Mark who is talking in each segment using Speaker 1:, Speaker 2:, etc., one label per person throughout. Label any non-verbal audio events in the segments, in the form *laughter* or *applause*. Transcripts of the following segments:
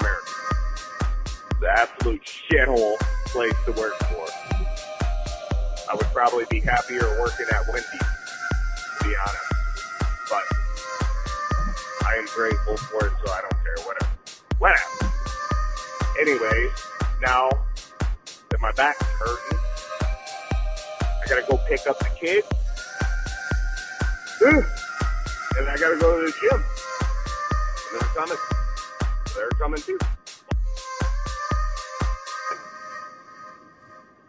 Speaker 1: America. The absolute shithole place to work for. I would probably be happier working at Wendy's, to be honest. But I am grateful for it, so I don't care. Whatever. Whatever. Anyways, now that my back's hurting, I gotta go pick up the kids. Whew. And I gotta go to the gym. And they're coming. They're coming too.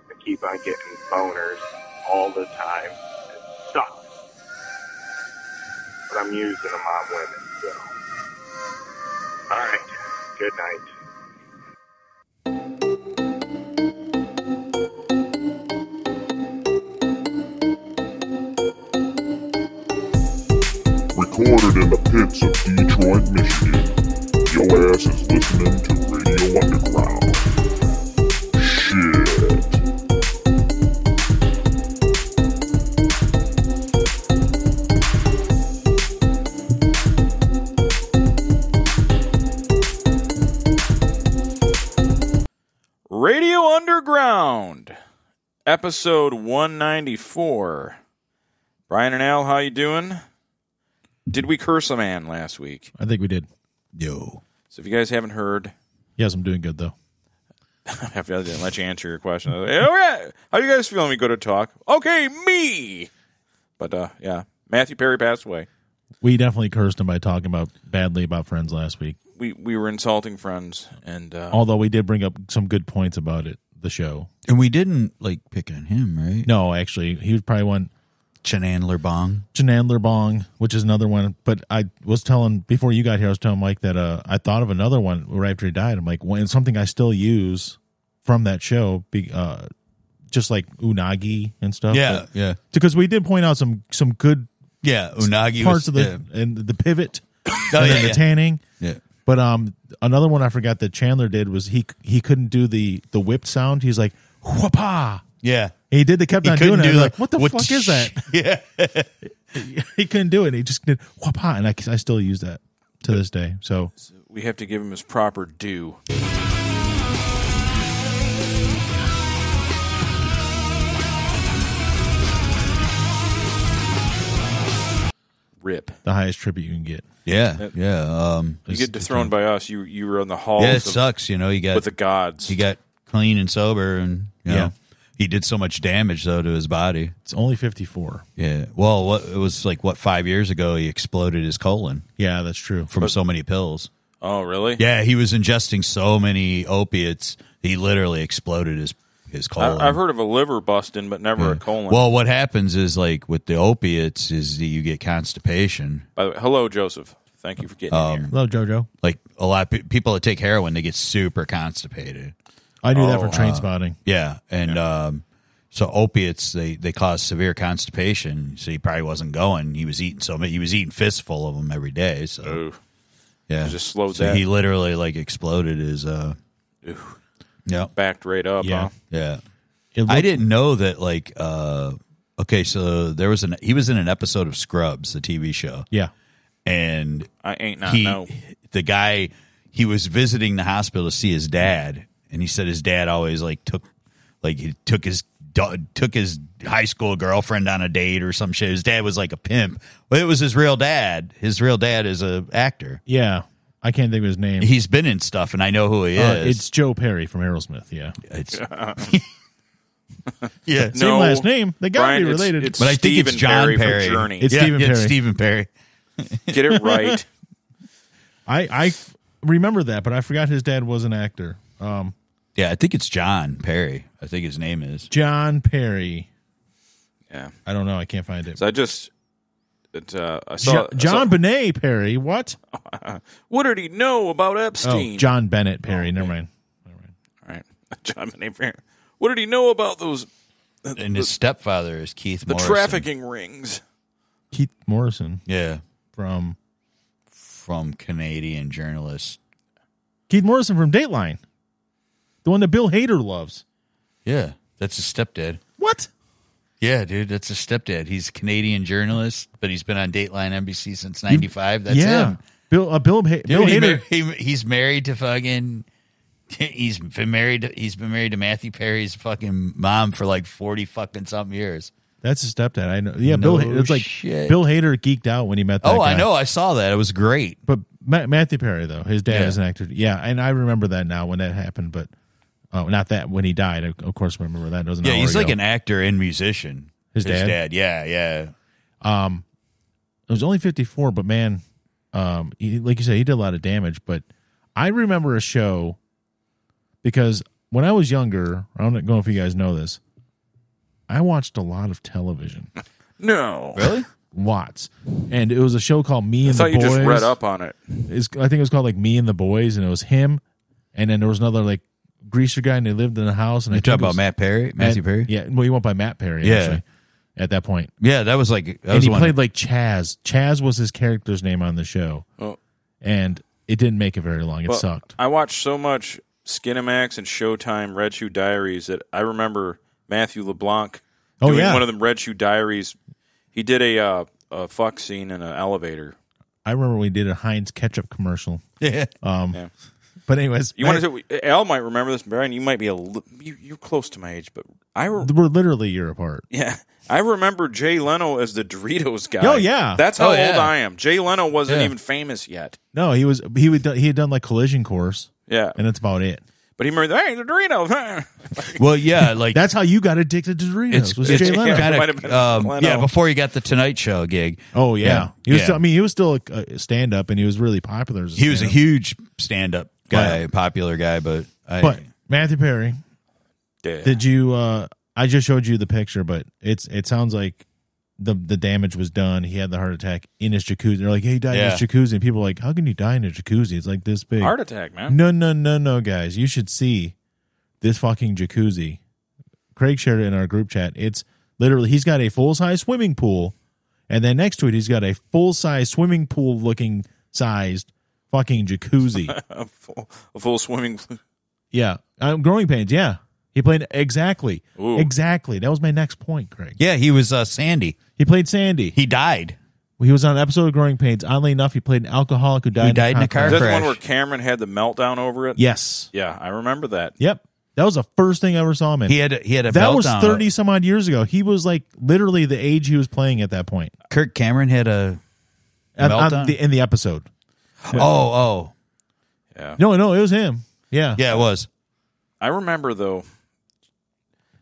Speaker 1: I keep on getting boners all the time. It sucks. But I'm using them on women, so. Alright. Good night.
Speaker 2: Recorded in the pits of Detroit, Michigan. Your ass is listening to Radio Underground. Shit.
Speaker 3: Radio Underground, episode 194. Brian and Al, how you doing? Did we curse a man last week?
Speaker 4: I think we did. Yo.
Speaker 3: So if you guys haven't heard, *laughs*
Speaker 4: Yes, I'm doing good though.
Speaker 3: I didn't let you answer your question. I was like, "Hey, okay, how you guys feeling? We go to talk. Okay, me. But uh, yeah, Matthew Perry passed away.
Speaker 4: We definitely cursed him by talking about badly about friends last week.
Speaker 3: We we were insulting friends, and uh,
Speaker 4: Although we did bring up some good points about it, the show.
Speaker 5: And we didn't like pick on him, right?
Speaker 4: No, actually, he was probably one
Speaker 5: Chenandler Bong.
Speaker 4: Chenandler Bong, which is another one. But I was telling before you got here, I was telling Mike that uh, I thought of another one right after he died. I'm like, well, it's something I still use from that show, be, uh, just like unagi and stuff. But-
Speaker 5: yeah,
Speaker 4: because we did point out some some good
Speaker 5: yeah. Unagi
Speaker 4: parts
Speaker 5: was,
Speaker 4: of the and the pivot
Speaker 5: yeah. Oh,
Speaker 4: and
Speaker 5: yeah,
Speaker 4: then the
Speaker 5: yeah.
Speaker 4: tanning.
Speaker 5: yeah.
Speaker 4: But um, another one I forgot that Chandler did was he he couldn't do the the whipped sound. He's like whoopah.
Speaker 5: Yeah.
Speaker 4: He did. They kept on doing it. I'm
Speaker 5: the-
Speaker 4: like what the fuck is that?
Speaker 5: *laughs*
Speaker 4: *laughs*
Speaker 5: Yeah,
Speaker 4: he couldn't do it. He just did whoopah, and I, I still use that to this day. So
Speaker 3: we have to give him his proper due. Rip.
Speaker 4: the highest tribute you can get.
Speaker 5: yeah, yeah. Um,
Speaker 3: You get dethroned by us. You you were on the halls
Speaker 5: yeah, it
Speaker 3: of-
Speaker 5: sucks. You know, he got
Speaker 3: with the gods.
Speaker 5: he got clean and sober, and you know,
Speaker 4: Yeah.
Speaker 5: he did so much damage though to his body.
Speaker 4: It's only fifty four.
Speaker 5: Yeah. Well, what it was like what five years ago he exploded his colon
Speaker 4: Yeah, that's true.
Speaker 5: from so many pills.
Speaker 3: oh, really?
Speaker 5: Yeah, he was ingesting so many opiates, he literally exploded his his colon.
Speaker 3: I, I've heard of a liver busting, but never a colon.
Speaker 5: Hmm. Well, what happens is like with the opiates is that you get constipation.
Speaker 3: By the way, hello, Joseph. Thank you for getting
Speaker 5: Um,
Speaker 3: in here.
Speaker 4: Hello, JoJo.
Speaker 5: Like a lot of pe- people that take heroin, they get super constipated.
Speaker 4: I knew that
Speaker 3: Oh,
Speaker 4: from
Speaker 5: uh,
Speaker 4: Train Spotting.
Speaker 5: Yeah, and um, so opiates they they cause severe constipation. So he probably wasn't going. He was eating so many. He was eating fistful of them every day. So
Speaker 3: Ooh.
Speaker 5: yeah,
Speaker 3: just slowed
Speaker 5: So
Speaker 3: that.
Speaker 5: he literally like exploded his. uh Yeah,
Speaker 3: Backed right up.
Speaker 4: Yeah.
Speaker 3: huh?
Speaker 5: yeah.
Speaker 4: It looked,
Speaker 5: I didn't know that. Like, uh okay, so there was an he was in an episode of Scrubs, the TV show,
Speaker 4: Yeah,
Speaker 5: and
Speaker 3: I ain't not
Speaker 5: he
Speaker 3: know.
Speaker 5: the guy he was visiting the hospital to see his dad, and he said his dad always like took like he took his da- took his high school girlfriend on a date or some shit. His dad was like a pimp. Well, it was his real dad. His real dad is a actor.
Speaker 4: yeah. I can't think of his name.
Speaker 5: He's been in stuff, and I know who he
Speaker 4: Uh, it's
Speaker 5: is.
Speaker 4: Joe Perry from Aerosmith. Yeah,
Speaker 3: *laughs*
Speaker 5: it's yeah.
Speaker 3: No.
Speaker 4: same last name. They got to
Speaker 3: Brian,
Speaker 4: be
Speaker 3: it's-
Speaker 4: related.
Speaker 3: it's-
Speaker 5: But I think it's
Speaker 3: Stephen
Speaker 5: John
Speaker 3: Perry
Speaker 5: Perry.
Speaker 3: from Journey.
Speaker 4: It's Stephen Perry.
Speaker 5: Stephen Perry.
Speaker 3: Get
Speaker 5: *laughs*
Speaker 3: it right.
Speaker 4: I I f- remember that, but I forgot his dad was an actor. Um,
Speaker 5: Yeah, I think it's John Perry. I think his name is.
Speaker 4: John Perry.
Speaker 3: yeah.
Speaker 4: I don't know. I can't find it.
Speaker 3: So I just. It, uh, I saw,
Speaker 4: Jo-
Speaker 3: I saw-
Speaker 4: John Benet Perry. What?
Speaker 3: What did he know about
Speaker 4: Oh,
Speaker 3: Epstein?
Speaker 4: John Bennett Perry.
Speaker 5: Oh,
Speaker 4: Never mind.
Speaker 3: All right. *laughs* John Benet Perry. What did he know about those
Speaker 5: And his stepfather is Keith
Speaker 3: the
Speaker 5: Morrison.
Speaker 3: trafficking rings?
Speaker 4: Keith Morrison
Speaker 5: Yeah.
Speaker 4: from
Speaker 5: From Canadian journalist.
Speaker 4: Keith Morrison from Dateline, the one that Bill Hader loves.
Speaker 5: Yeah. That's his stepdad.
Speaker 4: What?
Speaker 5: Yeah, dude, that's his stepdad. He's a Canadian journalist, but he's been on Dateline NBC since ninety five. That's
Speaker 4: yeah.
Speaker 5: him.
Speaker 4: Bill, uh, Bill, Ha- Bill
Speaker 5: Dude, he
Speaker 4: Hader.
Speaker 5: mar- he- he's married to fucking. *laughs* He's been married. To, he's been married to Matthew Perry's fucking mom for like forty fucking something years.
Speaker 4: that's his stepdad. I know. Yeah, Bill.
Speaker 5: No
Speaker 4: Ha- It's like
Speaker 5: shit.
Speaker 4: Bill Hader geeked out when he met. That
Speaker 5: oh,
Speaker 4: guy.
Speaker 5: I know. I saw that. It was great.
Speaker 4: But Ma- Matthew Perry, though, his dad
Speaker 5: Yeah.
Speaker 4: is an actor. Yeah, and I remember that now when that happened. But oh, not that when he died. Of of course, I remember that. It was an
Speaker 5: Yeah,
Speaker 4: hour
Speaker 5: he's like
Speaker 4: ago.
Speaker 5: an actor and musician.
Speaker 4: His dad?
Speaker 5: Yeah, yeah.
Speaker 4: Um, it was only 54, but man, um, he, like you said, he did a lot of damage. But I remember a show because when I was younger, I don't know if you guys know this, I watched a lot of television,
Speaker 3: No.
Speaker 4: *laughs*
Speaker 5: Really?
Speaker 4: lots, and it was a show called Me
Speaker 3: I
Speaker 4: and the
Speaker 3: thought
Speaker 4: Boys.
Speaker 3: you just read up on it.
Speaker 4: It's, I think it was called like Me and the Boys, and it was him, and then there was another like greaser guy, and they lived in a house. And I
Speaker 5: You
Speaker 4: think
Speaker 5: talking
Speaker 4: it
Speaker 5: about
Speaker 4: was-
Speaker 5: Matt Perry, Matthew Perry?
Speaker 4: Yeah, well, he went by Matt Perry.
Speaker 5: Yeah.
Speaker 4: actually, at that point,
Speaker 5: Yeah, that was like that
Speaker 4: and
Speaker 5: was
Speaker 4: he
Speaker 5: one.
Speaker 4: played like Chaz. Chaz was his character's name on the show,
Speaker 3: Oh.
Speaker 4: and it didn't make it very long. It
Speaker 3: Well,
Speaker 4: sucked.
Speaker 3: I watched so much Skinamax and Showtime Red Shoe Diaries that I remember Matthew LeBlanc
Speaker 4: Oh,
Speaker 3: doing
Speaker 4: yeah.
Speaker 3: one of them Red Shoe Diaries. He did a uh, a fuck scene in an elevator.
Speaker 4: I remember we did a Heinz ketchup commercial.
Speaker 5: *laughs* yeah.
Speaker 4: Um,
Speaker 3: Yeah.
Speaker 4: but anyways,
Speaker 3: You
Speaker 4: I-
Speaker 3: want to? Al might remember this, Brian. You might be a li- you, you're close to my age, but I re-
Speaker 4: we're literally a year apart.
Speaker 3: yeah I remember Jay Leno as the Doritos guy.
Speaker 4: Oh, yeah.
Speaker 3: that's how
Speaker 5: Oh,
Speaker 3: old
Speaker 5: yeah.
Speaker 3: I am. Jay Leno wasn't
Speaker 5: Yeah.
Speaker 3: even famous yet.
Speaker 4: No, he was he would he had done like Collision Course,
Speaker 3: Yeah,
Speaker 4: and that's about it.
Speaker 3: but he remembered hey the Doritos. *laughs*
Speaker 5: Well, yeah, like
Speaker 4: That's how you got addicted to Doritos.
Speaker 5: it's,
Speaker 4: was
Speaker 5: it's
Speaker 4: Jay Leno?
Speaker 3: yeah.
Speaker 5: kinda,
Speaker 3: Might have been
Speaker 5: um,
Speaker 3: Leno.
Speaker 5: yeah, before he got the Tonight Show gig,
Speaker 4: Oh yeah,
Speaker 5: Yeah.
Speaker 4: he was.
Speaker 5: Yeah.
Speaker 4: Still, I mean, he was still a, stand up, and he was really popular. As a
Speaker 5: he was a
Speaker 4: stand-up.
Speaker 5: huge stand-up guy,
Speaker 4: Yeah.
Speaker 5: popular guy. But I,
Speaker 4: But Matthew Perry,
Speaker 3: Yeah.
Speaker 4: did you? uh I just showed you the picture, but it's it sounds like the the damage was done. He had the heart attack in his jacuzzi. They're like, "Hey, he died in his
Speaker 5: Yeah.
Speaker 4: jacuzzi." And people are like, "How can you die in a jacuzzi? It's like this big."
Speaker 3: Heart attack, man. *laughs*
Speaker 4: no, no, no, no, guys, you should see this fucking jacuzzi. Craig shared it in our group chat. It's literally he's got a full size swimming pool, and then next to it he's got a full size swimming pool looking sized fucking jacuzzi.
Speaker 3: A, full, a full swimming.
Speaker 4: *laughs*
Speaker 3: pool.
Speaker 4: Yeah. Um, growing pains. Yeah. He played exactly.
Speaker 3: Ooh.
Speaker 4: Exactly. That was my next point, Craig.
Speaker 5: yeah, he was uh, Sandy.
Speaker 4: He played Sandy. He,
Speaker 5: He died.
Speaker 4: was on an episode of Growing Pains. Oddly enough, he played an alcoholic who died,
Speaker 5: died in a car
Speaker 3: Is
Speaker 4: crash.
Speaker 3: that the one
Speaker 5: Crash.
Speaker 3: where Cameron had the meltdown over it?
Speaker 4: Yes.
Speaker 3: Yeah, I remember that.
Speaker 4: Yep. That was the first thing I ever saw him in.
Speaker 5: He had a- he had a
Speaker 4: that was
Speaker 5: meltdown.
Speaker 4: 30 some odd years ago. He was like literally the age he was playing at that point
Speaker 5: Kirk Cameron had a
Speaker 4: At- on
Speaker 5: Meltdown?
Speaker 4: the- in the episode.
Speaker 5: oh oh
Speaker 3: Yeah.
Speaker 4: No, no, it was him. Yeah.
Speaker 5: yeah, it was.
Speaker 3: I remember though. *laughs*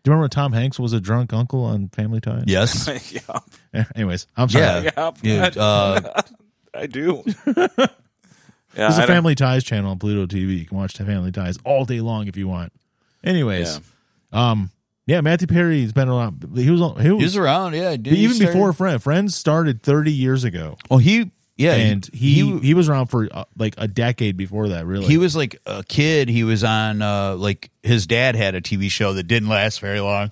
Speaker 4: Do you remember when Tom Hanks was a drunk uncle on Family Ties?
Speaker 3: *laughs*
Speaker 5: Yes,
Speaker 3: yeah,
Speaker 4: Yeah. *laughs* Anyways, I'm sorry.
Speaker 5: yeah,
Speaker 3: Yeah,
Speaker 5: yeah.
Speaker 3: but-
Speaker 5: Uh,
Speaker 3: I
Speaker 4: *laughs*
Speaker 3: do. yeah,
Speaker 4: There's
Speaker 3: I
Speaker 4: a
Speaker 3: don't-
Speaker 4: Family Ties channel on Pluto TV. You can watch Family Ties all day long if you want. Anyways, um, yeah, Matthew Perry's been around. He was on- he
Speaker 5: he
Speaker 4: was,
Speaker 5: was around. Yeah, dude, he
Speaker 4: even
Speaker 5: started-
Speaker 4: before Friends. Friends started 30 years ago,
Speaker 5: Oh, he yeah,
Speaker 4: and he he, was around for uh, like a decade before that. Really,
Speaker 5: he was like a kid. He was on uh, like his dad had a TV show that didn't last very long.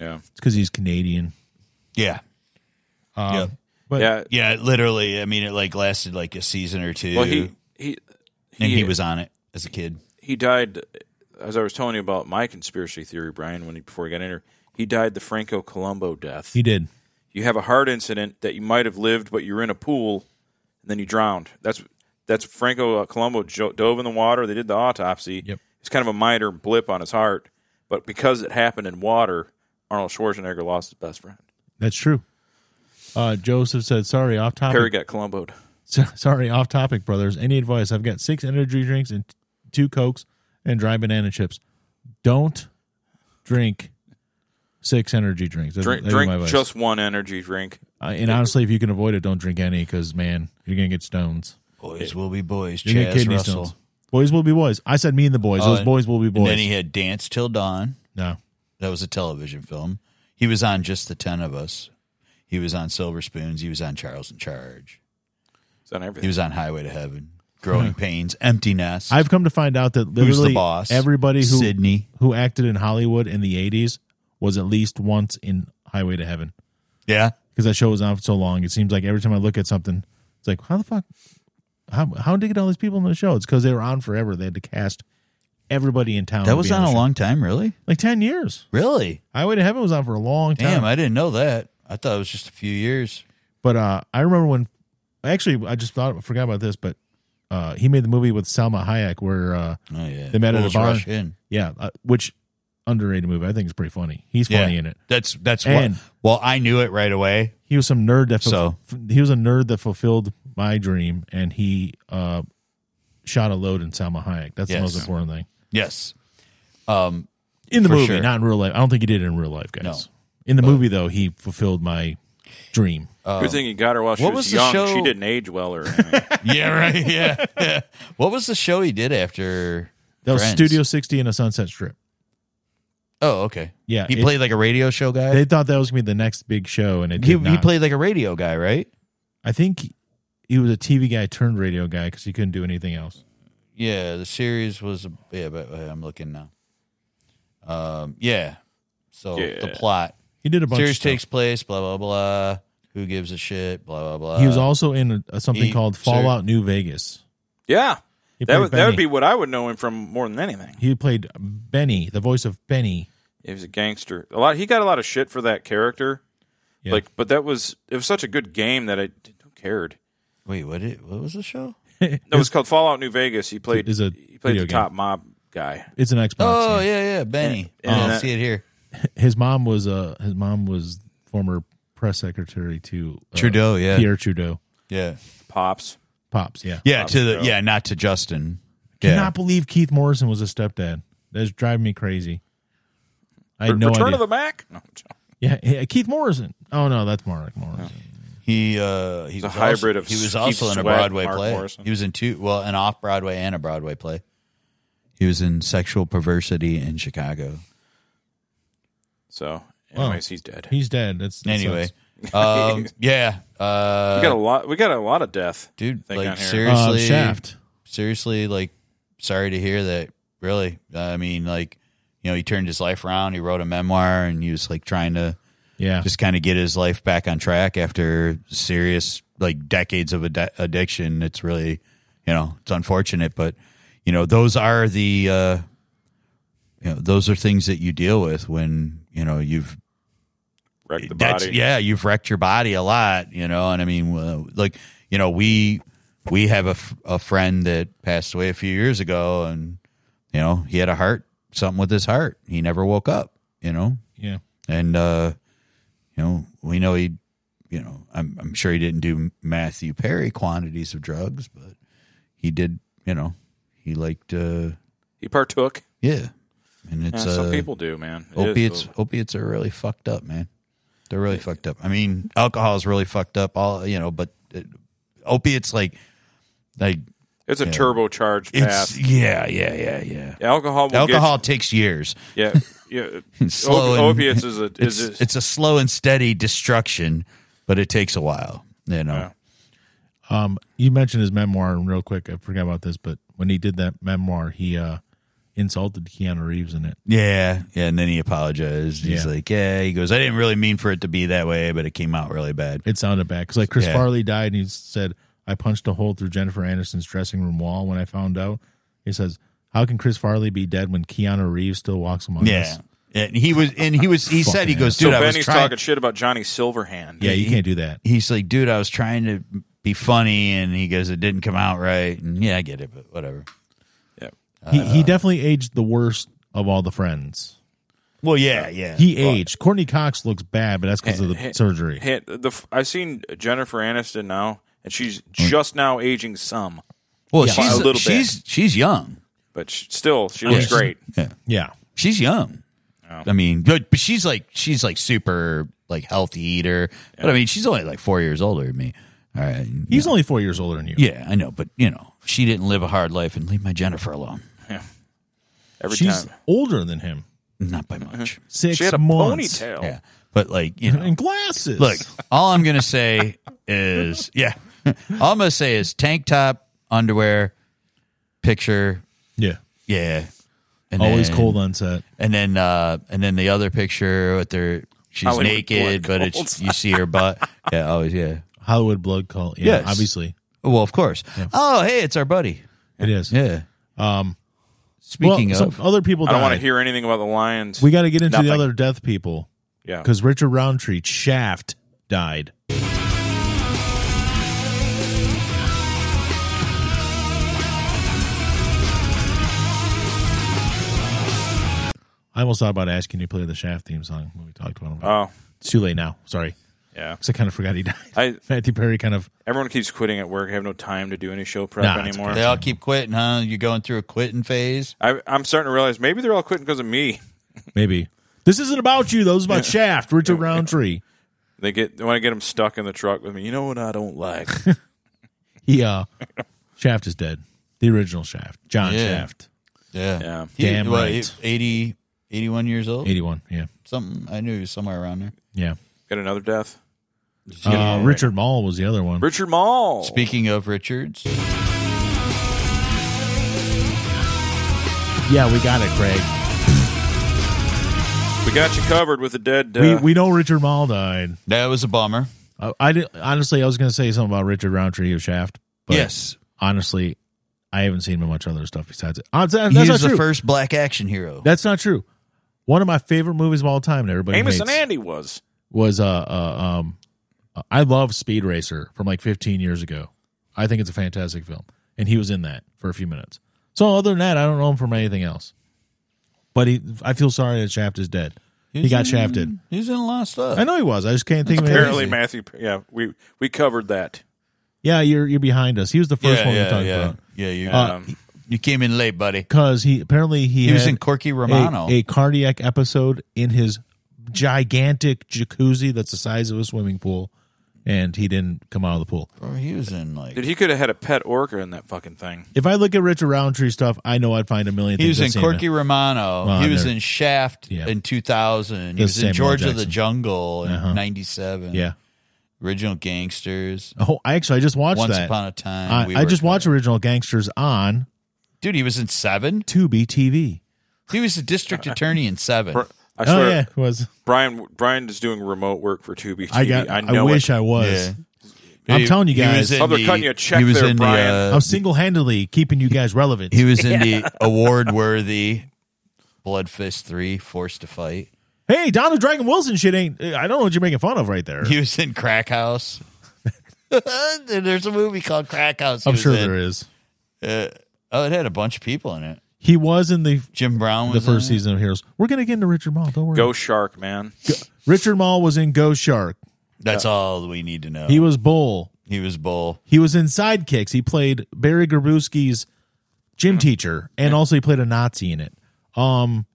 Speaker 3: yeah,
Speaker 4: because he's Canadian.
Speaker 5: Yeah,
Speaker 4: Um,
Speaker 5: Yeah.
Speaker 4: but
Speaker 3: yeah.
Speaker 5: yeah. it Literally, I mean, it like lasted like a season or two,
Speaker 3: Well, he he
Speaker 5: and he was on it as a kid.
Speaker 3: he died as I was telling you about my conspiracy theory, Brian. When he, before he got in here, he died the Franco Colombo death.
Speaker 4: he did.
Speaker 3: you have a heart incident that you might have lived, but you're in a pool and then you drowned. That's that's Franco uh, Colombo jo- dove in the water. They did the autopsy.
Speaker 4: Yep.
Speaker 3: It's kind of a minor blip on his heart, but because it happened in water, Arnold Schwarzenegger lost his best friend.
Speaker 4: That's true. Uh, Joseph said, "Sorry, off
Speaker 5: Um,
Speaker 4: topic.
Speaker 3: Perry got Colomboed.
Speaker 4: So- *laughs* Sorry, off topic, brothers. Any advice? I've got six energy drinks and t- two cokes and dry banana chips. Don't drink six energy drinks. That's-
Speaker 3: Drink,
Speaker 4: that'd be my
Speaker 3: drink
Speaker 4: advice.
Speaker 3: just one energy drink.
Speaker 4: Uh, and honestly, if you can avoid it, don't drink any because man, you're gonna get stones.
Speaker 5: Boys will be boys.
Speaker 4: You're gonna get
Speaker 5: Chaz
Speaker 4: kidney
Speaker 5: Russell.
Speaker 4: stones. Boys will be boys. I said me and the boys. Those
Speaker 5: Uh,
Speaker 4: boys will be
Speaker 5: And
Speaker 4: boys.
Speaker 5: then he had Dance Till Dawn.
Speaker 4: no,
Speaker 5: That was a television film. He was on just the ten of us. He was on Silver Spoons. He was on Charles in Charge.
Speaker 3: It's on
Speaker 5: He
Speaker 3: everything.
Speaker 5: was on Highway to Heaven. Growing Pains. Empty Nest.
Speaker 4: I've come to find out that
Speaker 5: Who's
Speaker 4: literally
Speaker 5: the boss?
Speaker 4: everybody who
Speaker 5: Sydney.
Speaker 4: who acted in Hollywood in the '80s was at least once in Highway to Heaven.
Speaker 5: Yeah.
Speaker 4: because that show was on for so long. It seems like every time I look at something, it's like, how the fuck, how how did they get all these people in the show? It's because they were on forever. They had to cast everybody in town.
Speaker 5: That
Speaker 4: to
Speaker 5: was
Speaker 4: be
Speaker 5: on
Speaker 4: the
Speaker 5: a
Speaker 4: show.
Speaker 5: long time, really?
Speaker 4: like ten years.
Speaker 5: Really?
Speaker 4: Highway to Heaven was on for a long time.
Speaker 5: Damn, I didn't know that. I thought it was just a few years.
Speaker 4: But uh, I remember when actually, I just thought forgot about this, but uh, he made the movie with Salma Hayek where uh,
Speaker 5: Oh yeah,
Speaker 4: They met at a
Speaker 5: Bulls
Speaker 4: bar.
Speaker 5: Rush In.
Speaker 4: yeah, uh, which underrated movie I think is pretty funny. He's
Speaker 5: Yeah.
Speaker 4: funny in it.
Speaker 5: That's that's
Speaker 4: And-
Speaker 5: what. Well, I knew it right away.
Speaker 4: He was some nerd that
Speaker 5: So-
Speaker 4: so. he was a nerd that fulfilled my dream, and he uh, shot a load in Salma Hayek. That's the
Speaker 5: Yes.
Speaker 4: most important thing
Speaker 5: Yes. Um.
Speaker 4: in the
Speaker 5: For
Speaker 4: movie,
Speaker 5: sure.
Speaker 4: not in real life. I don't think he did it in real life, guys.
Speaker 5: No.
Speaker 4: In the movie though, he fulfilled my dream.
Speaker 3: Good thing he got her while she
Speaker 5: uh, what
Speaker 3: was,
Speaker 5: was the
Speaker 3: young.
Speaker 5: show-
Speaker 3: She didn't age well or anything.
Speaker 5: *laughs* Yeah. Right. Yeah. yeah. What was the show he did after?
Speaker 4: That was
Speaker 5: Friends?
Speaker 4: Studio 60 and a Sunset Strip.
Speaker 5: Oh, okay.
Speaker 4: Yeah,
Speaker 5: He
Speaker 4: it-
Speaker 5: played like a radio show guy.
Speaker 4: They thought that was gonna be the next big show, and it did
Speaker 5: he, he
Speaker 4: not.
Speaker 5: played like a radio guy, right?
Speaker 4: I think he was a TV guy turned radio guy because he couldn't do anything else.
Speaker 5: Yeah, the series was yeah, but uh, I'm looking now. Um, yeah. So the
Speaker 3: Yeah.
Speaker 5: plot
Speaker 4: He did a bunch.
Speaker 5: series
Speaker 4: of stuff.
Speaker 5: takes place, blah blah blah. Who gives a shit? Blah blah blah.
Speaker 4: he was also in a, a, something
Speaker 5: uh, he-
Speaker 4: called
Speaker 5: sir.
Speaker 4: Fallout New Vegas.
Speaker 3: yeah,
Speaker 4: He
Speaker 3: that
Speaker 4: played
Speaker 3: would that would
Speaker 4: Benny.
Speaker 3: be what I would know him from more than anything.
Speaker 4: He played Benny, the voice of Benny.
Speaker 3: He was a gangster. A lot. He got a lot of shit for that character.
Speaker 4: Yeah.
Speaker 3: Like, but that was it was such a good game that I d- who cared.
Speaker 5: Wait, what? Did, what was the show?
Speaker 3: No, it was called Fallout New Vegas. He played
Speaker 4: Is a
Speaker 3: he played the
Speaker 4: video game.
Speaker 3: top mob guy.
Speaker 4: It's an Xbox.
Speaker 5: Oh
Speaker 4: game.
Speaker 5: yeah, yeah, Benny.
Speaker 3: And- and
Speaker 5: oh, I
Speaker 3: that-
Speaker 5: see it here.
Speaker 4: His mom was uh his mom was former press secretary to uh,
Speaker 5: Trudeau, yeah.
Speaker 4: Pierre Trudeau.
Speaker 5: Yeah,
Speaker 3: Pops.
Speaker 4: Pops, yeah.
Speaker 5: yeah. To the
Speaker 3: Trudeau.
Speaker 5: yeah, not to Justin. Yeah,
Speaker 4: Cannot believe Keith Morrison was a stepdad. That's driving me crazy. I had
Speaker 3: Re-
Speaker 4: no
Speaker 3: Return
Speaker 4: idea.
Speaker 3: of the Mac. No, I'm joking.
Speaker 4: yeah, yeah, Keith Morrison. Oh no, that's Mark Morrison.
Speaker 5: Oh, he uh, he was
Speaker 3: a
Speaker 5: also-
Speaker 3: hybrid of
Speaker 5: he was
Speaker 3: Keith
Speaker 5: also in a
Speaker 3: Sweat,
Speaker 5: Broadway
Speaker 3: Mark
Speaker 5: play.
Speaker 3: Morrison.
Speaker 5: He was in two well, an off Broadway and a Broadway play. He was in Sexual Perversity in Chicago.
Speaker 3: so, anyways, he's dead.
Speaker 4: He's dead. That's that
Speaker 5: Anyway,
Speaker 3: *laughs*
Speaker 4: sucks.
Speaker 5: um, yeah, uh,
Speaker 3: we got a lot. We got a lot of death,
Speaker 5: dude.
Speaker 3: Think on
Speaker 5: Like
Speaker 3: here.
Speaker 4: Um,
Speaker 5: seriously,
Speaker 4: Shaft.
Speaker 5: seriously, like sorry to hear that. Really, I mean, like you know, he turned his life around. He wrote a memoir, and he was like trying to
Speaker 4: Yeah,
Speaker 5: just kind of get his life back on track after serious like decades of ad- addiction. It's really, you know, it's unfortunate, but you know, those are the, uh, you know, those are things that you deal with when you know you've
Speaker 3: Wrecked the
Speaker 5: that's-
Speaker 3: body.
Speaker 5: Yeah, you've wrecked your body a lot, you know. And I mean, uh, like you know, we we have a, f- a friend that passed away a few years ago, and you know, he had a heart something with his heart. He never woke up, you know,
Speaker 4: yeah.
Speaker 5: and uh, you know, we know he, you know, I'm I'm sure he didn't do Matthew Perry quantities of drugs, but he did, you know, he liked, uh,
Speaker 3: He partook.
Speaker 5: yeah, and
Speaker 3: Yeah,
Speaker 5: it's uh,
Speaker 3: some people do, man. It is
Speaker 5: opiates
Speaker 3: the-
Speaker 5: opiates are really fucked up man they're really fucked up i mean alcohol is really fucked up all you know but it, opiates like like
Speaker 3: It's a turbocharged
Speaker 5: it's
Speaker 3: path.
Speaker 5: yeah yeah yeah yeah
Speaker 3: Alcohol. Will
Speaker 5: alcohol takes years
Speaker 3: Get, yeah, yeah.
Speaker 5: *laughs* It's slow
Speaker 3: Opi-
Speaker 5: and-
Speaker 3: opiates is a
Speaker 5: it's,
Speaker 3: is a,
Speaker 5: it's a slow and steady destruction but it takes a while you know
Speaker 3: Yeah.
Speaker 4: Um, you mentioned his memoir, and real quick, I forgot about this, but when he did that memoir, he uh insulted Keanu Reeves in it.
Speaker 5: Yeah, yeah, and then he apologized. He's
Speaker 4: Yeah.
Speaker 5: like, "Yeah," he goes, "I didn't really mean for it to be that way, but it came out really bad."
Speaker 4: It sounded bad because like Chris
Speaker 5: Yeah.
Speaker 4: Farley died, and he said, "I punched a hole through Jennifer Anderson's dressing room wall when I found out." He says, "How can Chris Farley be dead when Keanu Reeves still walks among
Speaker 5: Yeah,
Speaker 4: us?"
Speaker 5: and he was, and he was, he said, he
Speaker 4: Fucking
Speaker 5: goes,
Speaker 3: so
Speaker 5: "Dude, I was
Speaker 3: Benny's
Speaker 5: trying."
Speaker 3: talking shit about Johnny Silverhand.
Speaker 4: Yeah, you can't do that.
Speaker 5: he's like, dude, I was trying to be funny, and he goes, it didn't come out right, and yeah, I get it, but whatever.
Speaker 3: yeah.
Speaker 4: He, he definitely aged the worst of all the friends.
Speaker 5: Well, yeah, yeah,
Speaker 4: He aged. Courtney Cox looks bad, but that's because of the
Speaker 3: Hey,
Speaker 4: surgery.
Speaker 3: Hey, the f- I've seen Jennifer Aniston now, and
Speaker 4: Mm.
Speaker 3: she's just now aging some,
Speaker 5: Well,
Speaker 3: By a
Speaker 5: she's
Speaker 3: little bit.
Speaker 5: she's she's young,
Speaker 3: but she, still she looks
Speaker 4: mean,
Speaker 3: great. Oh.
Speaker 4: yeah,
Speaker 5: she's young. I mean, but, but she's like she's like super like healthy eater, but I mean, she's only like four years older than me. All right,
Speaker 4: he's only four years older than you.
Speaker 5: yeah, I know, but you know, she didn't live a hard life, and leave my Jennifer alone,
Speaker 3: Every
Speaker 4: she's
Speaker 3: time
Speaker 4: older than him.
Speaker 5: not by much.
Speaker 4: Six
Speaker 3: she had a
Speaker 4: months
Speaker 3: ponytail.
Speaker 5: Yeah, but like
Speaker 4: *laughs*
Speaker 5: you know,
Speaker 4: and glasses.
Speaker 5: Look, all I'm gonna say is yeah. *laughs* All I'm gonna say is tank top, underwear, picture,
Speaker 4: yeah,
Speaker 5: yeah. And
Speaker 4: always
Speaker 5: then-
Speaker 4: cold on set.
Speaker 5: And then uh and then the other picture with their she's
Speaker 3: Hollywood
Speaker 5: naked,
Speaker 3: blood
Speaker 5: but it's you see her butt. Yeah, always yeah.
Speaker 4: Hollywood blood cult. Yeah,
Speaker 5: Yes.
Speaker 4: obviously
Speaker 5: Well, of course. Oh, hey, it's our buddy.
Speaker 4: it is.
Speaker 5: Yeah.
Speaker 4: Um,
Speaker 5: Speaking
Speaker 4: well,
Speaker 5: of
Speaker 4: some other people,
Speaker 3: I don't want to
Speaker 4: died.
Speaker 3: hear anything about the Lions.
Speaker 4: We got to get into
Speaker 3: Nothing.
Speaker 4: the other death people
Speaker 3: yeah,
Speaker 4: because Richard Roundtree Shaft died. I almost thought about asking you to play the Shaft theme song when we talked about him.
Speaker 3: Oh,
Speaker 4: it's too late now. Sorry.
Speaker 3: yeah.
Speaker 4: 'Cause I kind of forgot he *laughs* died.
Speaker 3: I
Speaker 4: Matthew Perry kind of.
Speaker 3: everyone keeps quitting at work. I have no time to do any show prep
Speaker 4: Nah, it's
Speaker 3: anymore.
Speaker 5: They all keep quitting, huh? You're going through a quitting phase.
Speaker 3: I, I'm starting to realize maybe they're all quitting because of me.
Speaker 4: Maybe. This isn't about you, though. This is about Shaft, Richard Roundtree.
Speaker 3: They get when I get them stuck in the truck with me. You know what I don't
Speaker 4: *laughs*
Speaker 3: like?
Speaker 4: He, uh, Shaft is dead. The original Shaft. John
Speaker 5: Yeah.
Speaker 4: Shaft.
Speaker 5: Yeah.
Speaker 3: Yeah.
Speaker 5: He-
Speaker 4: Damn
Speaker 5: what,
Speaker 4: right.
Speaker 5: 80, 81 years old?
Speaker 4: 81. Yeah.
Speaker 5: Something. I knew he was somewhere around there.
Speaker 4: Yeah.
Speaker 3: Got another death.
Speaker 4: Uh, Richard Mall was the other one.
Speaker 3: Richard Mall.
Speaker 5: Speaking of Richards,
Speaker 4: Yeah, we got it, Craig.
Speaker 3: We got you covered with the dead. Uh,
Speaker 4: we, we know Richard Mall died.
Speaker 5: that was a bummer.
Speaker 4: I, I did, honestly, I was going to say something about Richard Roundtree of Shaft, but
Speaker 5: yes.
Speaker 4: honestly, I haven't seen him in much other stuff besides it. Uh, that-
Speaker 5: He
Speaker 4: that's not
Speaker 5: was the
Speaker 4: true.
Speaker 5: first black action hero.
Speaker 4: that's not true. One of my favorite movies of all time, and everybody
Speaker 3: Amos
Speaker 4: hates,
Speaker 3: and Andy was.
Speaker 4: was uh, uh um, uh, I love Speed Racer from like 15 years ago. I think it's a fantastic film, and he was in that for a few minutes. So other than that, I don't know him from anything else. But he, I feel sorry that Shaft is dead. He
Speaker 5: was
Speaker 4: got
Speaker 5: in-
Speaker 4: shafted.
Speaker 5: He was in a lot of stuff.
Speaker 4: I know he was. I just can't think of anything.
Speaker 3: Apparently, Matthew. Yeah, we we covered that.
Speaker 4: Yeah, you're you're behind us. He was the first
Speaker 5: yeah,
Speaker 4: one we
Speaker 5: yeah,
Speaker 4: talked
Speaker 5: yeah.
Speaker 4: about
Speaker 5: Yeah, you,
Speaker 3: Um,
Speaker 5: you came in late, buddy.
Speaker 4: because he apparently he,
Speaker 5: He, was
Speaker 4: had
Speaker 5: in Corky
Speaker 4: a-
Speaker 5: Romano.
Speaker 4: A, cardiac episode in his gigantic jacuzzi that's the size of a swimming pool, and he didn't come out of the pool.
Speaker 5: Bro, he was in like
Speaker 3: Dude, he could have had a pet orca in that fucking thing.
Speaker 4: If I look at Richard Roundtree stuff, I know I'd find a million.
Speaker 5: He
Speaker 4: things
Speaker 5: was
Speaker 4: that
Speaker 5: in
Speaker 4: seem-
Speaker 5: Corky Romano.
Speaker 4: Well,
Speaker 5: he was
Speaker 4: they're-
Speaker 5: in Shaft
Speaker 4: Yeah.
Speaker 5: in 2000. He
Speaker 4: That's
Speaker 5: was
Speaker 4: Samuel
Speaker 5: in George of the
Speaker 4: Jackson.
Speaker 5: Jungle in
Speaker 4: Uh-huh.
Speaker 5: 97.
Speaker 4: Yeah.
Speaker 5: Original Gangsters.
Speaker 4: Oh, I actually I just watched
Speaker 5: Once
Speaker 4: that.
Speaker 5: Upon a Time.
Speaker 4: I,
Speaker 5: We
Speaker 4: I
Speaker 5: Were
Speaker 4: just watched
Speaker 5: Good.
Speaker 4: Original Gangsters on
Speaker 5: Dude, he was in Seven.
Speaker 4: Tubi TV.
Speaker 5: He was
Speaker 3: *laughs*
Speaker 5: the district attorney in Seven.
Speaker 3: Br- I
Speaker 4: oh
Speaker 3: swear,
Speaker 4: yeah, it was
Speaker 3: Brian Brian is doing remote work for Tubi. TV.
Speaker 4: I got? I,
Speaker 3: I know
Speaker 4: wish
Speaker 3: it.
Speaker 4: I was.
Speaker 5: Yeah.
Speaker 4: I'm
Speaker 5: He-
Speaker 4: telling you
Speaker 5: he
Speaker 4: guys.
Speaker 5: was in
Speaker 3: Oh, they're
Speaker 5: the-
Speaker 3: cutting you a check
Speaker 5: he was
Speaker 3: there,
Speaker 5: in
Speaker 3: Brian.
Speaker 5: The, uh,
Speaker 4: I'm single handedly keeping you guys relevant.
Speaker 5: he was
Speaker 4: *laughs*
Speaker 5: in the award-worthy Blood Fist Three: Forced to Fight.
Speaker 4: hey, Donald Dragon Wilson shit ain't. uh, I don't know what you're making fun of right there.
Speaker 5: He was in Crack House. *laughs* There's a movie called Crack House. he
Speaker 4: I'm
Speaker 5: was
Speaker 4: sure
Speaker 5: in.
Speaker 4: there is.
Speaker 5: Uh, oh, it had a bunch of people in it.
Speaker 4: He was in the
Speaker 5: Jim Brown
Speaker 4: the
Speaker 5: was
Speaker 4: first
Speaker 5: in it.
Speaker 4: season of Heroes. We're gonna get into Richard Mall. Don't worry.
Speaker 3: Go Shark, man.
Speaker 4: Richard Mall was in Go Shark.
Speaker 5: That's all we need to know.
Speaker 4: He was Bull.
Speaker 5: he was Bull.
Speaker 4: He was in Sidekicks. He played Barry Grabowski's
Speaker 5: Uh-huh.
Speaker 4: gym teacher, and also he played a Nazi in it. Um,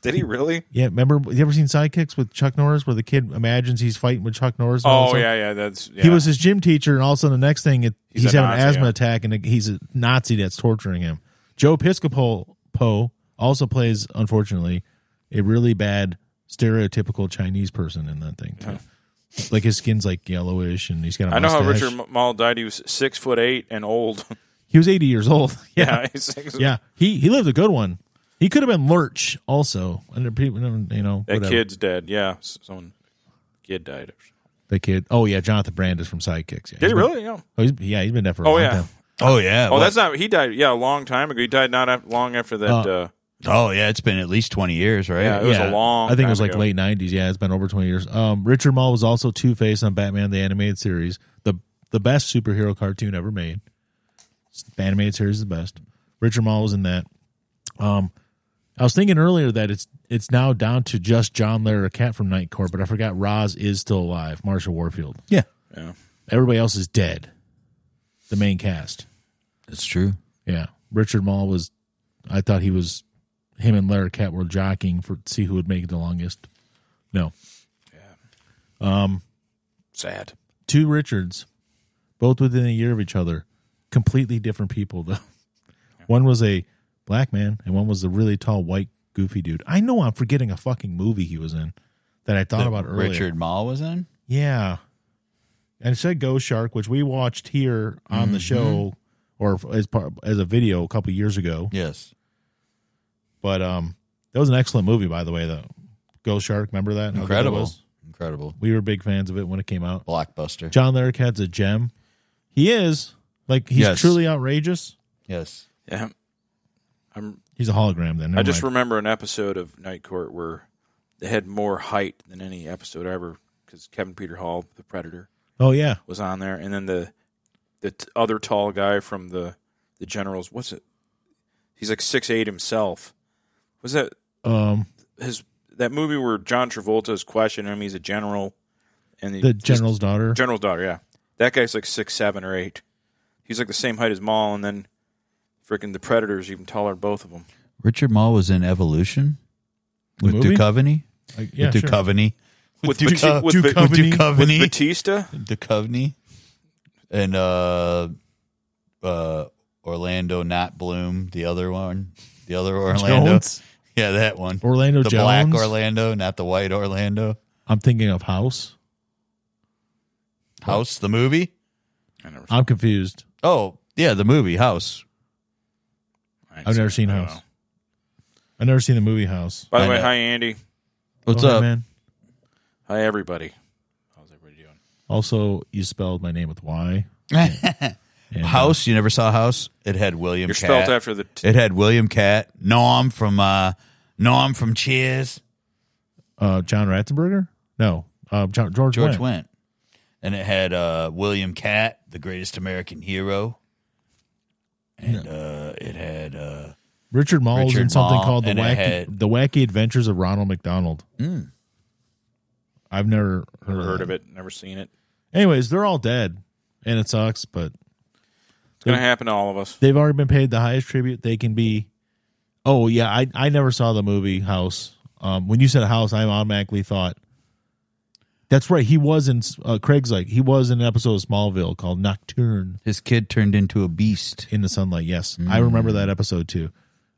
Speaker 3: Did he
Speaker 4: *laughs*
Speaker 3: really?
Speaker 4: yeah, remember? You ever seen Sidekicks with Chuck Norris, where the kid imagines he's fighting with Chuck Norris? and
Speaker 3: Oh
Speaker 4: all that stuff?
Speaker 3: yeah, yeah. That's yeah.
Speaker 4: He was his gym teacher, and all of a sudden, the next thing, it, he's,
Speaker 3: He's a
Speaker 4: having an
Speaker 3: Nazi,
Speaker 4: asthma
Speaker 3: yeah.
Speaker 4: attack, and he's a Nazi that's torturing him. Joe Piscopo Po also plays, unfortunately, a really bad stereotypical Chinese person in that thing. too. Like his skin's like yellowish, and he's got. I
Speaker 3: I know how Richard M- Mall died. He was six foot eight and old. *laughs*
Speaker 4: He was eighty years old. *laughs* yeah,
Speaker 3: yeah, he's six,
Speaker 4: yeah. He he lived a good one. He could have been Lurch also. And people, you know,
Speaker 3: That
Speaker 4: whatever.
Speaker 3: kid's dead. Yeah, s- someone kid died.
Speaker 4: The kid. Oh yeah, Jonathan Brand is from Sidekicks. Yeah,
Speaker 3: Did
Speaker 4: he's
Speaker 3: he
Speaker 4: been-
Speaker 3: really? Yeah.
Speaker 4: Oh, he's, yeah, he's been there for. A
Speaker 3: Oh
Speaker 4: long
Speaker 3: yeah.
Speaker 4: time.
Speaker 5: Oh yeah.
Speaker 3: Oh, that's not. He died. Yeah, a long time ago. He died not af- long after that.
Speaker 4: Uh,
Speaker 3: Uh,
Speaker 5: Oh yeah. It's been at least twenty years, right?
Speaker 3: Yeah, it was a long
Speaker 4: I think it was
Speaker 3: time
Speaker 4: like
Speaker 3: ago.
Speaker 4: late '90s. Yeah, it's been over 20 years. Um, Richard Mall was also Two Face on Batman the Animated Series, the the best superhero cartoon ever made. The animated series is the best. Richard Mall was in that. Um, I was thinking earlier that it's it's now down to just John Larroquette from Night Court, but I forgot Roz is still alive. Marsha Warfield. Yeah,
Speaker 3: yeah.
Speaker 4: everybody else is dead. The main cast.
Speaker 5: That's true.
Speaker 4: Yeah, Richard Mall was. I thought he was. Him and Larry Cat were jockeying for see who would make it the longest. No,
Speaker 3: Sad.
Speaker 4: two Richards, both within a year of each other, completely different people though. *laughs* One was a black man, and one was a really tall, white, goofy dude. I know I'm forgetting a fucking movie he was in that I thought about earlier.
Speaker 5: Richard Mall was in.
Speaker 4: Yeah. And it said Go Shark, which we watched here on the show or as part as a video a couple years ago.
Speaker 5: Yes.
Speaker 4: But um, that was an excellent movie, by the way. Though, Ghost Shark, remember that? How good that
Speaker 5: Incredible.
Speaker 4: was?
Speaker 5: Incredible.
Speaker 4: We were big fans of it when it came out.
Speaker 5: Blockbuster.
Speaker 4: John Larroquette's a gem. He is like he's
Speaker 5: Yes.
Speaker 4: truly outrageous.
Speaker 5: yes.
Speaker 3: Yeah. I'm
Speaker 4: He's a hologram. Then Never
Speaker 3: I just
Speaker 4: mind.
Speaker 3: remember an episode of Night Court where they had more height than any episode ever because Kevin Peter Hall, the Predator,
Speaker 4: oh yeah,
Speaker 3: was on there, and then the the t- other tall guy from the the Generals. What's it? He's like six eight himself. Was that
Speaker 4: um,
Speaker 3: his that movie where John Travolta is questioning him. He's a general, and he
Speaker 4: The
Speaker 3: just-
Speaker 4: general's daughter.
Speaker 3: general's daughter. Yeah, that guy's like six seven or eight. He's like the same height as Maul, and then freaking the Predators even taller than both of them.
Speaker 5: Richard Mall was in Evolution
Speaker 4: The
Speaker 5: with
Speaker 4: movie?
Speaker 5: Duchovny.
Speaker 4: Like, yeah,
Speaker 5: with
Speaker 4: sure.
Speaker 5: Duchovny.
Speaker 3: With
Speaker 5: Duco-
Speaker 3: Bati- with Ba-
Speaker 5: with
Speaker 4: Duchovny.
Speaker 5: Duchovny.
Speaker 3: With Batista,
Speaker 5: Duchovny and uh uh Orlando not Bloom, the other one. The other Orlando.
Speaker 4: Jones?
Speaker 5: Yeah, that one.
Speaker 4: Orlando
Speaker 5: the
Speaker 4: Jones.
Speaker 5: black Orlando, not the white Orlando.
Speaker 4: I'm thinking of House.
Speaker 5: House the movie?
Speaker 3: I never,
Speaker 4: I'm confused.
Speaker 5: Oh, yeah, the movie House.
Speaker 3: I
Speaker 4: I've never seen
Speaker 3: I don't
Speaker 4: House.
Speaker 3: know.
Speaker 4: I've never seen the movie House.
Speaker 3: By the
Speaker 5: I
Speaker 3: way,
Speaker 5: know.
Speaker 3: hi Andy,
Speaker 5: What's
Speaker 4: Go ahead,
Speaker 5: up? *laughs*
Speaker 4: man?
Speaker 3: hi everybody. How's everybody doing?
Speaker 4: Also, you spelled my name with Y. And, uh,
Speaker 5: House, you never saw House? It had William
Speaker 3: You're
Speaker 5: Cat.
Speaker 3: spelled after the. T-
Speaker 5: it had William Cat, Norm from uh Norm from Cheers.
Speaker 4: uh, John Ratzenberger? No, uh, John, George,
Speaker 5: George
Speaker 4: Wendt.
Speaker 5: Wendt. And it had uh, William Catt, the greatest American hero. And uh, it had uh,
Speaker 4: Richard Mall was
Speaker 5: Richard
Speaker 4: in something
Speaker 5: Mall,
Speaker 4: called the
Speaker 5: and it
Speaker 4: wacky,
Speaker 5: had-
Speaker 4: the wacky Adventures of Ronald McDonald.
Speaker 5: Mm.
Speaker 4: I've never heard,
Speaker 3: never heard of it. Never seen it.
Speaker 4: Anyways, they're all dead, and it sucks, but
Speaker 3: It's gonna happen to all of us.
Speaker 4: they've already been paid the highest tribute they can be. Oh yeah, I I never saw the movie House. Um, when you said House, I automatically thought that's right. He was in uh, Craig's like he was in an episode of Smallville called Nocturne
Speaker 5: his kid turned into a beast.
Speaker 4: in the sunlight. Yes, I remember
Speaker 5: Hmm.
Speaker 4: that episode too.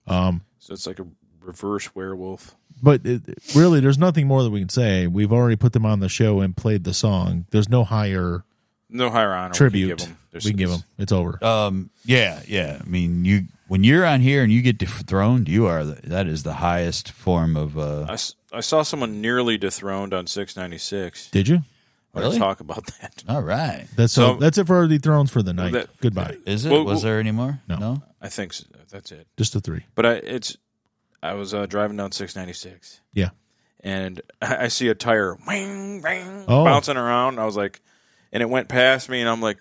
Speaker 3: So it's like a reverse werewolf.
Speaker 4: But it, really, there's nothing more that we can say. We've already put them on the show and played the song. There's no higher
Speaker 3: No higher honor.
Speaker 4: tribute
Speaker 3: We can give them. Uh, There's-
Speaker 4: It's over.
Speaker 5: Um, yeah, yeah. I mean, you when you're on here and you get dethroned, you are the, that is the highest form of. Uh,
Speaker 3: I, s- I saw someone nearly dethroned on 696.
Speaker 4: Did you?
Speaker 3: Let's
Speaker 5: Really?
Speaker 3: talk about *laughs* that.
Speaker 5: all right,
Speaker 4: That's
Speaker 3: So-
Speaker 4: so, that's it for our dethrones for the night.
Speaker 3: That-
Speaker 4: Goodbye.
Speaker 5: is it?
Speaker 3: Well, Um,
Speaker 5: was
Speaker 3: well-
Speaker 5: there any more?
Speaker 4: No.
Speaker 3: I think so. that's it.
Speaker 4: Just the three.
Speaker 3: But I it's I was uh, driving down 696
Speaker 4: Yeah.
Speaker 3: and *laughs* I, I see a tire wing, ring,
Speaker 4: Oh.
Speaker 3: bouncing around. And I was like, and it went past me, and I'm like,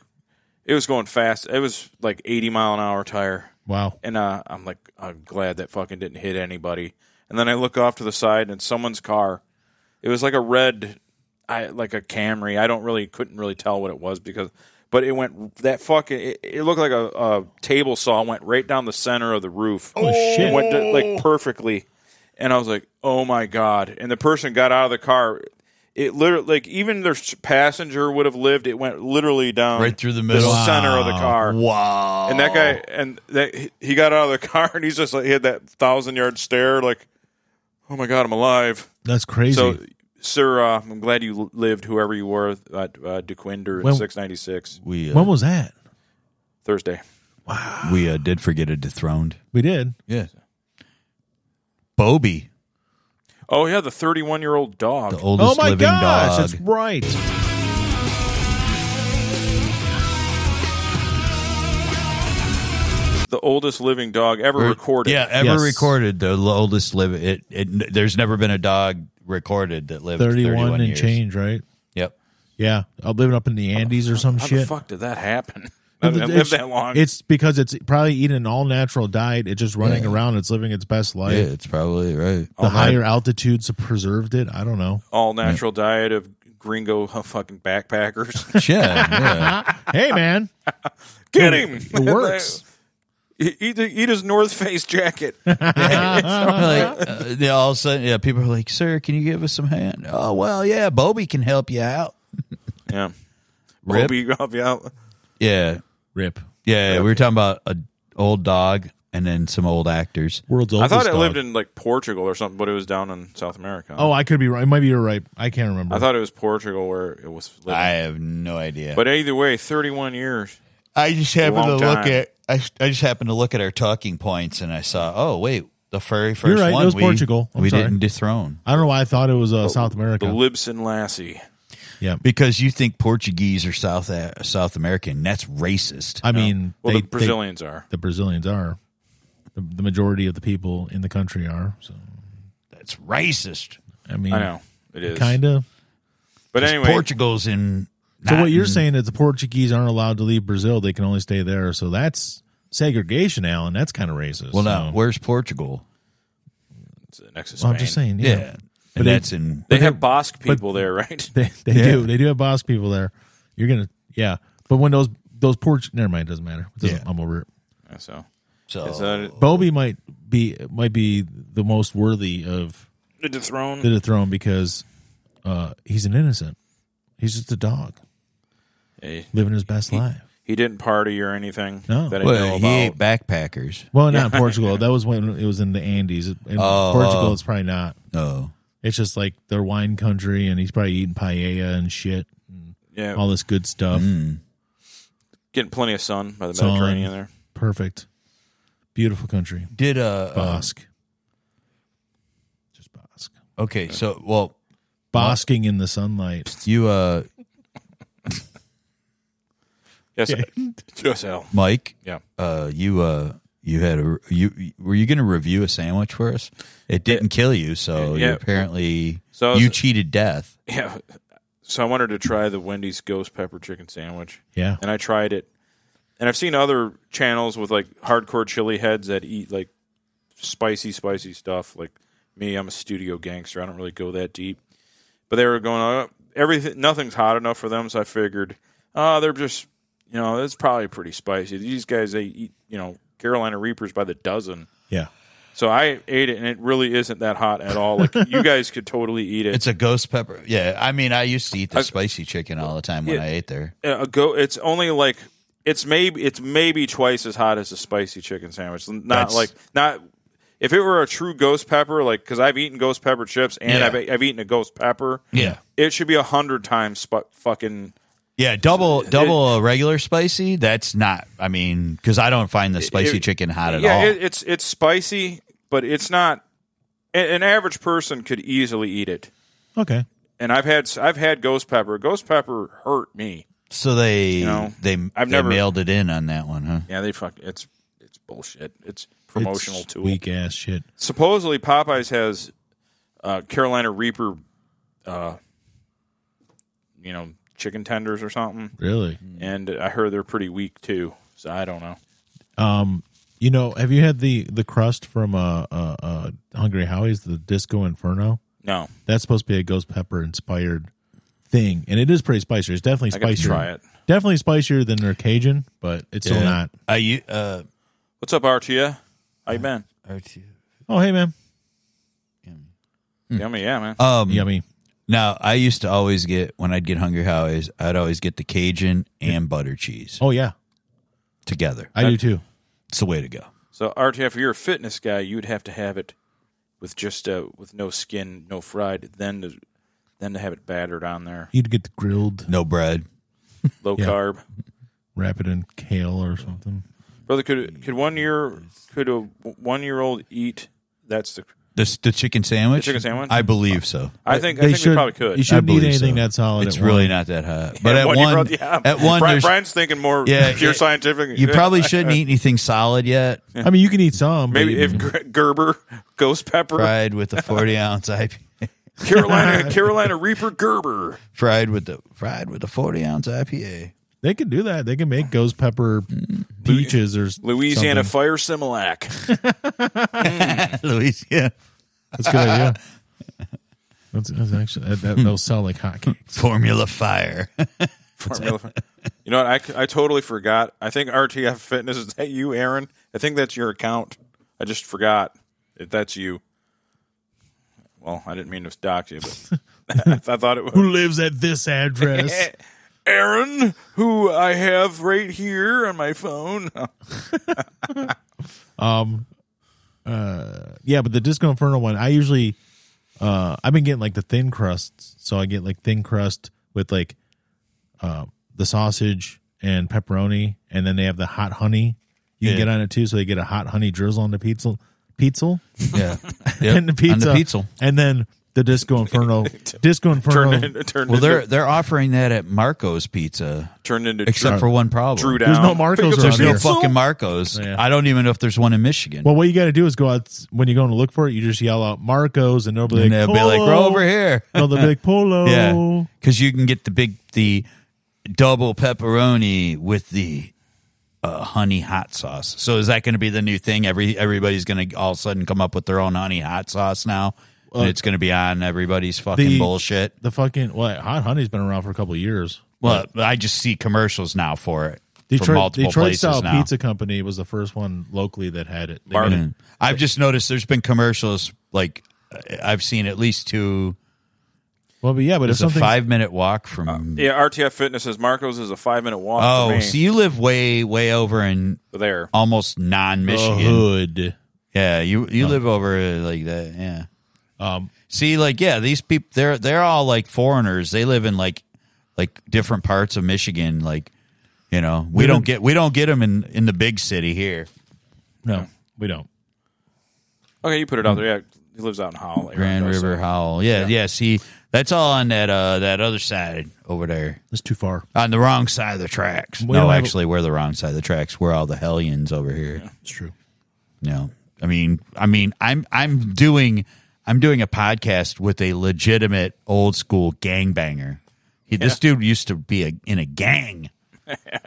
Speaker 3: it was going fast. It was like 80 mile an hour tire.
Speaker 4: Wow.
Speaker 3: And uh, I'm like, I'm glad that fucking didn't hit anybody. And then I look off to the side and it's someone's car. It was like a red, I like a Camry. I don't really couldn't really tell what it was because, but it went that fucking. It, it looked like a, a table saw went right down the center of the roof. Oh
Speaker 4: shit.
Speaker 3: Went to, like perfectly, and I was like, oh my god! And the person got out of the car. It literally, like, even their s- passenger would have lived. It went literally down
Speaker 5: Right through the middle.
Speaker 3: center of the
Speaker 4: Wow.
Speaker 3: car.
Speaker 5: Wow.
Speaker 3: And that guy,
Speaker 4: Oh.
Speaker 3: and that he- he got out of the *laughs* car, and he's just like he had that thousand yard stare, like, "Oh my god, I'm alive."
Speaker 4: That's crazy.
Speaker 3: So, sir, uh, I'm glad you l- lived, whoever you were, uh, uh, DeQuinder in
Speaker 4: When-
Speaker 3: 696
Speaker 5: we uh,
Speaker 4: when was that?
Speaker 3: Thursday.
Speaker 5: we uh, did forget a dethroned.
Speaker 4: We did.
Speaker 5: Yeah, Bobby,
Speaker 3: Oh yeah, the 31 year old dog.
Speaker 5: the oldest
Speaker 4: oh my
Speaker 5: living
Speaker 4: gosh,
Speaker 5: dog.
Speaker 4: that's right.
Speaker 3: the oldest living dog ever
Speaker 5: Or-
Speaker 3: recorded.
Speaker 5: Yeah, ever
Speaker 4: Yes.
Speaker 5: recorded. The oldest live. It, it. There's never been a dog recorded that lived
Speaker 4: 31,
Speaker 5: 31,
Speaker 4: and
Speaker 5: years.
Speaker 4: change, right?
Speaker 5: Yep.
Speaker 4: Yeah. I'm living up in the Andes or some
Speaker 3: How the
Speaker 4: shit.
Speaker 3: fuck did that
Speaker 4: *laughs*
Speaker 3: happen? I, I
Speaker 4: But
Speaker 3: lived
Speaker 4: it's-
Speaker 3: that long.
Speaker 4: It's because it's probably eating an all natural diet. It's just running
Speaker 5: Yeah.
Speaker 4: around. It's living its best life.
Speaker 5: it's probably right. *laughs*
Speaker 4: The higher altitudes preserved it. I don't know.
Speaker 3: all natural diet of gringo uh, fucking
Speaker 4: *laughs*
Speaker 3: backpackers.
Speaker 5: Yeah, yeah.
Speaker 3: *laughs*
Speaker 4: hey man,
Speaker 3: Get him. *laughs*
Speaker 4: it works.
Speaker 3: eat, eat his North Face
Speaker 4: *laughs*
Speaker 3: jacket.
Speaker 5: *laughs* like, uh, yeah, all of a sudden, yeah, people are like, "Sir, can you give us some hand?" Oh well, yeah, Bobby can help you out.
Speaker 3: Yeah.
Speaker 5: Rip.
Speaker 3: Bobby, Bobby out.
Speaker 5: Yeah,
Speaker 4: Rip.
Speaker 5: yeah. yeah. We were talking about an old dog and then some old actors.
Speaker 4: World's
Speaker 3: I
Speaker 4: oldest.
Speaker 3: thought it
Speaker 4: dog.
Speaker 3: lived in like Portugal or something, but it was down in South America.
Speaker 4: Oh, I could be right. It might be you're right. I can't remember.
Speaker 3: I thought it was Portugal where it was living.
Speaker 5: I have no idea.
Speaker 3: but either way, 31 years.
Speaker 5: I just happened to
Speaker 3: Long
Speaker 5: look
Speaker 3: time.
Speaker 5: at I, I just happened to look at our talking points and I saw oh wait the very 1st
Speaker 4: You're right, it
Speaker 5: one
Speaker 4: was
Speaker 5: we,
Speaker 4: Portugal. I'm
Speaker 5: we
Speaker 4: sorry.
Speaker 5: didn't dethrone
Speaker 4: I don't know why I thought it was uh, South
Speaker 3: The
Speaker 4: America.
Speaker 3: Libson Lassie.
Speaker 4: yeah.
Speaker 5: because you think Portuguese are South uh, South American that's racist
Speaker 4: I mean,
Speaker 3: Well,
Speaker 4: they-
Speaker 3: the
Speaker 4: they-
Speaker 3: Brazilians are.
Speaker 4: the Brazilians are. The, the majority of the people in the country are. So
Speaker 5: that's racist
Speaker 4: I mean,
Speaker 3: I know. It is.
Speaker 4: kind of.
Speaker 3: But
Speaker 5: 'Cause
Speaker 3: anyway,
Speaker 5: Portugal's in
Speaker 4: So what you're
Speaker 5: Natin.
Speaker 4: saying is the Portuguese aren't allowed to leave Brazil; they can only stay there. So that's segregation, Alan. That's kind of racist.
Speaker 5: well now
Speaker 4: So
Speaker 5: where's Portugal
Speaker 3: It's uh, next to
Speaker 4: Well,
Speaker 3: Spain.
Speaker 4: I'm just saying,
Speaker 5: Yeah.
Speaker 4: yeah.
Speaker 5: And
Speaker 4: But
Speaker 5: that's in
Speaker 3: They
Speaker 4: But
Speaker 3: have
Speaker 4: they-
Speaker 3: Basque people there, right? *laughs*
Speaker 4: *laughs* They they
Speaker 5: Yeah.
Speaker 4: do they do have Basque people there. You're gonna yeah. But when those those porch never mind, it doesn't matter. It doesn't-
Speaker 5: Yeah.
Speaker 4: I'm over it.
Speaker 3: so
Speaker 5: so
Speaker 3: is that it?
Speaker 4: Bobby might be might be the most worthy of
Speaker 3: the dethroned?
Speaker 4: Oh. the
Speaker 5: Mm.
Speaker 4: throne because uh, he's an innocent. He's just a dog
Speaker 3: Hey,
Speaker 4: living his best life.
Speaker 3: he didn't party or anything
Speaker 4: No.
Speaker 3: that I know
Speaker 5: well, he ate
Speaker 3: about.
Speaker 5: backpackers.
Speaker 4: Well, not in Portugal. That was when it was in the Andes. In
Speaker 5: Oh,
Speaker 4: Portugal,
Speaker 5: oh.
Speaker 4: it's probably not.
Speaker 5: Oh,
Speaker 4: It's just like their wine country, and he's probably eating paella and shit,
Speaker 3: yeah,
Speaker 4: all this good stuff.
Speaker 5: mm.
Speaker 3: getting plenty of sun by the
Speaker 4: Sun.
Speaker 3: Mediterranean there.
Speaker 4: Perfect, beautiful country,
Speaker 5: did uh, uh
Speaker 4: Basque, just Basque,
Speaker 5: okay? So well,
Speaker 4: basking in the sunlight.
Speaker 5: you uh,
Speaker 3: Yes,
Speaker 4: *laughs*
Speaker 3: yes, hell.
Speaker 5: Mike,
Speaker 3: Yeah.
Speaker 5: uh, you uh, you had a you were you going to review a sandwich for us? It didn't kill you, so
Speaker 3: Yeah.
Speaker 5: you apparently
Speaker 3: So I was-
Speaker 5: you cheated death.
Speaker 3: Yeah. So I wanted to try the Wendy's ghost pepper chicken sandwich,
Speaker 4: Yeah,
Speaker 3: and I tried it. And I've seen other channels with like hardcore chili heads that eat like spicy, spicy stuff. Like me, I'm a studio gangster. I don't really go that deep. But they were going, oh, everything, nothing's hot enough for them. So I figured, oh, they're just, you know, it's probably pretty spicy. These guys, they eat, you know, Carolina Reapers by the dozen.
Speaker 4: yeah.
Speaker 3: So I ate it, and it really isn't that hot at all. Like you guys could totally eat it.
Speaker 5: *laughs* It's a ghost pepper. Yeah, I mean, I used to eat the
Speaker 3: I-
Speaker 5: spicy chicken all the time when
Speaker 3: Yeah.
Speaker 5: I ate there.
Speaker 3: a go it's only like it's maybe it's maybe twice as hot as a spicy chicken sandwich not
Speaker 5: That's-
Speaker 3: like not if it were a true ghost pepper like because i've eaten ghost pepper chips and
Speaker 5: Yeah.
Speaker 3: I've, I've eaten a ghost pepper
Speaker 5: Yeah.
Speaker 3: it should be a hundred times sp- fucking
Speaker 5: Yeah, double double a regular spicy. That's not. I mean, because I don't find the spicy
Speaker 3: it-
Speaker 5: chicken hot at
Speaker 3: yeah
Speaker 5: all.
Speaker 3: It, it's it's spicy but it's not a- an average person could easily eat it
Speaker 4: Okay,
Speaker 3: and i've had s- i've had ghost pepper ghost pepper hurt me
Speaker 5: so they
Speaker 3: know,
Speaker 5: they
Speaker 3: I've
Speaker 5: they
Speaker 3: never-
Speaker 5: mailed it in on that one, huh?
Speaker 3: yeah they fuck it's it's bullshit it's promotional
Speaker 4: it's
Speaker 3: tool
Speaker 4: weak ass shit.
Speaker 3: supposedly Popeyes has uh, Carolina Reaper, uh, you know, chicken tenders or something,
Speaker 4: Really,
Speaker 3: and I heard they're pretty weak too. So I don't know.
Speaker 4: Um, you know, have you had the the crust from uh uh, uh Hungry Howie's, the Disco Inferno?
Speaker 3: No,
Speaker 4: That's supposed to be a ghost pepper inspired thing, and it is pretty spicier. It's definitely
Speaker 3: I got to
Speaker 4: spicier.
Speaker 3: try it.
Speaker 4: Definitely spicier than their Cajun, but it's still not.
Speaker 5: Are you? Uh,
Speaker 3: What's up, Artia? How
Speaker 4: Mm.
Speaker 3: you been?
Speaker 5: are you-
Speaker 4: Oh, hey man, Hmm.
Speaker 3: Yummy, yeah, man.
Speaker 5: um,
Speaker 4: yummy.
Speaker 5: Now, I used to always get when I'd get hungry howies, I'd always get the Cajun and butter cheese
Speaker 4: Oh yeah,
Speaker 5: together.
Speaker 4: I do too.
Speaker 5: It's the way to go.
Speaker 3: So Artia, if you're a fitness guy, you'd have to have it with just uh, with no skin, no fried, then to then to have it battered on there,
Speaker 4: You'd get the grilled,
Speaker 5: No bread.
Speaker 3: low
Speaker 4: Yeah.
Speaker 3: carb.
Speaker 4: wrap it in kale or something.
Speaker 3: Brother, could could one year could a one year old eat? That's the
Speaker 5: The, the chicken sandwich.
Speaker 3: The chicken sandwich?
Speaker 5: I believe so.
Speaker 3: I think I think we probably could.
Speaker 4: You shouldn't
Speaker 5: I
Speaker 4: eat
Speaker 5: believe
Speaker 4: anything
Speaker 5: so.
Speaker 4: that's solid.
Speaker 5: it's
Speaker 4: at
Speaker 5: really
Speaker 4: once.
Speaker 5: not that hot. But at
Speaker 3: one, you
Speaker 5: one,
Speaker 3: brought- yeah.
Speaker 5: at one,
Speaker 3: Brian,
Speaker 5: there's-
Speaker 3: Brian's thinking more
Speaker 5: Yeah,
Speaker 3: pure
Speaker 5: yeah.
Speaker 3: scientific.
Speaker 5: you
Speaker 3: *laughs*
Speaker 5: probably shouldn't eat anything solid yet.
Speaker 4: I mean, you can eat some. but
Speaker 3: maybe
Speaker 4: you-
Speaker 3: if Gre- Gerber *laughs* ghost pepper,
Speaker 5: Fried with
Speaker 3: *laughs*
Speaker 5: a forty ounce IPA. *laughs*
Speaker 3: Carolina Carolina Reaper Gerber.
Speaker 5: Fried with the fried with a forty ounce IPA.
Speaker 4: they can do that. They can make ghost pepper peaches or
Speaker 3: *laughs* Louisiana
Speaker 4: Something.
Speaker 3: Fire
Speaker 5: *laughs*
Speaker 3: Similac.
Speaker 5: *laughs* Louisiana
Speaker 4: That's a good idea. *laughs* That's, that's actually that, that, that'll sell like hotcakes.
Speaker 5: formula
Speaker 4: *laughs*
Speaker 5: fire.
Speaker 3: Formula. you know what? I, c- I totally forgot. I think RTF Fitness is that you, Aaron? I think that's your account. I just forgot if that's you. Well, I didn't mean to dox you,
Speaker 5: *laughs*
Speaker 3: but *laughs* I thought it was.
Speaker 4: Who lives at
Speaker 3: *laughs*
Speaker 4: this address?
Speaker 3: Aaron, who I have right here on my phone. *laughs*
Speaker 4: Uh, yeah, but the Disco Inferno one, I usually, uh, I've been getting like the thin crusts, so I get like thin crust with like, uh, the sausage and pepperoni, and then they have the hot honey. You can
Speaker 5: Yeah.
Speaker 4: get on it too, so they get a hot honey drizzle on the pizza, pizza,
Speaker 5: yeah,
Speaker 4: and the pizza,
Speaker 5: On the pizza.
Speaker 4: and then the Disco
Speaker 5: *laughs*
Speaker 4: Inferno, Disco Inferno.
Speaker 3: Turned, in, turned
Speaker 5: Well, they're
Speaker 3: into,
Speaker 5: they're offering that at Marco's Pizza,
Speaker 3: turned into
Speaker 5: except for one problem.
Speaker 3: Drew Down.
Speaker 4: There's no
Speaker 3: Pick
Speaker 4: Marcos
Speaker 3: up
Speaker 4: around
Speaker 5: There's
Speaker 3: the
Speaker 5: no
Speaker 4: here.
Speaker 3: pencil.
Speaker 5: fucking Marcos.
Speaker 4: Yeah.
Speaker 5: I don't even know if there's one in Michigan.
Speaker 4: Well, what you got to do is go out when you're going to look for it. You just yell out Marcos, and nobody
Speaker 5: and they'll be like, "Go over here." *laughs*
Speaker 4: No, they'll be like Polo.
Speaker 5: Yeah, because you can get the big the double pepperoni with the uh, honey hot sauce. So is that going to be the new thing? Every everybody's going to all of a sudden come up with their own honey hot sauce now, and it's going to be on everybody's fucking
Speaker 4: the-
Speaker 5: bullshit.
Speaker 4: The fucking well, hot honey's been around for a couple of years.
Speaker 5: Well, I just see commercials now for it from
Speaker 4: Detroit
Speaker 5: multiple
Speaker 4: Detroit
Speaker 5: places
Speaker 4: Style
Speaker 5: now.
Speaker 4: Pizza Company was the first one locally that had it. They
Speaker 3: Marvin.
Speaker 4: made it.
Speaker 5: Mm. I've just noticed there's been commercials like uh, I've seen at least two.
Speaker 4: Well, but yeah, but if
Speaker 5: It's a
Speaker 4: something Uh,
Speaker 5: five minute walk from.
Speaker 3: Yeah, RTF Fitness says Marcos is a five minute walk.
Speaker 5: oh,
Speaker 3: for me.
Speaker 5: so you live way way over in
Speaker 3: there.
Speaker 5: almost non Michigan.
Speaker 4: hood,
Speaker 5: Yeah, you you live over uh, like that. Yeah.
Speaker 4: um,
Speaker 5: See, like, yeah, these people they're they're all like foreigners. They live in like like different parts of Michigan. Like, you know, we don't get we don't get them in in the big city here.
Speaker 4: no, we don't.
Speaker 3: Okay, you put it out there. Yeah, he lives out in Howell. like,
Speaker 5: Grand
Speaker 3: around us.
Speaker 5: River Howell. Yeah, yeah, See, that's all on that uh that other side over there.
Speaker 4: It's too far.
Speaker 5: On the wrong side of the tracks.
Speaker 4: We
Speaker 5: no,
Speaker 4: don't have-
Speaker 5: actually, we're the wrong side of the tracks. We're all the hellions over here.
Speaker 4: It's true.
Speaker 5: No. I mean, I mean, I'm I'm doing I'm doing a podcast with a legitimate old school gangbanger. He, This dude used to be a, in a gang.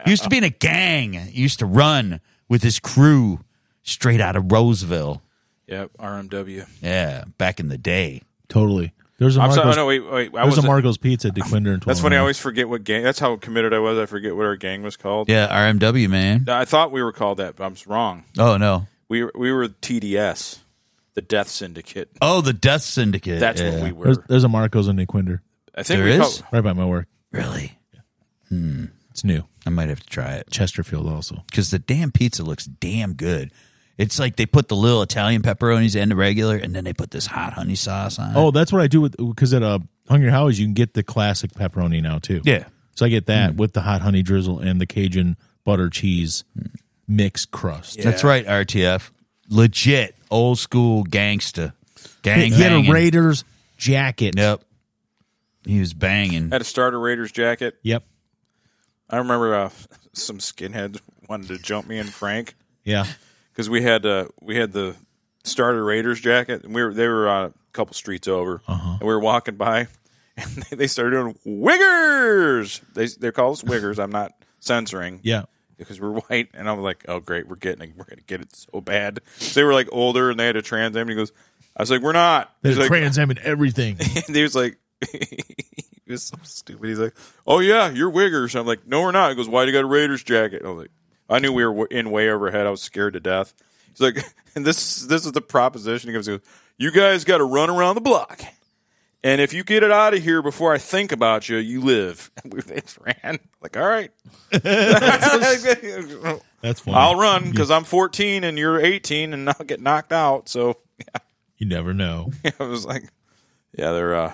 Speaker 5: He used to be in a gang. He used to run with his crew straight out of Roseville.
Speaker 3: Yep, RMW.
Speaker 5: Yeah, back in the day.
Speaker 4: Totally. There's a
Speaker 3: I'm sorry. oh,
Speaker 4: Marco's,
Speaker 3: No, wait, wait. I
Speaker 4: there's
Speaker 3: was
Speaker 4: a Marco's Pizza at DeQuinder and
Speaker 3: That's funny. I always forget what gang. That's how committed I was. I forget what our gang was called.
Speaker 5: Yeah, RMW man.
Speaker 3: I thought we were called that, but I'm wrong.
Speaker 5: Oh no.
Speaker 3: We we were TDS, the Death Syndicate.
Speaker 5: Oh, the Death Syndicate.
Speaker 3: That's
Speaker 5: Yeah.
Speaker 3: what we were.
Speaker 4: There's, there's a Marco's in DeQuinder
Speaker 3: I think
Speaker 5: There
Speaker 3: we
Speaker 5: is?
Speaker 3: call-
Speaker 4: right by my work.
Speaker 5: really.
Speaker 4: It's new.
Speaker 5: I might have to try it.
Speaker 4: Chesterfield also.
Speaker 5: because the damn pizza looks damn good. It's like they put the little Italian pepperonis in the regular, and then they put this hot honey sauce on. it.
Speaker 4: Oh, that's what I do with because at uh, Hungry Howie's you can get the classic pepperoni now too.
Speaker 5: yeah, Mm.
Speaker 4: So I get that with the hot honey drizzle and the Cajun butter cheese
Speaker 5: Mm.
Speaker 4: mixed crust.
Speaker 5: that's right. RTF, legit old school gangsta, gang
Speaker 4: He had a
Speaker 5: banging.
Speaker 4: Raiders jacket.
Speaker 5: Yep, he was banging.
Speaker 3: had a starter Raiders jacket.
Speaker 4: Yep.
Speaker 3: I remember uh, *laughs* some skinheads wanted to jump me and Frank
Speaker 4: Yeah.
Speaker 3: because we had uh, we had the starter Raiders jacket, and we were they were on a couple streets over, and we were walking by, *laughs* and they, they started doing wiggers. They they call us wiggers. I'm not censoring.
Speaker 5: *laughs*
Speaker 4: Yeah.
Speaker 3: because we're white. And I'm like, oh great, we're getting we're gonna get it so bad. So they were like older and they had a Trans Am. And he goes, I was like, we're not.
Speaker 4: They're
Speaker 3: He's like,
Speaker 4: Trans Am and
Speaker 5: *laughs*
Speaker 4: everything.
Speaker 3: *laughs* and he was like, he was so stupid. He's like, oh yeah, you're wiggers. I'm like, no, we're not. He goes, why do you got a Raiders jacket? And I was like, I knew we were w- in way overhead. I was scared to death. He's like, *laughs* and this this is the proposition. He goes, he goes, you guys got to run around the block. And if you get it out of here before I think about you, you live. *laughs* And we they just ran. Like, all right. *laughs*
Speaker 4: That's funny.
Speaker 3: I'll run because I'm 14 and you're 18 and I'll get knocked out. So
Speaker 4: you never
Speaker 5: *laughs*
Speaker 4: know.
Speaker 3: *laughs* I was like, yeah, they're, uh,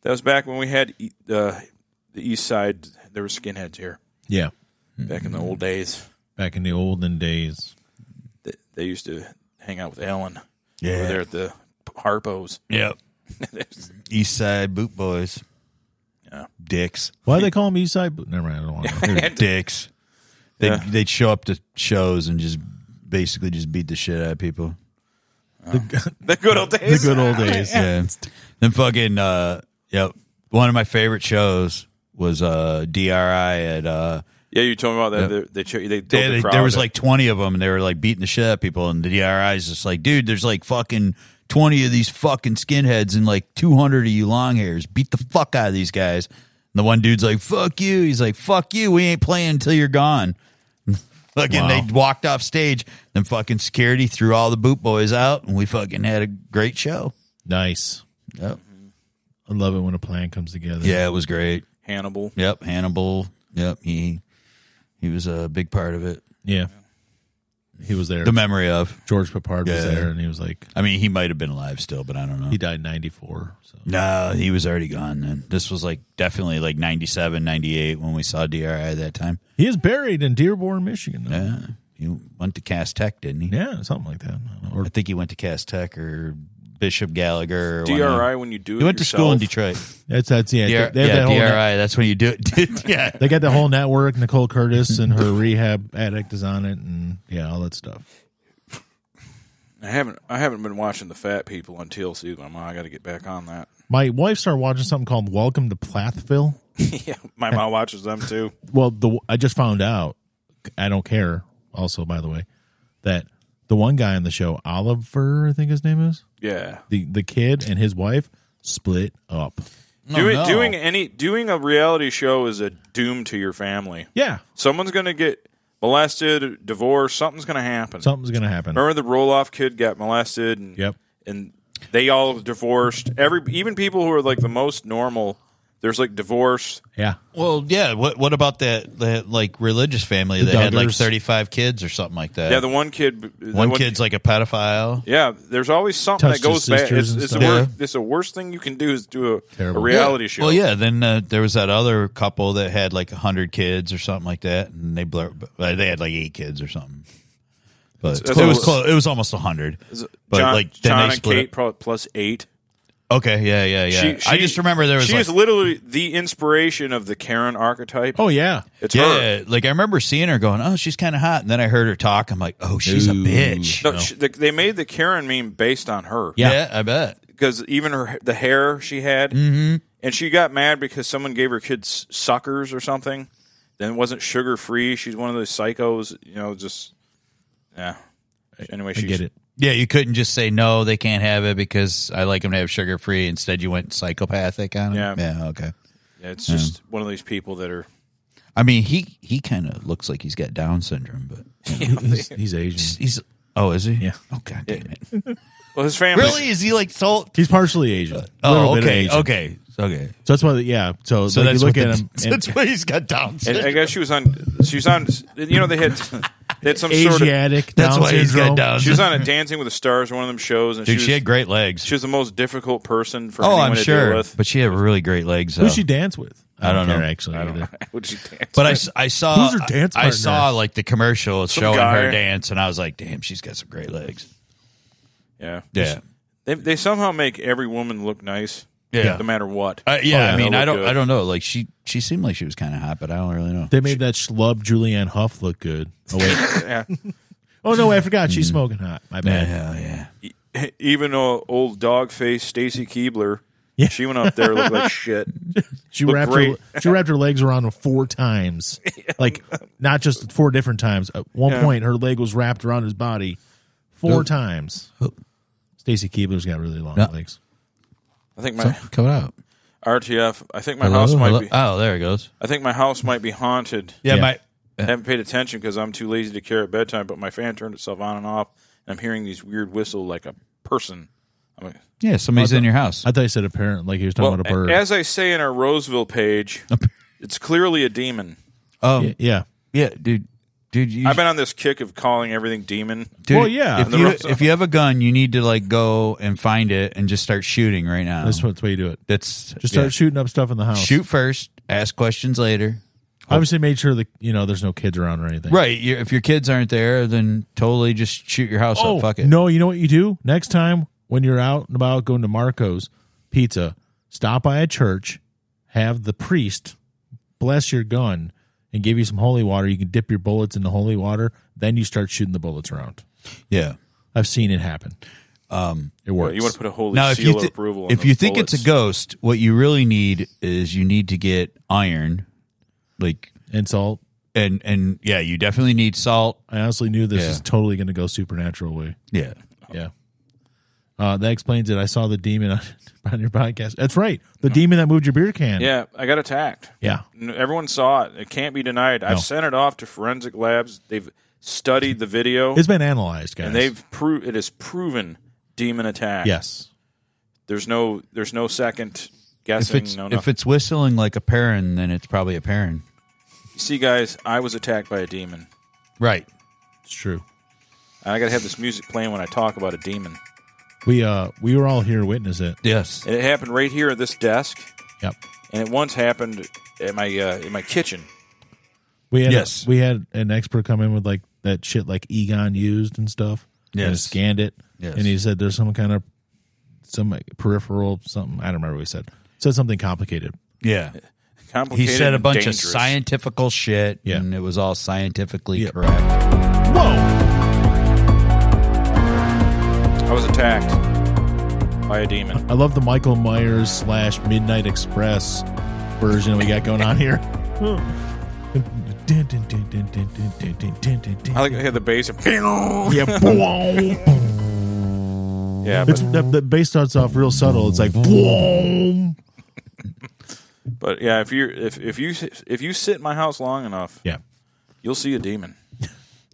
Speaker 3: that was back when we had e- uh, the East Side, there were skinheads here
Speaker 4: Yeah.
Speaker 3: back
Speaker 5: Mm-hmm.
Speaker 3: in the old days.
Speaker 4: Back in the olden days.
Speaker 3: They, they used to hang out with Ellen
Speaker 5: Yeah.
Speaker 3: over there at the Harpo's. *laughs*
Speaker 5: *laughs* Yep, East Side Boot Boys. Dicks, *laughs*
Speaker 4: Why do they call him Eastside? Bo- Never mind. I don't want to.
Speaker 5: They're dicks. They
Speaker 3: Yeah.
Speaker 5: they'd show up to shows and just basically just beat the shit out of people.
Speaker 3: the good old
Speaker 4: the
Speaker 3: days.
Speaker 4: good old
Speaker 5: *laughs*
Speaker 4: days.
Speaker 5: yeah. Then fucking uh yep. One of my favorite shows was uh DRI at uh
Speaker 3: Yeah, you told me about that. They, they, cho- they told
Speaker 5: they-
Speaker 3: the
Speaker 5: they-
Speaker 3: crowd
Speaker 5: there was
Speaker 3: that-
Speaker 5: like 20 of them and they were like beating the shit out of people and the DRI is just like, dude, there's like fucking 20 of these fucking skinheads and like 200 of you long hairs. Beat the fuck out of these guys. And the one dude's like, fuck you. He's like, fuck you. We ain't playing until you're gone. *laughs* fucking
Speaker 4: Wow.
Speaker 5: they walked off stage. Then fucking security threw all the boot boys out and we fucking had a great show.
Speaker 4: Nice.
Speaker 5: Yep.
Speaker 4: I love it when a plan comes together.
Speaker 5: Yeah, it was great.
Speaker 3: Hannibal.
Speaker 5: Yep, Hannibal. Yep, he he was a big part of it.
Speaker 4: Yeah. He was there.
Speaker 5: The memory of.
Speaker 4: George Papard was
Speaker 5: Yeah.
Speaker 4: there, and he was like,
Speaker 5: I mean, he might have been alive still, but I don't know.
Speaker 4: he died in 94. So.
Speaker 5: no, he was already gone then. This was like definitely like 97, 98 when we saw DRI that time.
Speaker 4: He is buried in Dearborn, Michigan. though.
Speaker 5: Yeah. He went to Cast Tech, didn't he?
Speaker 4: Yeah, something like that. I don't know.
Speaker 5: I
Speaker 4: Or
Speaker 5: think he went to Cast Tech or Bishop Gallagher. Or one of them.
Speaker 3: DRI, when you do it
Speaker 5: He went to school in
Speaker 3: yourself.
Speaker 5: Detroit.
Speaker 4: that's that's yeah.
Speaker 5: DR,
Speaker 4: they, have
Speaker 5: *laughs* yeah,
Speaker 4: that whole
Speaker 5: DRI.
Speaker 4: net-
Speaker 5: That's when you do *laughs* it. yeah.
Speaker 4: they got the whole network. Nicole Curtis and her *laughs* rehab addict is on it, and yeah, all that stuff.
Speaker 3: I haven't I haven't been watching the fat people on TLC. My mom, I got to get back on
Speaker 5: *laughs*
Speaker 3: that. *laughs*
Speaker 4: My wife started watching something called Welcome to Plathville.
Speaker 3: yeah, my mom watches them too.
Speaker 4: Well, the I just found out I don't care. Also, by the way, that the one guy on the show, Oliver, I think his name is
Speaker 3: Yeah.
Speaker 4: the the kid and his wife split up.
Speaker 3: doing
Speaker 5: *laughs* no.
Speaker 3: doing any doing a reality show is a doom to your family.
Speaker 4: Yeah,
Speaker 3: Someone's gonna get molested, divorced. Something's gonna happen.
Speaker 4: something's gonna happen.
Speaker 3: Remember the Roloff kid got molested, and
Speaker 4: Yep.
Speaker 3: and they all divorced. Every even people who are like the most normal, there's like divorce.
Speaker 4: Yeah,
Speaker 5: Well, yeah. What what about that that like religious family
Speaker 4: The
Speaker 5: that had like
Speaker 4: Duggars.
Speaker 5: thirty five kids or something like that?
Speaker 3: Yeah, the one kid, the
Speaker 5: one kid's like a pedophile.
Speaker 3: Yeah, there's always something
Speaker 4: Touched
Speaker 3: that goes
Speaker 4: his
Speaker 3: bad.
Speaker 4: sisters
Speaker 3: It's,
Speaker 4: and
Speaker 3: it's, the
Speaker 4: stuff.
Speaker 3: worst, it's the worst thing you can do is do a, a
Speaker 4: Terrible.
Speaker 3: reality show.
Speaker 5: Well, yeah. Then uh, there was that other couple that had like hundred kids or something like that, and they blur. uh, They had like eight kids or something. But
Speaker 3: It's
Speaker 5: it was
Speaker 3: close.
Speaker 5: close. It was almost hundred. But
Speaker 3: John,
Speaker 5: like then
Speaker 3: John
Speaker 5: they
Speaker 3: and
Speaker 5: split.
Speaker 3: Kate pro- plus eight.
Speaker 5: up. Okay. Yeah. Yeah. Yeah.
Speaker 3: She-
Speaker 5: I
Speaker 3: she-
Speaker 5: just remember there was
Speaker 3: She
Speaker 5: like,
Speaker 3: is literally the inspiration of the Karen archetype.
Speaker 4: Oh yeah.
Speaker 3: it's her.
Speaker 5: yeah. Like I remember seeing her going, "Oh, she's kind of hot," and then I heard her talk. I'm like, "Oh, she's a
Speaker 4: Ooh.
Speaker 5: bitch."
Speaker 3: No, she- they- they made the Karen meme based on her.
Speaker 5: yeah. I bet.
Speaker 3: because even her the hair she had,
Speaker 5: Mm-hmm.
Speaker 3: and she got mad because someone gave her kids suckers or something. Then it wasn't sugar free. She's one of those psychos, you know. Just yeah. Anyway,
Speaker 4: I
Speaker 3: she
Speaker 4: get it.
Speaker 5: Yeah, you couldn't just say no, they can't have it because I like them to have sugar free. Instead, you went psychopathic on it.
Speaker 3: Yeah.
Speaker 5: yeah, okay.
Speaker 3: It's just one of these people that are
Speaker 5: I mean, he he kind of looks like he's got Down syndrome, but
Speaker 4: He's, he's Asian.
Speaker 5: *laughs* he's oh, is he?
Speaker 4: Yeah.
Speaker 5: Oh god damn it!
Speaker 3: well, his family.
Speaker 5: Really? Is he like soul?
Speaker 4: He's partially Asian.
Speaker 5: Oh,
Speaker 4: Little bit of
Speaker 5: okay,
Speaker 4: Asian.
Speaker 5: okay, okay.
Speaker 4: So that's why, yeah. So,
Speaker 5: So
Speaker 4: like,
Speaker 5: that's
Speaker 4: you look
Speaker 5: what
Speaker 4: at
Speaker 5: the-
Speaker 4: him.
Speaker 5: *laughs* that's
Speaker 4: and
Speaker 5: why he's got Down
Speaker 3: And
Speaker 5: syndrome.
Speaker 3: I guess she was on. She was on. You know, they had they had some sort of.
Speaker 4: Asiatic.
Speaker 5: *laughs* That's
Speaker 4: Down
Speaker 5: why he's
Speaker 4: syndrome.
Speaker 5: got Down.
Speaker 3: She was
Speaker 5: syndrome.
Speaker 3: on a Dancing with the Stars, one of them shows, and
Speaker 5: Dude,
Speaker 3: she,
Speaker 5: she
Speaker 3: was,
Speaker 5: had great legs.
Speaker 3: she was the most difficult person for
Speaker 5: oh,
Speaker 3: anyone
Speaker 5: I'm
Speaker 3: to deal
Speaker 5: sure,
Speaker 3: with. *laughs*
Speaker 5: but she had really great legs.
Speaker 4: Who
Speaker 5: though.
Speaker 4: she dance with?
Speaker 5: I don't
Speaker 4: care,
Speaker 5: know. *laughs*
Speaker 4: actually.
Speaker 3: I don't know.
Speaker 4: either.
Speaker 3: Would she dance?
Speaker 5: But I, s- I saw
Speaker 4: Who's her dance
Speaker 5: I, I saw
Speaker 4: partner?
Speaker 5: like the commercial showing
Speaker 3: guy.
Speaker 5: her dance, and I was like, "Damn, she's got some great legs." uh,
Speaker 3: yeah,
Speaker 5: Yeah,
Speaker 3: They, they somehow make every woman look nice,
Speaker 5: Yeah.
Speaker 3: no matter what.
Speaker 5: Uh, yeah,
Speaker 4: yeah,
Speaker 5: I mean,
Speaker 3: they'll
Speaker 5: I
Speaker 3: look
Speaker 5: don't,
Speaker 3: good.
Speaker 5: I don't know. Like she, she seemed like she was kind of hot, but I don't really know.
Speaker 4: They made that schlub Julianne Hough look good. Oh,
Speaker 5: *laughs*
Speaker 4: wait.
Speaker 3: Yeah.
Speaker 4: oh no, I forgot. She's smoking hot. My bad.
Speaker 5: Mm. yeah, yeah.
Speaker 3: *laughs* even uh, old dog face Stacy Keebler,
Speaker 4: Yeah.
Speaker 3: she went up there
Speaker 5: *laughs*
Speaker 3: looked like shit.
Speaker 4: She
Speaker 3: Looked
Speaker 4: wrapped
Speaker 3: great.
Speaker 4: her *laughs* she wrapped her legs around four
Speaker 5: *laughs*
Speaker 4: times, like not just four different times. At one
Speaker 3: Yeah.
Speaker 4: point, her leg was wrapped around his body four times. Stacy Keebler's got really long
Speaker 5: No.
Speaker 4: legs.
Speaker 3: I think
Speaker 5: So,
Speaker 3: my
Speaker 5: come out.
Speaker 3: RTF. I think my house might be.
Speaker 5: Oh, there it goes.
Speaker 3: I think my house might be haunted.
Speaker 5: Yeah,
Speaker 4: Yeah.
Speaker 5: my.
Speaker 3: I haven't paid attention because I'm too lazy to care at bedtime. But my fan turned itself on and off, and I'm hearing these weird whistle like a person. I'm like,
Speaker 5: Yeah, somebody's in your house.
Speaker 4: I thought he said a parent, like he was talking
Speaker 3: well,
Speaker 4: about a bird.
Speaker 3: as I say in our Roseville page, it's clearly a demon.
Speaker 5: Um,
Speaker 4: Y- yeah,
Speaker 5: yeah, dude, dude, you,
Speaker 3: I've been on this kick of calling everything demon.
Speaker 5: dude,
Speaker 4: Well, yeah.
Speaker 5: If
Speaker 4: The
Speaker 5: you
Speaker 3: ropes-
Speaker 5: if you have a gun, you need to like go and find it and just start shooting right now.
Speaker 4: that's what- that's the way you do it.
Speaker 5: That's
Speaker 4: Just start
Speaker 5: Oh. yeah.
Speaker 4: shooting up stuff in the house.
Speaker 5: Shoot first, ask questions later.
Speaker 4: Obviously, made sure that you know there's no kids around or anything.
Speaker 5: Right. you if your kids aren't there, then totally just shoot your house
Speaker 4: Oh
Speaker 5: up. Fuck it.
Speaker 4: no! You know what you do next time when you're out and about going to Marco's Pizza. Stop by a church, have the priest bless your gun and give you some holy water. You can dip your bullets in the holy water. Then you start shooting the bullets around.
Speaker 5: Yeah.
Speaker 4: I've seen it happen. Um, it works.
Speaker 3: You want to put a holy
Speaker 5: now, if
Speaker 3: seal
Speaker 5: you thi-
Speaker 3: of approval. on
Speaker 5: if
Speaker 3: those
Speaker 5: you think it's
Speaker 3: bullets.
Speaker 5: a ghost, what you really need is you need to get iron, like
Speaker 4: Insult.
Speaker 5: and and yeah, you definitely need salt.
Speaker 4: I honestly knew this
Speaker 5: Yeah.
Speaker 4: is totally going to go supernatural way.
Speaker 5: Yeah,
Speaker 4: Yeah. Uh, that explains it. I saw the demon *laughs* on, on your podcast. That's right. The demon that moved your beer can.
Speaker 3: yeah, I got attacked.
Speaker 4: Yeah.
Speaker 3: N- Everyone saw it. It can't be denied.
Speaker 4: No.
Speaker 3: I've sent it off to forensic labs. They've studied the video,
Speaker 4: It's been analyzed, guys.
Speaker 3: and they've pro- it is proven demon attack.
Speaker 4: Yes.
Speaker 3: There's no there's no second
Speaker 5: if
Speaker 3: guessing.
Speaker 5: it's
Speaker 3: no,
Speaker 5: if
Speaker 3: nothing.
Speaker 5: it's whistling like a parent, then it's probably a parent.
Speaker 3: See, guys, I was attacked by a demon.
Speaker 5: Right.
Speaker 4: It's true.
Speaker 3: And I got to have this music playing when I talk about a demon.
Speaker 4: We uh we were all here to witness it.
Speaker 5: Yes.
Speaker 3: And it happened right here at this desk,
Speaker 4: Yep.
Speaker 3: and it once happened at my uh, in my kitchen.
Speaker 4: We had
Speaker 5: Yes.
Speaker 4: we had an expert come in with like that shit like Egon used and stuff. And
Speaker 5: Yes.
Speaker 4: scanned it.
Speaker 5: Yes.
Speaker 4: And he said there's some kind of some like, peripheral something. I don't remember what he said. Said something complicated.
Speaker 5: Yeah. He
Speaker 3: Complicated
Speaker 5: said a
Speaker 3: and
Speaker 5: bunch
Speaker 3: dangerous.
Speaker 5: of scientifical shit,
Speaker 4: Yeah.
Speaker 5: and it was all scientifically
Speaker 4: Yeah.
Speaker 5: correct.
Speaker 4: Whoa.
Speaker 3: I was attacked by a demon.
Speaker 4: I love the Michael Myers slash Midnight Express version we got going on here. Dun, dun, dun, dun, dun, dun, dun, dun, dun, dun, dun.
Speaker 3: I like I hear the bass. of-
Speaker 4: yeah, boom.
Speaker 3: *laughs* Yeah,
Speaker 4: It's
Speaker 3: but,
Speaker 4: the, the bass starts off real subtle. It's like boom.
Speaker 3: but yeah, if you if if you if you sit in my house long enough,
Speaker 4: Yeah,
Speaker 3: you'll see a demon.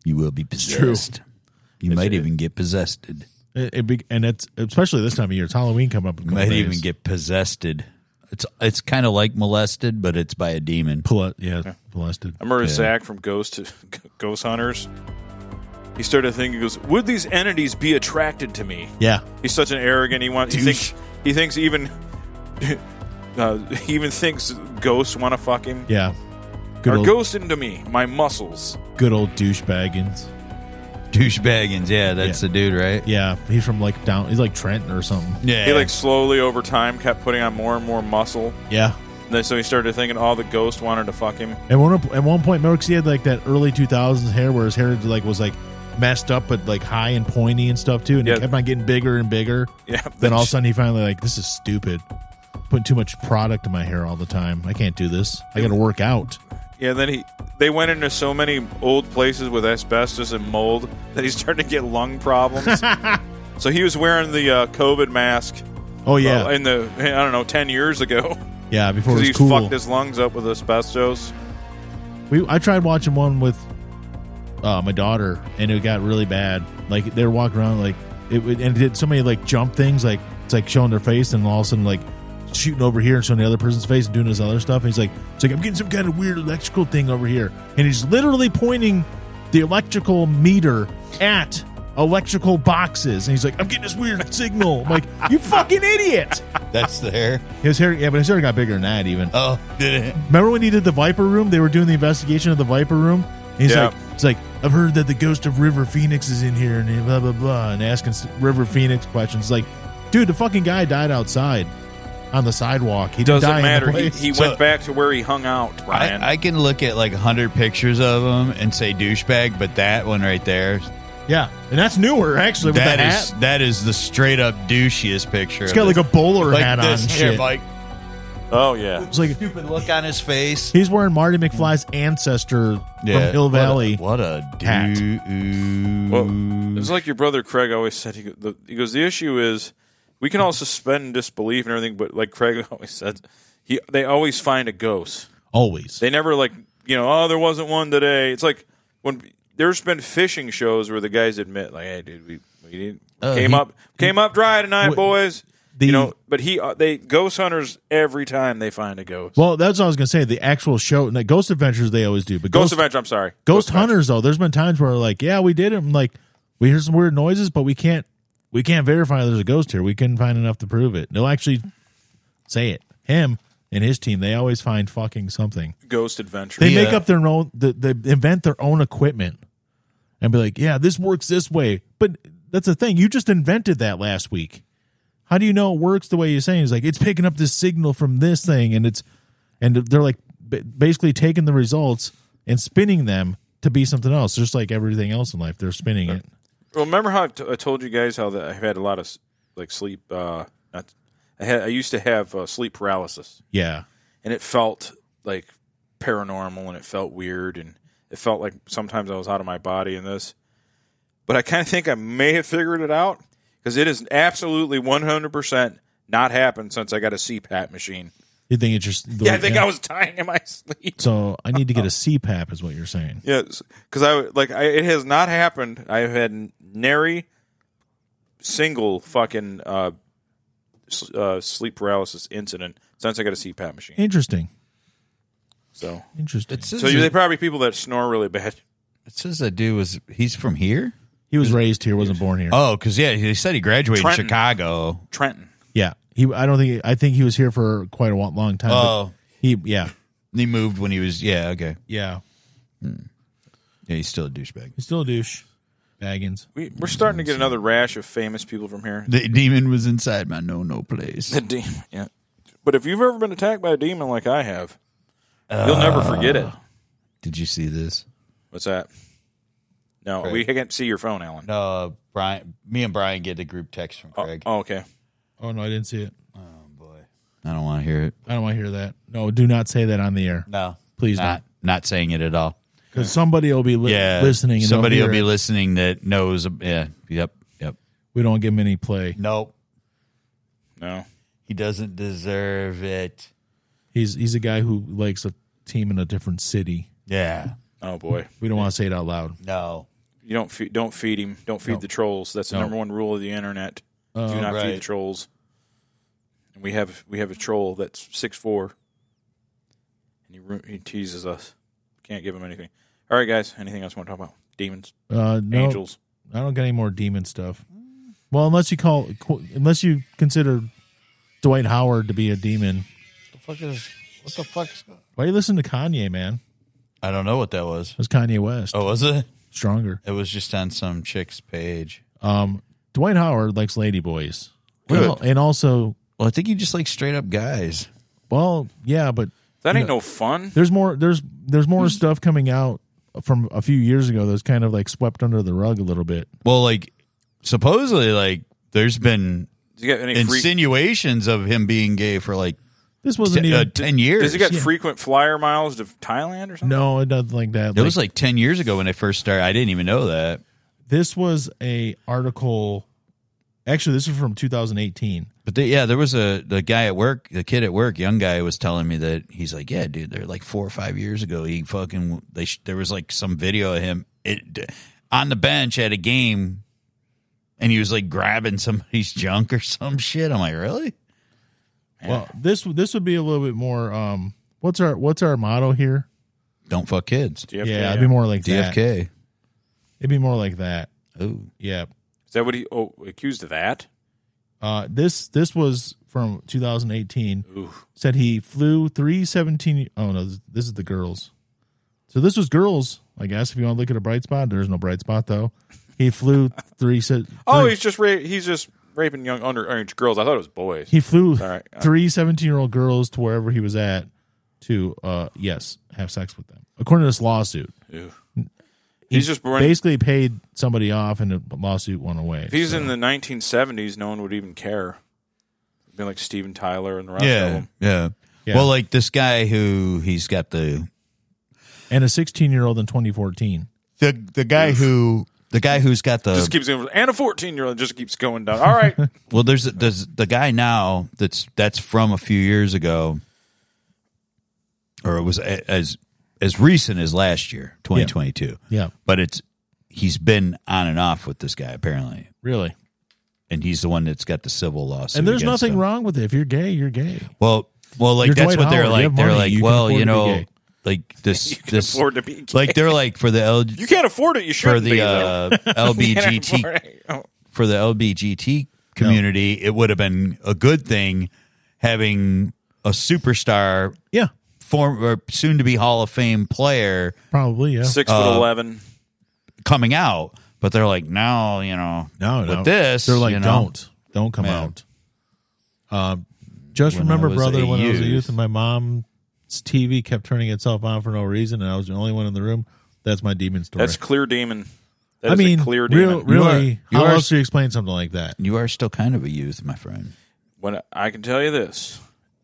Speaker 5: You will be possessed. You might even get possessed.
Speaker 4: it, it be, and it's especially this time of year. It's Halloween coming up. in a
Speaker 5: You
Speaker 4: couple
Speaker 5: might
Speaker 4: days.
Speaker 5: even get possessed. It's it's kind of like molested, but it's by a demon.
Speaker 4: Pull it, yeah, molested.
Speaker 3: I remember
Speaker 5: Yeah.
Speaker 3: Zach from Ghost *laughs* to Ghost Hunters. He started thinking, he goes, "Would these entities be attracted to me?"
Speaker 4: Yeah,
Speaker 3: He's such an arrogant. He wants. He
Speaker 5: Douche.
Speaker 3: thinks. He thinks even. *laughs* Uh, he even thinks ghosts want to fuck him.
Speaker 4: yeah. Good
Speaker 3: Are
Speaker 4: old,
Speaker 3: ghosts into me? My muscles.
Speaker 4: good old douchebaggins.
Speaker 5: Douchebaggins, yeah, that's
Speaker 4: Yeah.
Speaker 5: the dude, right?
Speaker 4: Yeah, he's from like down. He's like Trenton or something.
Speaker 5: Yeah,
Speaker 3: He like slowly over time kept putting on more and more muscle.
Speaker 4: Yeah.
Speaker 3: And then, so he started thinking all the ghosts wanted to fuck him. *laughs*
Speaker 4: At one at one point, remember 'cause he had like that early two thousands hair where his hair like was like messed up but like high and pointy and stuff too, and
Speaker 3: Yeah.
Speaker 4: it kept on getting bigger and bigger.
Speaker 3: Yeah.
Speaker 4: Then all of a sudden, he finally like, this is stupid. Putting too much product in my hair all the time. I can't do this. I got to work out.
Speaker 3: Yeah. Then he they went into so many old places with asbestos and mold that *laughs* he started to get lung problems. so he was wearing the uh, COVID mask.
Speaker 4: Oh yeah,
Speaker 3: uh, in the I don't know ten years ago
Speaker 4: yeah. Before it
Speaker 3: because he
Speaker 4: was cool.
Speaker 3: fucked his lungs up with asbestos.
Speaker 4: We I tried watching one with uh, my daughter, and it got really bad. Like they were walking around, like it would, and it did so many like jump things, like it's like showing their face, and all of a sudden like shooting over here and showing the other person's face and doing his other stuff. And he's like, it's like I'm getting some kind of weird electrical thing over here, and he's literally pointing the electrical meter at electrical boxes, and he's like, I'm getting this weird signal. I'm like, you fucking idiot.
Speaker 5: that's the hair.
Speaker 4: His hair, yeah, but his hair got bigger than that even.
Speaker 5: Oh, did it?
Speaker 4: Remember when he did the Viper Room? They were doing the investigation of the Viper Room. And he's
Speaker 3: Yeah.
Speaker 4: like, it's like I've heard that the ghost of River Phoenix is in here, and blah blah blah, and asking s- River Phoenix questions. It's like, dude, the fucking guy died outside on the sidewalk. He didn't
Speaker 3: Doesn't
Speaker 4: die in the
Speaker 3: matter. He,
Speaker 4: place. *laughs*
Speaker 3: he
Speaker 5: So-
Speaker 3: went back to where he hung out. Ryan.
Speaker 5: I, I can look at like hundred pictures of him and say douchebag, but that one right there,
Speaker 4: yeah, and that's newer actually. With
Speaker 5: that
Speaker 4: the hat.
Speaker 5: is that is the straight up douchiest picture.
Speaker 4: it's got like a bowler hat on.
Speaker 5: this
Speaker 4: and
Speaker 5: here,
Speaker 4: shit.
Speaker 5: like
Speaker 3: oh yeah.
Speaker 4: it's like
Speaker 5: stupid look on his face.
Speaker 4: he's wearing Marty McFly's ancestor from Hill
Speaker 5: What a-
Speaker 4: Valley.
Speaker 5: What a,
Speaker 4: hat.
Speaker 5: dude.
Speaker 3: Well, it's like your brother Craig always said. He, go- the, he goes, the issue is we can all suspend disbelief and everything, but like Craig *laughs* always said, he they always find a ghost.
Speaker 4: Always.
Speaker 3: They never like you know, oh, there wasn't one today. It's like when there's been fishing shows where the guys admit, like, hey, dude, we. We didn't,
Speaker 5: Oh,
Speaker 3: came
Speaker 5: he-
Speaker 3: up, came up dry tonight,
Speaker 4: Wh-
Speaker 3: boys.
Speaker 4: Uh, the-
Speaker 3: you know, but he, uh, they ghost hunters every time they find a ghost.
Speaker 4: Well, that's what I was gonna say. The actual show, no, Ghost Adventures, they always do, but
Speaker 3: Ghost Adventure. I'm sorry.
Speaker 4: Ghost hunters though, there's been times where like, yeah, we did it. I'm like, we hear some weird noises, but we can't we can't verify there's a ghost here. We couldn't find enough to prove it. They'll actually say it. Him and his team, they always find fucking something.
Speaker 3: Ghost Adventure.
Speaker 4: They
Speaker 5: Yeah.
Speaker 4: make up their own. They, they invent their own equipment and be like, yeah, this works this way. But that's the thing. You just invented that last week. How do you know it works the way you're saying? It's like it's picking up this signal from this thing, and it's and they're like ba- basically taking the results and spinning them to be something else, just like everything else in life. They're spinning it.
Speaker 3: Well, remember how I've t- I told you guys how that I've had a lot of s- like sleep. Uh, not, I had I used to have uh, sleep paralysis,
Speaker 4: Yeah,
Speaker 3: and it felt like paranormal, and it felt weird, and it felt like sometimes I was out of my body in this. But I kind of think I may have figured it out because it is absolutely one hundred percent not happened since I got a CPAP machine.
Speaker 4: you think it's just the
Speaker 3: Yeah, I
Speaker 4: way-
Speaker 3: think I was dying in my *laughs* sleep.
Speaker 4: So I need to get a CPAP, is what you're saying.
Speaker 3: Yeah, because I would- like I, it has not happened. I have had nary single fucking uh, s- uh, sleep paralysis incident since I got a CPAP machine.
Speaker 4: Interesting,
Speaker 3: So,
Speaker 4: interesting.
Speaker 5: it says,
Speaker 3: so you, they probably people that snore really bad.
Speaker 5: it says that dude was he's from here.
Speaker 4: He was raised here, wasn't born here.
Speaker 5: Oh, because yeah, he said he graduated in
Speaker 3: Trenton.
Speaker 5: Chicago.
Speaker 3: Trenton.
Speaker 4: Yeah, he. I don't think. I think he was here for quite a wa- long time. but
Speaker 5: Oh.
Speaker 4: he. Yeah,
Speaker 5: He moved when he was yeah okay.
Speaker 4: yeah.
Speaker 5: Yeah, he's still a douchebag.
Speaker 4: He's still a douche. Baggins.
Speaker 3: We, we're starting to get another rash of famous people from here.
Speaker 5: The demon was inside my no no place.
Speaker 3: The demon. Yeah. But if you've ever been attacked by a demon like I have, you'll never forget it.
Speaker 5: Did you see this?
Speaker 3: What's that? No, we can't see your phone, Alan.
Speaker 5: No, uh, Brian. Me and Brian get a group text from Craig.
Speaker 3: Oh, okay.
Speaker 4: Oh no, I didn't see it.
Speaker 5: boy, I don't want to hear it.
Speaker 4: I don't want to hear that. No, do not say that on the air.
Speaker 5: No,
Speaker 4: Please
Speaker 5: not not saying it at all.
Speaker 4: because somebody will be li-
Speaker 5: yeah,
Speaker 4: listening. And
Speaker 5: Somebody will be
Speaker 4: listening.
Speaker 5: listening that knows. Yeah, yep, yep.
Speaker 4: We don't give him any play.
Speaker 5: Nope,
Speaker 3: No.
Speaker 5: he doesn't deserve it.
Speaker 4: He's he's a guy who likes a team in a different city.
Speaker 5: Yeah,
Speaker 3: Oh boy.
Speaker 4: We don't want to say it out loud.
Speaker 5: no.
Speaker 3: You don't feed. Don't feed him. Don't feed
Speaker 4: No.
Speaker 3: the trolls. That's the
Speaker 4: No.
Speaker 3: number one rule of the internet. Do
Speaker 4: Uh,
Speaker 3: not feed the
Speaker 5: right.
Speaker 3: trolls. And we have we have a troll that's six four, and he ru- he teases us. Can't give him anything. All right, guys. Anything else you want to talk about? Demons,
Speaker 4: uh, no,
Speaker 3: angels.
Speaker 4: I don't get any more demon stuff. Well, unless you call, qu- unless you consider Dwight Howard to be a demon.
Speaker 5: The fuck is what the fuck?
Speaker 4: Why you listen to Kanye, man?
Speaker 5: I don't know what that was.
Speaker 4: That's Kanye West.
Speaker 5: Oh, was it?
Speaker 4: Stronger.
Speaker 5: It was just on some chick's page.
Speaker 4: Um, Dwight Howard likes lady boys, and,
Speaker 5: Good.
Speaker 4: al- and also,
Speaker 5: Well, I think you just like straight up guys.
Speaker 4: well, yeah, but
Speaker 3: That ain't no fun.
Speaker 4: there's more. There's there's more stuff coming out from a few years ago that's kind of like swept under the rug a little bit.
Speaker 5: Well, like supposedly, like there's been
Speaker 3: Does he get any free,
Speaker 5: insinuations of him being gay for like
Speaker 4: This wasn't
Speaker 5: t-
Speaker 4: even
Speaker 5: uh, ten years.
Speaker 3: Does he got frequent flyer miles to Thailand or something?
Speaker 4: no, it doesn't like that.
Speaker 5: It was like ten years ago when I first started. I didn't even know that.
Speaker 4: this was a article. Actually, this is from 2018.
Speaker 5: But they, yeah, there was a the guy at work, the kid at work, young guy was telling me that he's like, yeah, dude, they're like four or five years ago. He fucking they sh- there was like some video of him it, on the bench at a game, and he was like grabbing *laughs* somebody's junk or some shit. I'm like, really?
Speaker 4: Well, this this would be a little bit more. Um, what's our what's our motto here?
Speaker 5: Don't fuck kids.
Speaker 3: DFK,
Speaker 4: yeah, it'd be more like that.
Speaker 5: DFK.
Speaker 4: It'd be more like that.
Speaker 5: Oh,
Speaker 4: Yeah.
Speaker 3: Is that what he? Oh, accused of that?
Speaker 4: Uh, this this was from 2018.
Speaker 3: Ooh.
Speaker 4: Said he flew three 17. Oh no, this, this is the girls. So this was girls, I guess. If you want to look at a bright spot, there's no bright spot though. He flew three. se-
Speaker 3: Oh,
Speaker 4: three-
Speaker 3: he's just ra- he's just raping young underage girls. I thought it was boys.
Speaker 4: he flew
Speaker 3: Sorry.
Speaker 4: three 17 year old girls to wherever he was at to uh yes have sex with them according to this lawsuit
Speaker 3: Ew.
Speaker 4: he
Speaker 3: He's just running-
Speaker 4: basically paid somebody off and the lawsuit went away
Speaker 3: If he was
Speaker 4: So-
Speaker 3: in the 1970s, no one would even care. It'd be like Steven Tyler and the rest of
Speaker 5: yeah,
Speaker 3: them.
Speaker 5: yeah,
Speaker 4: Yeah.
Speaker 5: Well, like this guy who he's got the
Speaker 4: and a 16 year old in 2014
Speaker 5: the the guy who the guy who's got the
Speaker 4: Uh,
Speaker 3: Just keeps going, and a 14 year old just keeps going down. All
Speaker 4: *laughs*
Speaker 3: right,
Speaker 5: well. There's there's the guy now that's that's from a few years ago, or it was a- as as recent as last year, 2022.
Speaker 4: yeah
Speaker 5: But it's he's been on and off with this guy apparently,
Speaker 4: really
Speaker 5: and he's the one that's got the civil lawsuit.
Speaker 4: and there's
Speaker 5: against
Speaker 4: nothing
Speaker 5: him.
Speaker 4: wrong with it if you're gay you're gay
Speaker 5: Well, well, like
Speaker 4: You're
Speaker 5: that's
Speaker 4: Dwight
Speaker 5: what they're
Speaker 4: Howard. You
Speaker 5: like.
Speaker 4: have
Speaker 5: They're
Speaker 4: money.
Speaker 5: like,
Speaker 4: You can
Speaker 5: well,
Speaker 4: afford
Speaker 5: you
Speaker 4: to be
Speaker 5: know,
Speaker 4: gay.
Speaker 5: like
Speaker 3: *laughs*
Speaker 5: this
Speaker 3: you can
Speaker 5: this
Speaker 3: afford to be
Speaker 5: like they're like for the L-
Speaker 3: you can't afford it. You
Speaker 5: for
Speaker 3: shouldn't be
Speaker 5: the
Speaker 3: though.
Speaker 5: uh,
Speaker 3: *laughs* You can't
Speaker 5: LBGT
Speaker 3: afford it.
Speaker 4: *laughs*
Speaker 3: Oh,
Speaker 5: for the LBGT community, it would have been a good thing having a superstar
Speaker 4: yeah
Speaker 5: form or soon to be Hall of Fame player
Speaker 4: probably yeah
Speaker 3: Six foot eleven.
Speaker 5: coming out. But they're like, no, you know,
Speaker 4: no
Speaker 5: with
Speaker 4: no
Speaker 5: this,
Speaker 4: they're like
Speaker 5: you know,
Speaker 4: don't don't come
Speaker 5: Man.
Speaker 4: out um just
Speaker 5: When I
Speaker 4: remember
Speaker 5: was
Speaker 4: brother
Speaker 5: a
Speaker 4: when i was a
Speaker 5: youth.
Speaker 4: youth and my mom's tv kept turning itself on for no reason and i was the only one in the room that's my demon story
Speaker 3: That's clear demon. That
Speaker 4: I
Speaker 3: is a
Speaker 4: mean,
Speaker 3: clear demon.
Speaker 4: real, really,
Speaker 5: You
Speaker 4: how
Speaker 5: are-
Speaker 4: else do you explain something like that?
Speaker 5: You are still kind of a youth, my friend.
Speaker 3: When I can tell you this,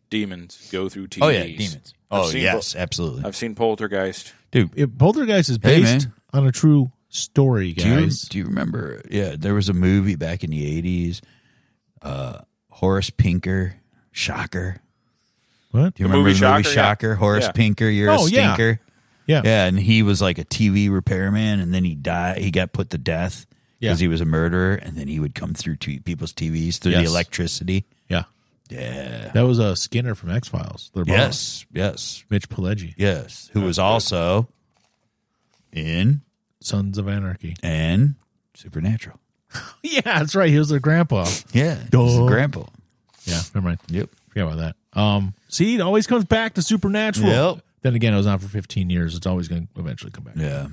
Speaker 3: demons go through TVs.
Speaker 5: Oh yeah, demons.
Speaker 3: I've
Speaker 5: Oh
Speaker 3: seen
Speaker 5: yes, absolutely,
Speaker 3: I've seen Poltergeist.
Speaker 5: dude.
Speaker 4: It, Poltergeist is
Speaker 5: Hey,
Speaker 4: based
Speaker 5: man.
Speaker 4: on a true story,
Speaker 5: Do you,
Speaker 4: guys.
Speaker 5: do you remember? Yeah, there was a movie back in the eighties. Uh, Horace Pinker, Shocker.
Speaker 4: what?
Speaker 5: Do you
Speaker 3: The
Speaker 5: remember
Speaker 3: movie
Speaker 5: the movie
Speaker 3: Shocker? Yeah.
Speaker 5: Shocker? Horace
Speaker 3: Yeah.
Speaker 5: Pinker, you're
Speaker 4: Oh,
Speaker 5: a
Speaker 4: yeah.
Speaker 5: stinker.
Speaker 4: Yeah.
Speaker 5: Yeah, and he was like a TV repairman, and then he died. He got put to death because
Speaker 4: Yeah.
Speaker 5: he was a murderer, and then he would come through t- people's TVs through
Speaker 4: Yes.
Speaker 5: the electricity.
Speaker 4: yeah,
Speaker 5: Yeah.
Speaker 4: That was a Skinner from X Files. Their boss,
Speaker 5: Yes. Yes.
Speaker 4: Mitch Pileggi,
Speaker 5: Yes. Who was also in
Speaker 4: Sons of
Speaker 5: *laughs*
Speaker 4: Anarchy.
Speaker 5: and Supernatural.
Speaker 4: yeah, that's right. He was their grandpa.
Speaker 5: Yeah. He was
Speaker 4: Duh.
Speaker 5: the grandpa.
Speaker 4: yeah, never mind.
Speaker 5: Yep.
Speaker 4: Forget about that. Um, see, it always comes back to Supernatural.
Speaker 5: Yep.
Speaker 4: Then again, it was on for 15 years. It's always going to eventually come back.
Speaker 5: Yeah.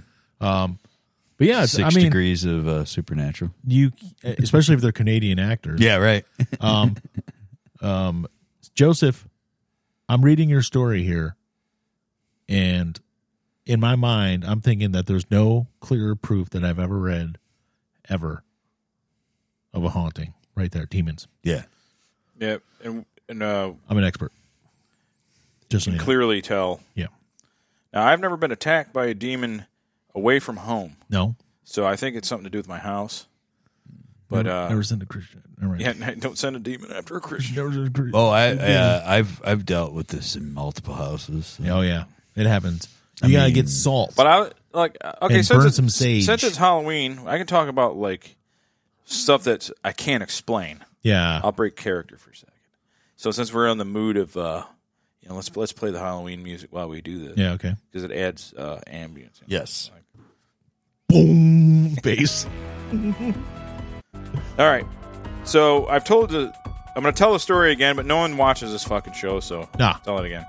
Speaker 4: But yeah, it's,
Speaker 5: Six
Speaker 4: I mean,
Speaker 5: degrees of uh, Supernatural.
Speaker 4: you especially if they're Canadian actors.
Speaker 5: Yeah. Right. *laughs*
Speaker 4: Um, um, Joseph, I'm reading your story here, and in my mind, I'm thinking that there's no clearer proof that I've ever read, ever, of a haunting. Right there, demons.
Speaker 5: yeah.
Speaker 3: Yeah, and, and uh,
Speaker 4: I'm an expert. Just so
Speaker 3: can
Speaker 4: you know.
Speaker 3: clearly tell.
Speaker 4: Yeah.
Speaker 3: Now I've never been attacked by a demon away from home.
Speaker 4: No,
Speaker 3: So I think it's something to do with my house. *laughs* But
Speaker 4: never,
Speaker 3: uh,
Speaker 4: never send a Christian. Never,
Speaker 3: yeah, n- don't send a demon after a
Speaker 4: *laughs*
Speaker 3: Christian.
Speaker 4: never send a Christian.
Speaker 5: Oh, I, uh, I've I've dealt with this in multiple houses.
Speaker 4: Oh yeah, it happens. You gotta
Speaker 5: mean-
Speaker 4: get salt.
Speaker 3: But I like uh, okay.
Speaker 4: And
Speaker 3: since
Speaker 4: burn
Speaker 3: it's,
Speaker 4: some sage.
Speaker 3: Since it's Halloween, I can talk about like stuff that I can't explain.
Speaker 4: yeah,
Speaker 3: I'll break character for a second. So since we're on the mood of uh, you know, let's let's play the Halloween music while we do this.
Speaker 4: yeah, okay.
Speaker 3: because it adds uh, ambience.
Speaker 5: Yes.
Speaker 4: Boom, bass.
Speaker 3: All right. So I've told the. I'm going to tell the story again, but no one watches this fucking show, so
Speaker 4: Nah.
Speaker 3: I'll tell it again.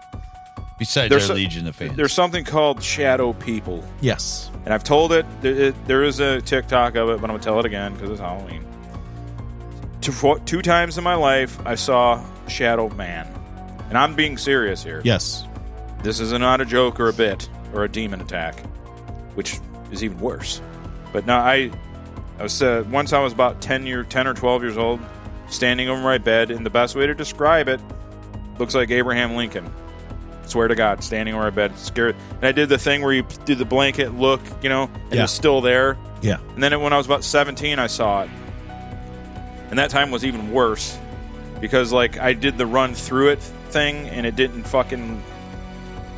Speaker 5: Besides
Speaker 3: There's
Speaker 5: our
Speaker 3: a-
Speaker 5: legion of fans,
Speaker 3: There's something called shadow people,
Speaker 4: Yes.
Speaker 3: and I've told it. There, it, there is a TikTok of it, but I'm going to tell it again because it's Halloween. Two, fo- two times in my life, I saw shadow man, and I'm being serious here.
Speaker 4: Yes.
Speaker 3: This is not a joke or a bit or a demon attack, which is even worse. But now I, I was uh, once I was about ten year, ten or twelve years old, standing over my bed, and the best way to describe it looks like Abraham Lincoln. Swear to God, standing over my bed, scared. And I did the thing where you do the blanket look, you know, and
Speaker 4: Yeah.
Speaker 3: it's still there.
Speaker 4: Yeah.
Speaker 3: And then when I was about 17, I saw it. And that time was even worse because, like, I did the run through it thing and it didn't fucking.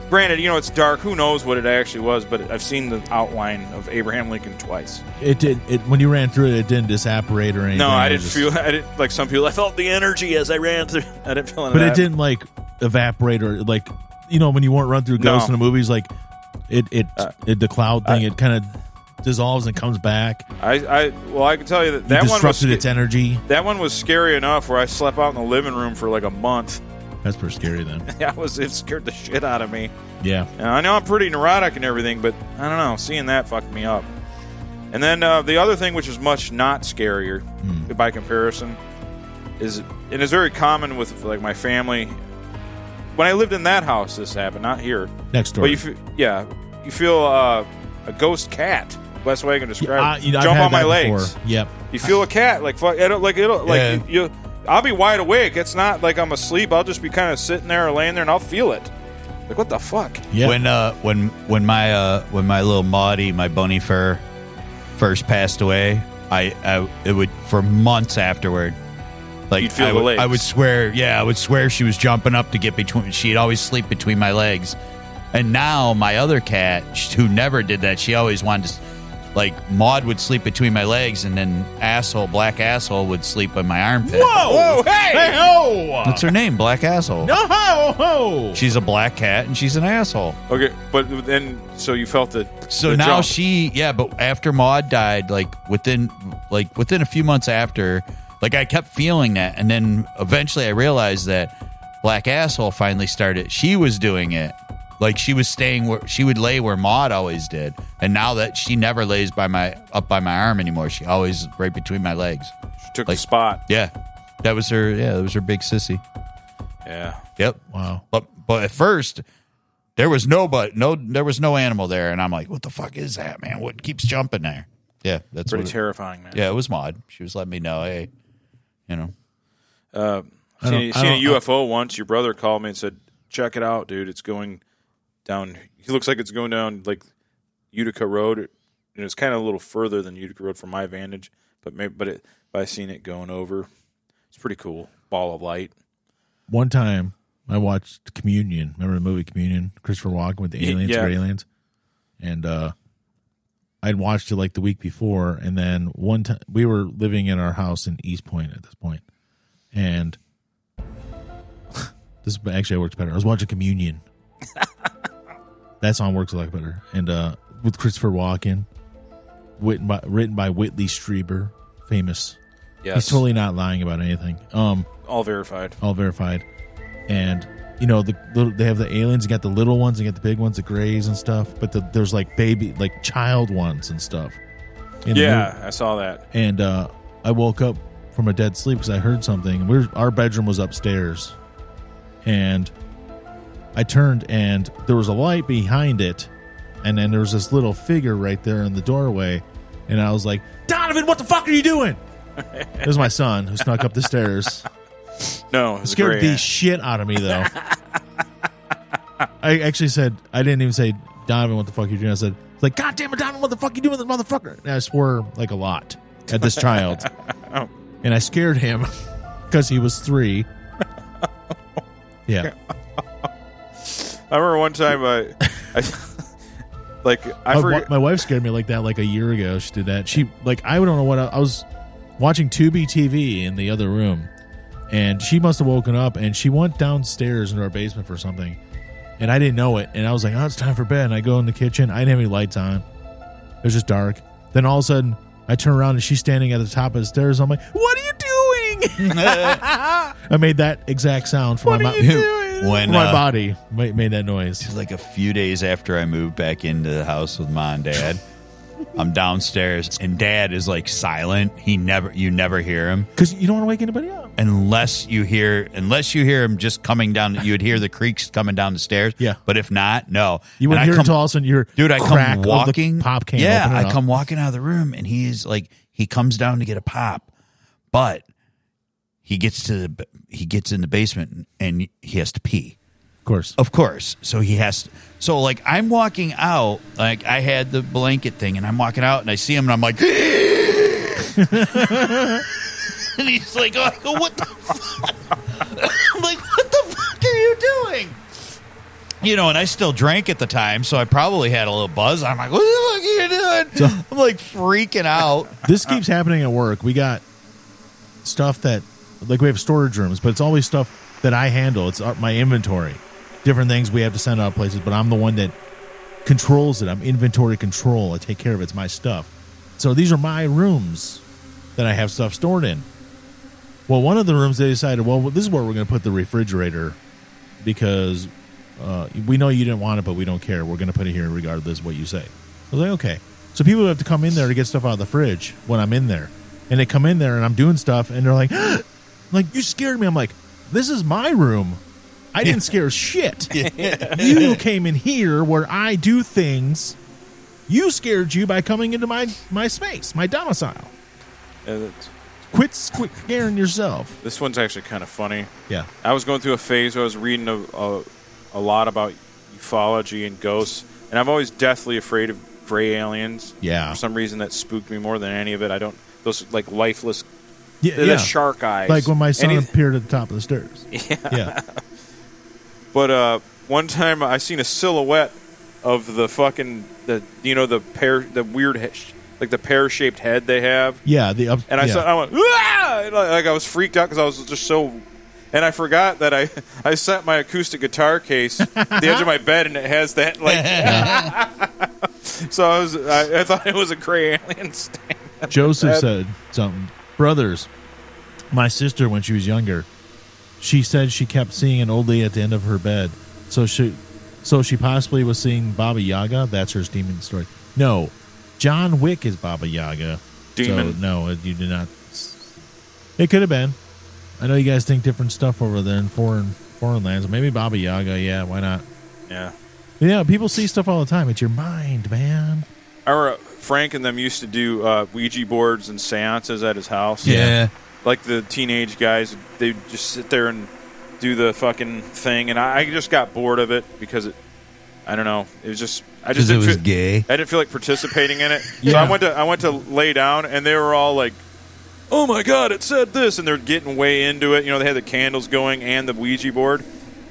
Speaker 3: Granted, you know, it's dark. Who knows what it actually was, but I've seen the outline of Abraham Lincoln twice.
Speaker 4: It did. It when you ran through it, it didn't disapparate or anything.
Speaker 3: No, I
Speaker 4: It
Speaker 3: didn't
Speaker 4: just-
Speaker 3: feel. I didn't, like some people, I felt the energy as I ran through. *laughs* I didn't feel any
Speaker 4: But
Speaker 3: of
Speaker 4: it
Speaker 3: that.
Speaker 4: didn't like evaporate or like you know when you weren't run through
Speaker 3: No.
Speaker 4: ghosts in the movies like it it,
Speaker 3: Uh,
Speaker 4: it the cloud thing it kind of dissolves and comes back.
Speaker 3: I, I, well, I can tell you that
Speaker 4: You
Speaker 3: that one was.
Speaker 4: disrupted its energy.
Speaker 3: that one was scary enough where I slept out in the living room for like a month. *laughs*
Speaker 4: That's pretty scary then.
Speaker 3: I was it scared the shit out of me.
Speaker 4: Yeah.
Speaker 3: Now, I know I'm pretty neurotic and everything, but I don't know. Seeing that fucked me up. And then uh, the other thing, which is much not scarier
Speaker 4: Hmm.
Speaker 3: by comparison, is and is very common with like my family. When I lived in that house, this happened, not here.
Speaker 4: Next
Speaker 3: But
Speaker 4: story.
Speaker 3: you, fe- yeah, you feel uh, a ghost cat. Best way I can describe
Speaker 4: I-
Speaker 3: it.
Speaker 4: you know, I've
Speaker 3: Jump
Speaker 4: had
Speaker 3: on my
Speaker 4: that
Speaker 3: legs.
Speaker 4: before. Yep.
Speaker 3: You feel a cat like fuck. It'll, like it'll like
Speaker 5: Yeah.
Speaker 3: you, you. I'll be wide awake. It's not like I'm asleep. I'll just be kind of sitting there or laying there, and I'll feel it. Like what the fuck?
Speaker 4: Yeah.
Speaker 5: when uh when when my uh when my little Maudie, my bunny fur, first passed away, I, I it would for months afterward. Like
Speaker 3: You'd feel
Speaker 5: I,
Speaker 3: the
Speaker 5: would,
Speaker 3: legs.
Speaker 5: I would swear, yeah, I would swear she was jumping up to get between. She'd always sleep between my legs, and now my other cat, sh- who never did that, she always wanted to. s- Like Maud would sleep between my legs, and then asshole, black asshole, would sleep on my armpit.
Speaker 3: Whoa! Hey!
Speaker 4: ho!
Speaker 5: That's her name, black asshole.
Speaker 4: No ho ho!
Speaker 5: She's a black cat, and she's an asshole.
Speaker 3: Okay, but then so you felt the
Speaker 5: So
Speaker 3: the
Speaker 5: now
Speaker 3: jump.
Speaker 5: she, yeah, but after Maud died, like within, like within a few months after, like I kept feeling that, and then eventually I realized that black asshole finally started. She was doing it, like she was staying where she would lay where Maud always did, and now that she never lays by my up by my arm anymore, she always right between my legs.
Speaker 3: she took
Speaker 5: like-
Speaker 3: the spot.
Speaker 5: Yeah, that was her. Yeah, that was her big sissy.
Speaker 3: Yeah,
Speaker 5: Yep.
Speaker 4: Wow.
Speaker 5: But but at first there was no but no there was no animal there, and I'm like, what the fuck is that, man? What keeps jumping there? Yeah, that's
Speaker 3: pretty
Speaker 5: what. It,
Speaker 3: terrifying, man.
Speaker 5: yeah, it was Maud. She was letting me know, hey,
Speaker 4: *laughs*
Speaker 5: you know,
Speaker 3: Uh,
Speaker 4: I
Speaker 3: seen,
Speaker 4: don't- I
Speaker 3: seen a
Speaker 4: don't-
Speaker 3: UFO once. Your brother called me and said, "Check it out, dude. It's going down. He looks like it's going down like Utica Road, and it's kind of a little further than Utica Road from my vantage. But maybe, but, it, but I seen it going over. It's pretty cool. Ball of light.
Speaker 4: One time I watched Communion. Remember the movie Communion? Christopher Walken with the
Speaker 3: Ye-
Speaker 4: aliens,
Speaker 3: yeah.
Speaker 4: or aliens. And uh I'd watched it like the week before and then one time we were living in our house in East Point at this point. And *laughs* this actually works better. I was watching Communion. *laughs* that song works a lot better. And uh with Christopher Walken, written by, written by Whitley Strieber, famous.
Speaker 3: Yes,
Speaker 4: He's totally not lying about anything. Um
Speaker 3: all verified.
Speaker 4: all verified. And you know the little, they have the aliens. You got the little ones, you got the big ones, the grays and stuff. But the, there's like baby, like child ones and stuff. in the
Speaker 3: Yeah, I saw that.
Speaker 4: movie. And uh, I woke up from a dead sleep because I heard something. We were, our bedroom was upstairs, and I turned and there was a light behind it, and then there was this little figure right there in the doorway, and I was like, Donovan, what the fuck are you doing? it was my son who snuck up the stairs.
Speaker 3: No, it
Speaker 4: It
Speaker 3: was a
Speaker 4: scared
Speaker 3: great
Speaker 4: the
Speaker 3: act.
Speaker 4: shit out of me though. I actually said I didn't even say Donovan, what the fuck are you doing? I said It's like, God damn it, Donald, what the fuck you doing with this motherfucker? And I swore like a lot at this child. And I scared him *laughs* because he was three. Yeah.
Speaker 3: I remember one time I, I *laughs* like I
Speaker 4: my,
Speaker 3: forget.
Speaker 4: wi- my wife scared me like that like a year ago. She did that. She like I don't know what I, I was watching Tubi TV in the other room, and she must have woken up and she went downstairs into our basement for something, and I didn't know it. And I was like, oh, it's time for bed. And I go in the kitchen. I didn't have any lights on. It was just dark. Then all of a sudden, I turn around and she's standing at the top of the stairs. I'm like, what are you doing? *laughs* I made that exact sound for my, mo- *laughs*
Speaker 5: when
Speaker 4: for my
Speaker 5: uh,
Speaker 4: body. Ma- Made that noise.
Speaker 5: like a few days after I moved back into the house with mom and dad. I'm downstairs and dad is like silent. He never you never hear him
Speaker 4: Because you don't want to wake anybody up.
Speaker 5: unless you hear unless you hear him just coming down you would hear the creaks coming down the stairs.
Speaker 4: Yeah.
Speaker 5: But if not, no.
Speaker 4: You
Speaker 5: And
Speaker 4: wouldn't
Speaker 5: I
Speaker 4: hear
Speaker 5: come-
Speaker 4: until all of a sudden you're
Speaker 5: Dude, I
Speaker 4: crack
Speaker 5: come
Speaker 4: of the
Speaker 5: walking
Speaker 4: pop can.
Speaker 5: Yeah,
Speaker 4: opening
Speaker 5: I
Speaker 4: up.
Speaker 5: come walking out of the room and he's like he comes down to get a pop, but he gets to the b- he gets in the basement and he has to pee.
Speaker 4: Of course.
Speaker 5: Of course. So he has to, so like I'm walking out, like I had the blanket thing and I'm walking out and I see him and I'm like *laughs* And he's like, oh, I go, what the fuck? *laughs* I'm like, what the fuck are you doing? You know, and I still drank at the time, so I probably had a little buzz. I'm like, what the fuck are you doing? I'm like freaking out.
Speaker 4: This keeps happening at work. We got stuff that, like, we have storage rooms, but it's always stuff that I handle. It's uh, my inventory, different things we have to send out places, but I'm the one that controls it. I'm inventory control. I take care of it. It's my stuff. So these are my rooms that I have stuff stored in. Well, one of the rooms they decided, well, this is where we're going to put the refrigerator because uh, we know you didn't want it, but we don't care. We're going to put it here regardless of what you say. I was like, okay. So people have to come in there to get stuff out of the fridge when I'm in there. And they come in there and I'm doing stuff and they're like, *gasps* I'm like, you scared me. I'm like, this is my room. I didn't scare shit. you came in here where I do things. You scared you by coming into my, my space, my domicile.
Speaker 3: Uh, that's-
Speaker 4: Quit, quit scaring yourself.
Speaker 3: this one's actually kind of funny.
Speaker 4: Yeah.
Speaker 3: I was going through a phase where I was reading a, a, a lot about ufology and ghosts, and I'm always deathly afraid of gray aliens.
Speaker 4: Yeah.
Speaker 3: For some reason, that spooked me more than any of it. I don't those like lifeless,
Speaker 4: Yeah.
Speaker 3: they're the shark eyes.
Speaker 4: Like when my son
Speaker 3: Any-
Speaker 4: appeared at the top of
Speaker 3: *laughs*
Speaker 4: the stairs. Yeah. Yeah.
Speaker 3: But uh, one time I seen a silhouette of the fucking the you know the pear the weird he- like the pear shaped head they have,
Speaker 4: Yeah. The up,
Speaker 3: and I
Speaker 4: yeah.
Speaker 3: saw I went "Ah!" And, like like, I was freaked out because I was just so. And I forgot that I I set my acoustic guitar case at the edge of my bed, and it has that like.
Speaker 5: *laughs*
Speaker 3: *laughs* so I was I, I thought it was a gray alien stand.
Speaker 4: Joseph
Speaker 3: That-
Speaker 4: said something. Brothers, my sister, when she was younger, she said she kept seeing an old lady at the end of her bed. So she, so she possibly was seeing Baba Yaga. That's her demon story. No, John Wick is Baba Yaga.
Speaker 3: Demon.
Speaker 4: So, no, you did not. It could have been. I know you guys think different stuff over there in foreign foreign lands. Maybe Baba Yaga. Yeah, why not?
Speaker 3: Yeah.
Speaker 4: Yeah, people see stuff all the time. It's your mind, man.
Speaker 3: Our uh, Frank and them used to do uh, Ouija boards and seances at his house. like the teenage guys they just sit there and do the fucking thing and I, I just got bored of it because it I don't know it was just I just
Speaker 5: Because it
Speaker 3: didn't
Speaker 5: was
Speaker 3: feel,
Speaker 5: gay.
Speaker 3: I didn't feel like participating in it so
Speaker 4: Yeah.
Speaker 3: I went to I went to lay down and they were all like oh my god it said this and they're getting way into it you know they had the candles going and the Ouija board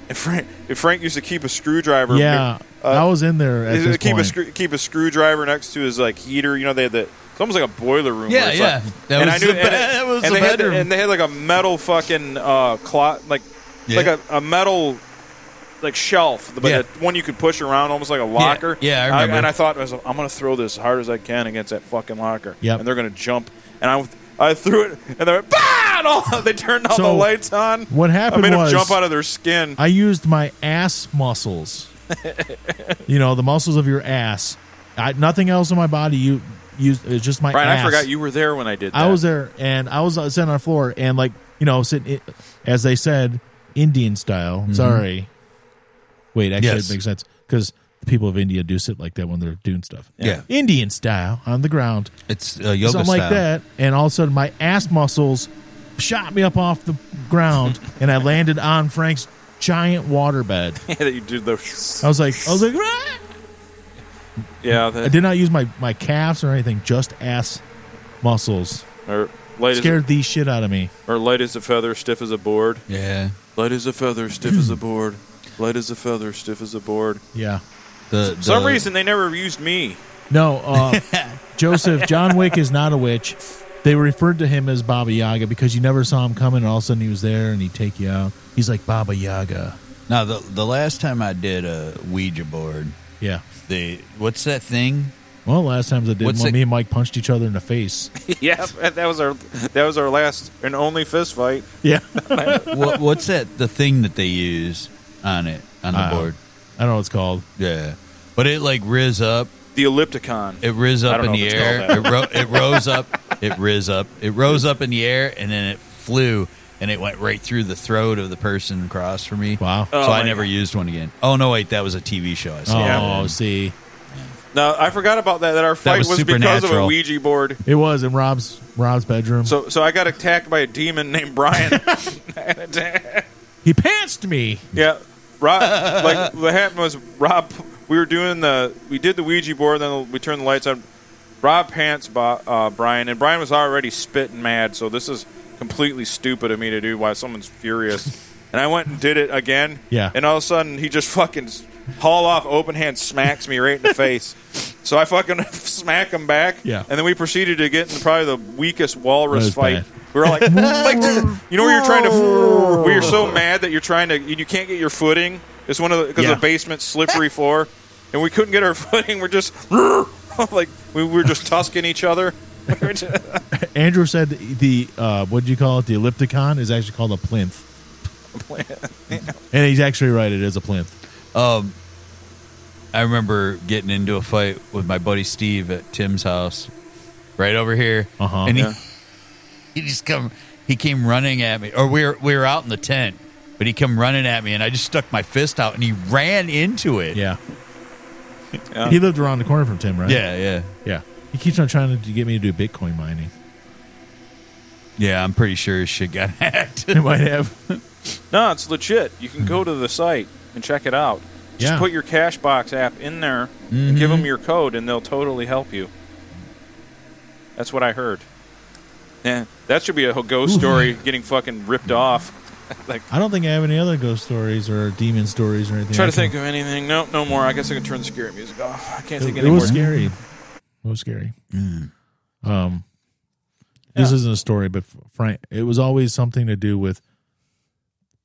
Speaker 3: and Frank if Frank used to keep a screwdriver
Speaker 4: Yeah,
Speaker 3: uh,
Speaker 4: I was in there at
Speaker 3: he'd
Speaker 4: this
Speaker 3: keep a
Speaker 4: point.
Speaker 3: screw, keep a screwdriver next to his like heater. You know they had the it's almost like a boiler room.
Speaker 5: Yeah,
Speaker 3: where it's
Speaker 5: yeah.
Speaker 3: Like,
Speaker 5: That
Speaker 3: and
Speaker 5: was
Speaker 3: I knew
Speaker 5: the
Speaker 3: and,
Speaker 5: be- that was
Speaker 3: and
Speaker 5: the
Speaker 3: they had
Speaker 5: bedroom.
Speaker 3: and they had like a metal fucking uh, clot like
Speaker 5: Yeah.
Speaker 3: like a, a metal like shelf, but
Speaker 5: Yeah.
Speaker 3: the one you could push around almost like a locker.
Speaker 5: yeah, I remember.
Speaker 3: and I thought to myself, I'm gonna throw this as hard as I can against that fucking locker.
Speaker 4: Yep.
Speaker 3: and they're gonna jump. And I I threw it, and they went bah! And *laughs* all, they turned all the
Speaker 4: So,
Speaker 3: lights on.
Speaker 4: what
Speaker 3: I
Speaker 4: happened
Speaker 3: made
Speaker 4: was-
Speaker 3: them jump out of their skin.
Speaker 4: I used my ass
Speaker 3: *laughs*
Speaker 4: muscles. you know, the muscles of your ass. I, nothing else in my body. You used it's just my
Speaker 3: Brian,
Speaker 4: ass.
Speaker 3: I forgot you were there when I did. that.
Speaker 4: I
Speaker 3: *laughs*
Speaker 4: was there, and I was uh, sitting on the floor, and like you know, sitting i- as they said, Indian style.
Speaker 3: Mm-hmm.
Speaker 4: Sorry. Wait, actually,
Speaker 5: Yes.
Speaker 4: it makes sense because the people of India do sit like that when they're doing stuff.
Speaker 5: Yeah.
Speaker 4: Indian style on the ground.
Speaker 5: It's uh, yoga
Speaker 4: something like that, and all of a sudden my ass muscles shot me up off the
Speaker 5: *laughs*
Speaker 4: ground, and I landed on Frank's giant waterbed.
Speaker 3: that you did the.
Speaker 4: I was like, I was like, "Ah!"
Speaker 3: Yeah,
Speaker 4: I
Speaker 3: that,
Speaker 4: did not use my, my calves or anything, just ass muscles.
Speaker 3: or light as,
Speaker 4: Scared the shit out of me.
Speaker 3: or light as a feather, stiff as a board.
Speaker 5: Yeah.
Speaker 3: Light as a feather, stiff as a board. Light as a feather, stiff as a board.
Speaker 4: Yeah.
Speaker 5: The,
Speaker 3: For some
Speaker 5: the-
Speaker 3: reason, they never used me.
Speaker 4: No, uh, Joseph, John Wick is not a witch. They referred to him as Baba Yaga because you never saw him coming, and all of a sudden he was there and he'd take you out. He's like Baba Yaga.
Speaker 5: Now the the last time I did a Ouija board,
Speaker 4: Yeah.
Speaker 5: the what's that thing?
Speaker 4: Well, last time I did
Speaker 5: What's
Speaker 4: one,
Speaker 5: it-
Speaker 4: me and Mike punched each other in the
Speaker 5: *laughs*
Speaker 4: face.
Speaker 3: yeah, that was our that was our last and only fist fight.
Speaker 4: yeah.
Speaker 5: what, what's that? The thing that they use on it on the
Speaker 4: Uh,
Speaker 3: Uh-huh.
Speaker 5: board.
Speaker 4: I don't know what it's called.
Speaker 5: Yeah, but it like riz up.
Speaker 3: The ellipticon.
Speaker 5: It riz
Speaker 3: I
Speaker 5: up
Speaker 3: don't
Speaker 5: in
Speaker 3: know
Speaker 5: the
Speaker 3: if it's
Speaker 5: air. It,
Speaker 3: called
Speaker 5: ro- it rose up. It riz up. It rose up in the air, and then it flew, and it went right through the throat of the person across from me.
Speaker 4: Wow.
Speaker 5: So
Speaker 3: Oh,
Speaker 5: I
Speaker 3: my
Speaker 5: never used one again. Oh no, wait, that was a TV show. I saw.
Speaker 3: Yeah.
Speaker 4: Oh, see.
Speaker 3: No, I forgot about that. That our fight
Speaker 5: was
Speaker 3: was, because of a
Speaker 5: supernatural.
Speaker 3: Ouija board.
Speaker 4: It was in Rob's Rob's bedroom.
Speaker 3: So, so I got attacked by a demon named Brian. *laughs*
Speaker 4: he pantsed me.
Speaker 3: yeah, Rob. Like what happened was Rob. We were doing the we did the Ouija board, then we turned the lights on. Rob pants Bo- uh, Brian, and Brian was already spitting mad. So this is completely stupid of me to do. Why someone's
Speaker 4: *laughs*
Speaker 3: furious? And I went and did it again.
Speaker 4: Yeah.
Speaker 3: And all of a sudden, he just fucking s- haul off, open hand, smacks me
Speaker 4: *laughs*
Speaker 3: right in the face. So I fucking *laughs* smack him back.
Speaker 4: Yeah.
Speaker 3: And then we proceeded to get in probably the weakest walrus
Speaker 4: That was
Speaker 3: fight.
Speaker 4: bad.
Speaker 3: We were like, like dude, you know, where you're trying to. We are so mad that you're trying to. You can't get your footing. It's one of the because
Speaker 4: Yeah.
Speaker 3: the basement's slippery floor, and we couldn't get our *laughs* footing. We're just like we were just tusking each other.
Speaker 4: Andrew said the uh, what do you call it? The ellipticon is actually called
Speaker 3: *laughs*
Speaker 4: a plinth. And he's actually right. It is a plinth.
Speaker 5: Um, I remember getting into a fight with my buddy Steve at Tim's house, right over here,
Speaker 4: Uh-huh.
Speaker 5: and he,
Speaker 3: Yeah.
Speaker 5: he just come he came running at me, or we were we were out in the tent, but he come running at me, and I just stuck my fist out, and he ran into it.
Speaker 4: Yeah.
Speaker 3: Yeah.
Speaker 4: He lived around the corner from Tim, right?
Speaker 5: yeah, yeah,
Speaker 4: Yeah. He keeps on trying to get me to do Bitcoin mining. *laughs*
Speaker 5: yeah. I'm pretty sure his shit got *laughs* hacked.
Speaker 4: It might have.
Speaker 3: *laughs* No, it's legit. You can go to the site and check it out. Just
Speaker 4: Yeah.
Speaker 3: put your Cashbox app in there and give them your code, and they'll totally help you. That's what I heard. Yeah, that should be a ghost story getting fucking ripped *laughs* off. like,
Speaker 4: I don't think I have any other ghost stories or demon stories or anything.
Speaker 3: try
Speaker 4: I
Speaker 3: to
Speaker 4: can-
Speaker 3: think of anything. Nope, no more. I guess I can turn the scary music off. I can't think
Speaker 4: It,
Speaker 3: any more.
Speaker 4: was scary. It was scary. Um, this isn't a story, but Frank. It was always something to do with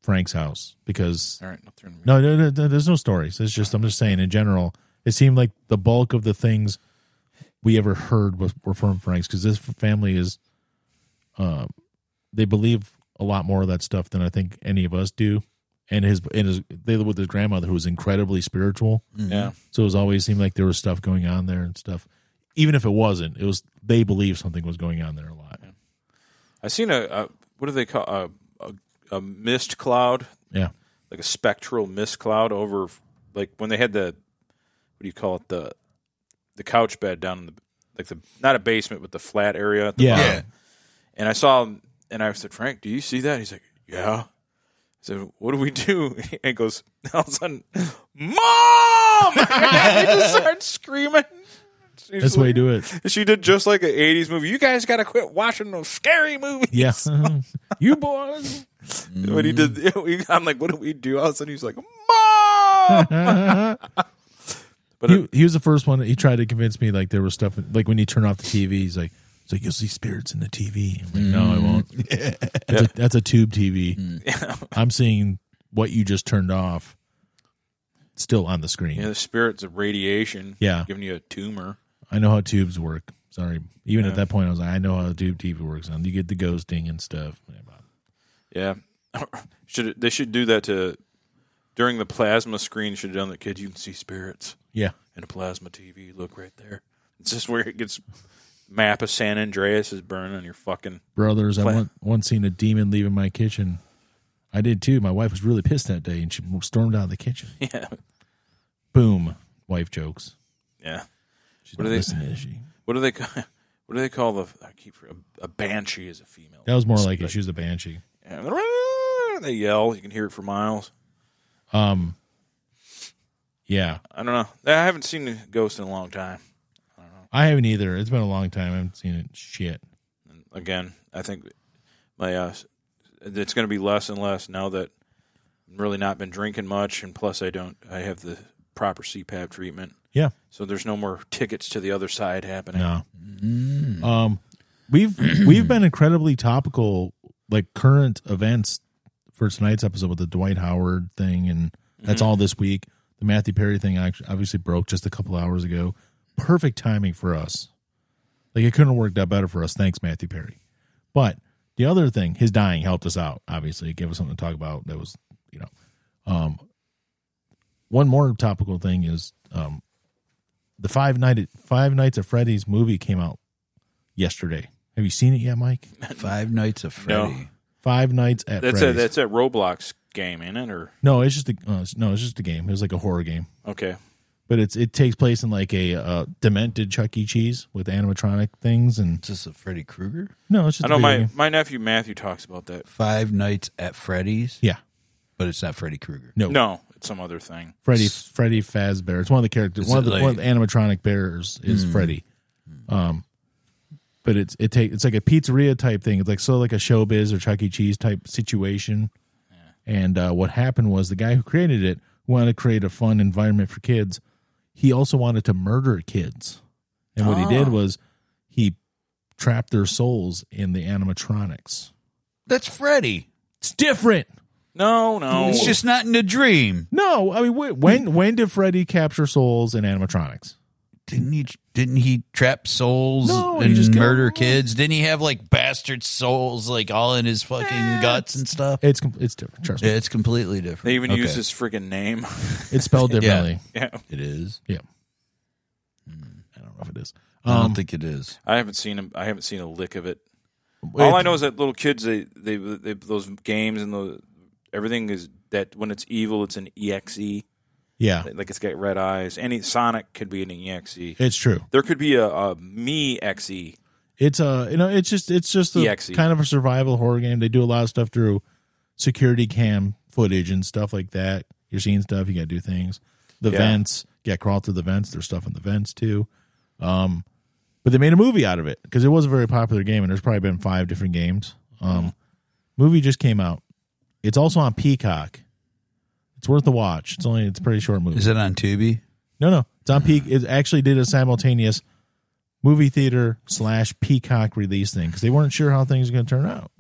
Speaker 4: Frank's house because
Speaker 3: All right, I'll turn the
Speaker 4: no, no, no, no, there's no stories. It's just I'm just saying in general. It seemed like the bulk of the things we ever heard was, were from Frank's because this family is, uh, they believe a lot more of that stuff than I think any of us do. And his and his they live with his grandmother who was incredibly spiritual.
Speaker 3: Yeah.
Speaker 4: So it was always seemed like there was stuff going on there and stuff. Even if it wasn't, it was they believed something was going on there a lot.
Speaker 3: I seen a, a what do they call a, a a mist cloud,
Speaker 4: Yeah.
Speaker 3: like a spectral mist cloud over, like when they had the what do you call it the the couch bed down in the like the not a basement but the flat area. At the
Speaker 4: Yeah.
Speaker 3: bottom.
Speaker 5: Yeah.
Speaker 3: And I saw him, and I said, Frank, do you see that? He's like, Yeah. I said, What do we do? *laughs* And he goes, all of a sudden, Mom! *laughs* and he just started screaming. She's
Speaker 4: That's the way you do it.
Speaker 3: She did just like an 80s movie. You guys got to quit watching those scary movies.
Speaker 4: Yeah. *laughs* you boys.
Speaker 3: But he did. *laughs* I'm like, what do we do? All of a sudden, he's
Speaker 4: *laughs*
Speaker 3: like, mom. But uh,
Speaker 4: he, he was the first one. He tried to convince me like there was stuff like when you turn off the TV, he's like, he's like you'll see spirits in the TV. I'm like, no, I won't. That's, a, that's a tube TV. I'm seeing what you just turned off, still on the screen.
Speaker 3: you know, the spirits of radiation.
Speaker 4: Yeah.
Speaker 3: giving you a tumor.
Speaker 4: I know how tubes work. Sorry, even at that point, I was like, I know how tube TV works. And you get the ghosting and stuff.
Speaker 3: Yeah, *laughs* should they should do that to during the plasma screen? Should have done that, kid. You can see spirits
Speaker 4: Yeah.
Speaker 3: in a plasma TV. Look right there. It's just where it gets. Map of San Andreas is burning on your fucking. *laughs*
Speaker 4: brothers. I
Speaker 3: Plan-
Speaker 4: once, once seen a demon leaving my kitchen. I did too. My wife was really pissed that day, and she stormed out of the kitchen.
Speaker 3: Yeah,
Speaker 4: Boom. Wife jokes.
Speaker 3: yeah.
Speaker 4: She's
Speaker 3: What
Speaker 4: not
Speaker 3: do they-
Speaker 4: listening, is she?
Speaker 3: What do they? ca- *laughs* What do they call the? I keep a, a banshee is a female.
Speaker 4: That was more like it. She was a banshee.
Speaker 3: Yeah. They yell. You can hear it for miles.
Speaker 4: Um, Yeah,
Speaker 3: I don't know. I haven't seen a ghost in a long time.
Speaker 4: I haven't either. It's been a long time. I haven't seen it. Shit.
Speaker 3: Again, I think my uh, s- it's going to be less and less now that I've really not been drinking much, and plus I don't. I have the proper CPAP treatment,
Speaker 4: Yeah.
Speaker 3: so there's no more tickets to the other side happening.
Speaker 4: No. Um, we've *clears throat* we've been incredibly topical, like current events for tonight's episode with the Dwight Howard thing, and that's all this week. The Matthew Perry thing act- obviously broke just a couple hours ago. Perfect timing for us. Like it couldn't have worked out better for us. Thanks, Matthew Perry. But the other thing, his dying helped us out. Obviously, it gave us something to talk about. That was, you know, um, one more topical thing is um, the Five Night at Five Nights at Freddy's movie came out yesterday. Have you seen it yet, Mike?
Speaker 5: Five Nights of Freddy.
Speaker 3: No.
Speaker 4: Five Nights at
Speaker 3: That's a
Speaker 4: Freddy's.
Speaker 3: that's a Roblox game, ain't it? Or
Speaker 4: no, it's just a uh, no, it's just a game. It was like a horror game,
Speaker 3: okay,
Speaker 4: but it's it takes place in like a uh, demented Chuck E. Cheese with animatronic things, and
Speaker 5: Is this a Freddy Krueger?
Speaker 4: no, it's just
Speaker 3: I know
Speaker 4: a video
Speaker 3: my
Speaker 4: game.
Speaker 3: my nephew Matthew talks about that.
Speaker 5: Five Nights at Freddy's,
Speaker 4: yeah,
Speaker 5: but it's not Freddy Krueger.
Speaker 4: no,
Speaker 3: No, it's some other thing.
Speaker 4: Freddy Freddy Fazbear. It's one of the characters.
Speaker 5: Is
Speaker 4: One of
Speaker 5: it
Speaker 4: the, one of the animatronic bears is Freddy. Um, but it's it take it's like a pizzeria type thing. It's like so like a showbiz or Chuck E. Cheese type situation. And uh, what happened was the guy who created it wanted to create a fun environment for kids. He also wanted to murder kids, and what he did was he trapped their souls in the animatronics.
Speaker 5: That's Freddy.
Speaker 4: It's different.
Speaker 3: No, no,
Speaker 5: It's just not in the dream.
Speaker 4: No, I mean wh- when when did Freddy capture souls in animatronics?
Speaker 5: Didn't he? Didn't he trap souls
Speaker 4: No, he
Speaker 5: and
Speaker 4: just go-
Speaker 5: murder kids? Didn't he have like bastard souls like all in his fucking guts and stuff?
Speaker 4: It's com- it's different. Trust me,
Speaker 5: Yeah, it's completely different.
Speaker 3: they even use
Speaker 5: Okay.
Speaker 3: his friggin' name. *laughs*
Speaker 4: it's
Speaker 5: *laughs*
Speaker 4: spelled differently.
Speaker 3: yeah,
Speaker 5: It is.
Speaker 4: Yeah. I don't know if it is.
Speaker 5: I
Speaker 4: Um,
Speaker 5: don't think it is.
Speaker 3: I haven't seen him. I haven't seen a lick of it.
Speaker 4: wait,
Speaker 3: All I know is that little kids, they, they, they those games and the everything is that when it's evil, it's an exe.
Speaker 4: Yeah,
Speaker 3: Like it's got red eyes. Any Sonic could be an exe.
Speaker 4: it's true.
Speaker 3: There could be a, a E me exe.
Speaker 4: It's a you know, it's just it's just a
Speaker 5: E.
Speaker 3: EXE.
Speaker 4: kind of a survival horror game. They do a lot of stuff through security cam footage and stuff like that. You're seeing stuff. You got to do things. The
Speaker 3: Yeah.
Speaker 4: vents. Yeah, crawl through the vents. There's stuff in the vents too. Um, but they made a movie out of it because it was a very popular game, and there's probably been five different games. Um, movie just came out. It's also on Peacock. It's worth a watch. It's only it's a pretty short movie.
Speaker 5: Is it on Tubi?
Speaker 4: No, no. It's on Peak. It actually did a simultaneous movie theater slash Peacock release thing because they weren't sure how things were going to turn out.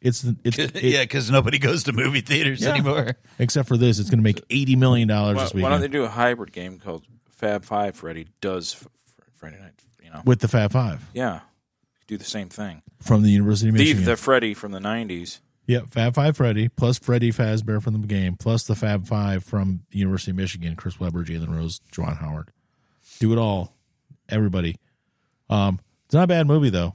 Speaker 4: It's
Speaker 5: *laughs*
Speaker 4: it's
Speaker 5: Yeah, 'cause
Speaker 4: it-
Speaker 5: yeah, because nobody goes to movie theaters
Speaker 4: Yeah.
Speaker 5: anymore.
Speaker 4: except for this, it's going to make eighty million dollars
Speaker 3: Why,
Speaker 4: this
Speaker 3: why
Speaker 4: weekend
Speaker 3: don't they do a hybrid game called Fab Five? Freddy does f- f- Friday Night. You know,
Speaker 4: with the Fab Five
Speaker 3: yeah, do the same thing.
Speaker 4: from the University of Michigan.
Speaker 3: Leave the Freddy from the '90s.
Speaker 4: yep, Fab Five Freddy plus Freddy Fazbear from the game plus the Fab Five from the University of Michigan. Chris Webber, Jalen Rose, Juwan Howard. Do it all, everybody. Um, it's not a bad movie though.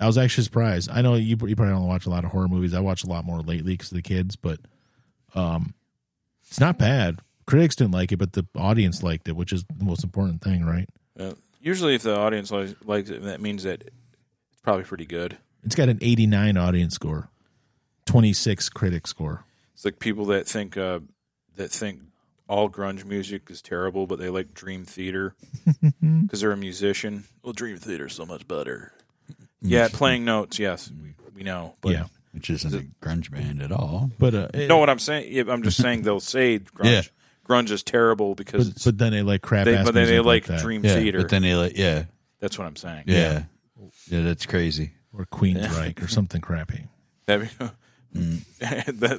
Speaker 4: I was actually surprised. I know you, you probably don't watch a lot of horror movies. I watch a lot more lately because of the kids, but um, it's not bad. Critics didn't like it, but the audience liked it, which is the most important thing, right?
Speaker 3: Uh, usually, if the audience likes, likes it, that means that it's probably pretty good.
Speaker 4: It's got an 89 audience score, 26 critic score.
Speaker 3: It's like people that think uh, that think all grunge music is terrible, but they like Dream
Speaker 5: *laughs*
Speaker 3: Theater because they're a musician. Well, Dream Theater's so much better. Yeah, playing notes. Yes, we, we know. But
Speaker 4: yeah,
Speaker 5: Which isn't a grunge band at all.
Speaker 4: but uh,
Speaker 3: you know what I'm saying? Yeah, I'm just saying they'll
Speaker 5: *laughs*
Speaker 3: say grunge.
Speaker 5: Yeah.
Speaker 3: Grunge is terrible because
Speaker 4: but,
Speaker 3: it's,
Speaker 4: but then they like crap.
Speaker 3: they,
Speaker 4: ass
Speaker 3: but then they
Speaker 4: music
Speaker 3: like
Speaker 4: that.
Speaker 3: Dream
Speaker 5: Yeah,
Speaker 3: Theater.
Speaker 5: but then they like, yeah,
Speaker 3: That's what I'm saying.
Speaker 5: yeah, yeah, That's *laughs* crazy.
Speaker 4: or Queensryche or something crappy.
Speaker 3: That'd be-
Speaker 5: Mm.
Speaker 3: *laughs* that,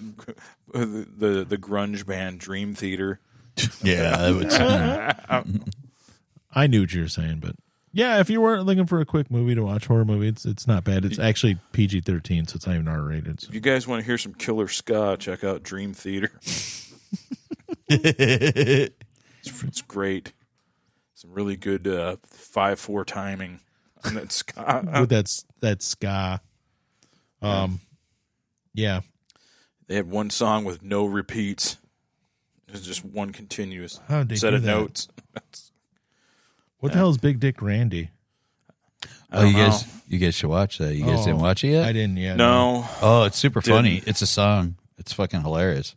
Speaker 3: the, the the grunge band Dream Theater.
Speaker 5: Yeah, that would sound-
Speaker 4: I knew what you were saying, but yeah, if you weren't looking for a quick movie to watch horror movie, it's it's not bad. It's actually PG thirteen, so it's not even R rated. So.
Speaker 3: If you guys want to hear some killer ska, check out Dream
Speaker 4: *laughs*
Speaker 3: Theater. it's, it's great. Some really good uh, five four timing on that ska.
Speaker 4: With that s- that ska, um, yeah,
Speaker 3: They had one song with no repeats. It was just one continuous
Speaker 4: How'd they
Speaker 3: set
Speaker 4: do
Speaker 3: of
Speaker 4: that?
Speaker 3: notes.
Speaker 4: what the hell is Big Dick Randy?
Speaker 3: I
Speaker 5: oh,
Speaker 3: don't
Speaker 5: you guys,
Speaker 3: know.
Speaker 5: you guys should watch that. You guys
Speaker 4: Oh,
Speaker 5: didn't watch it yet?
Speaker 4: I didn't. Yeah,
Speaker 3: No,
Speaker 5: Oh, it's super
Speaker 3: Didn't.
Speaker 5: funny. It's a song. It's fucking hilarious.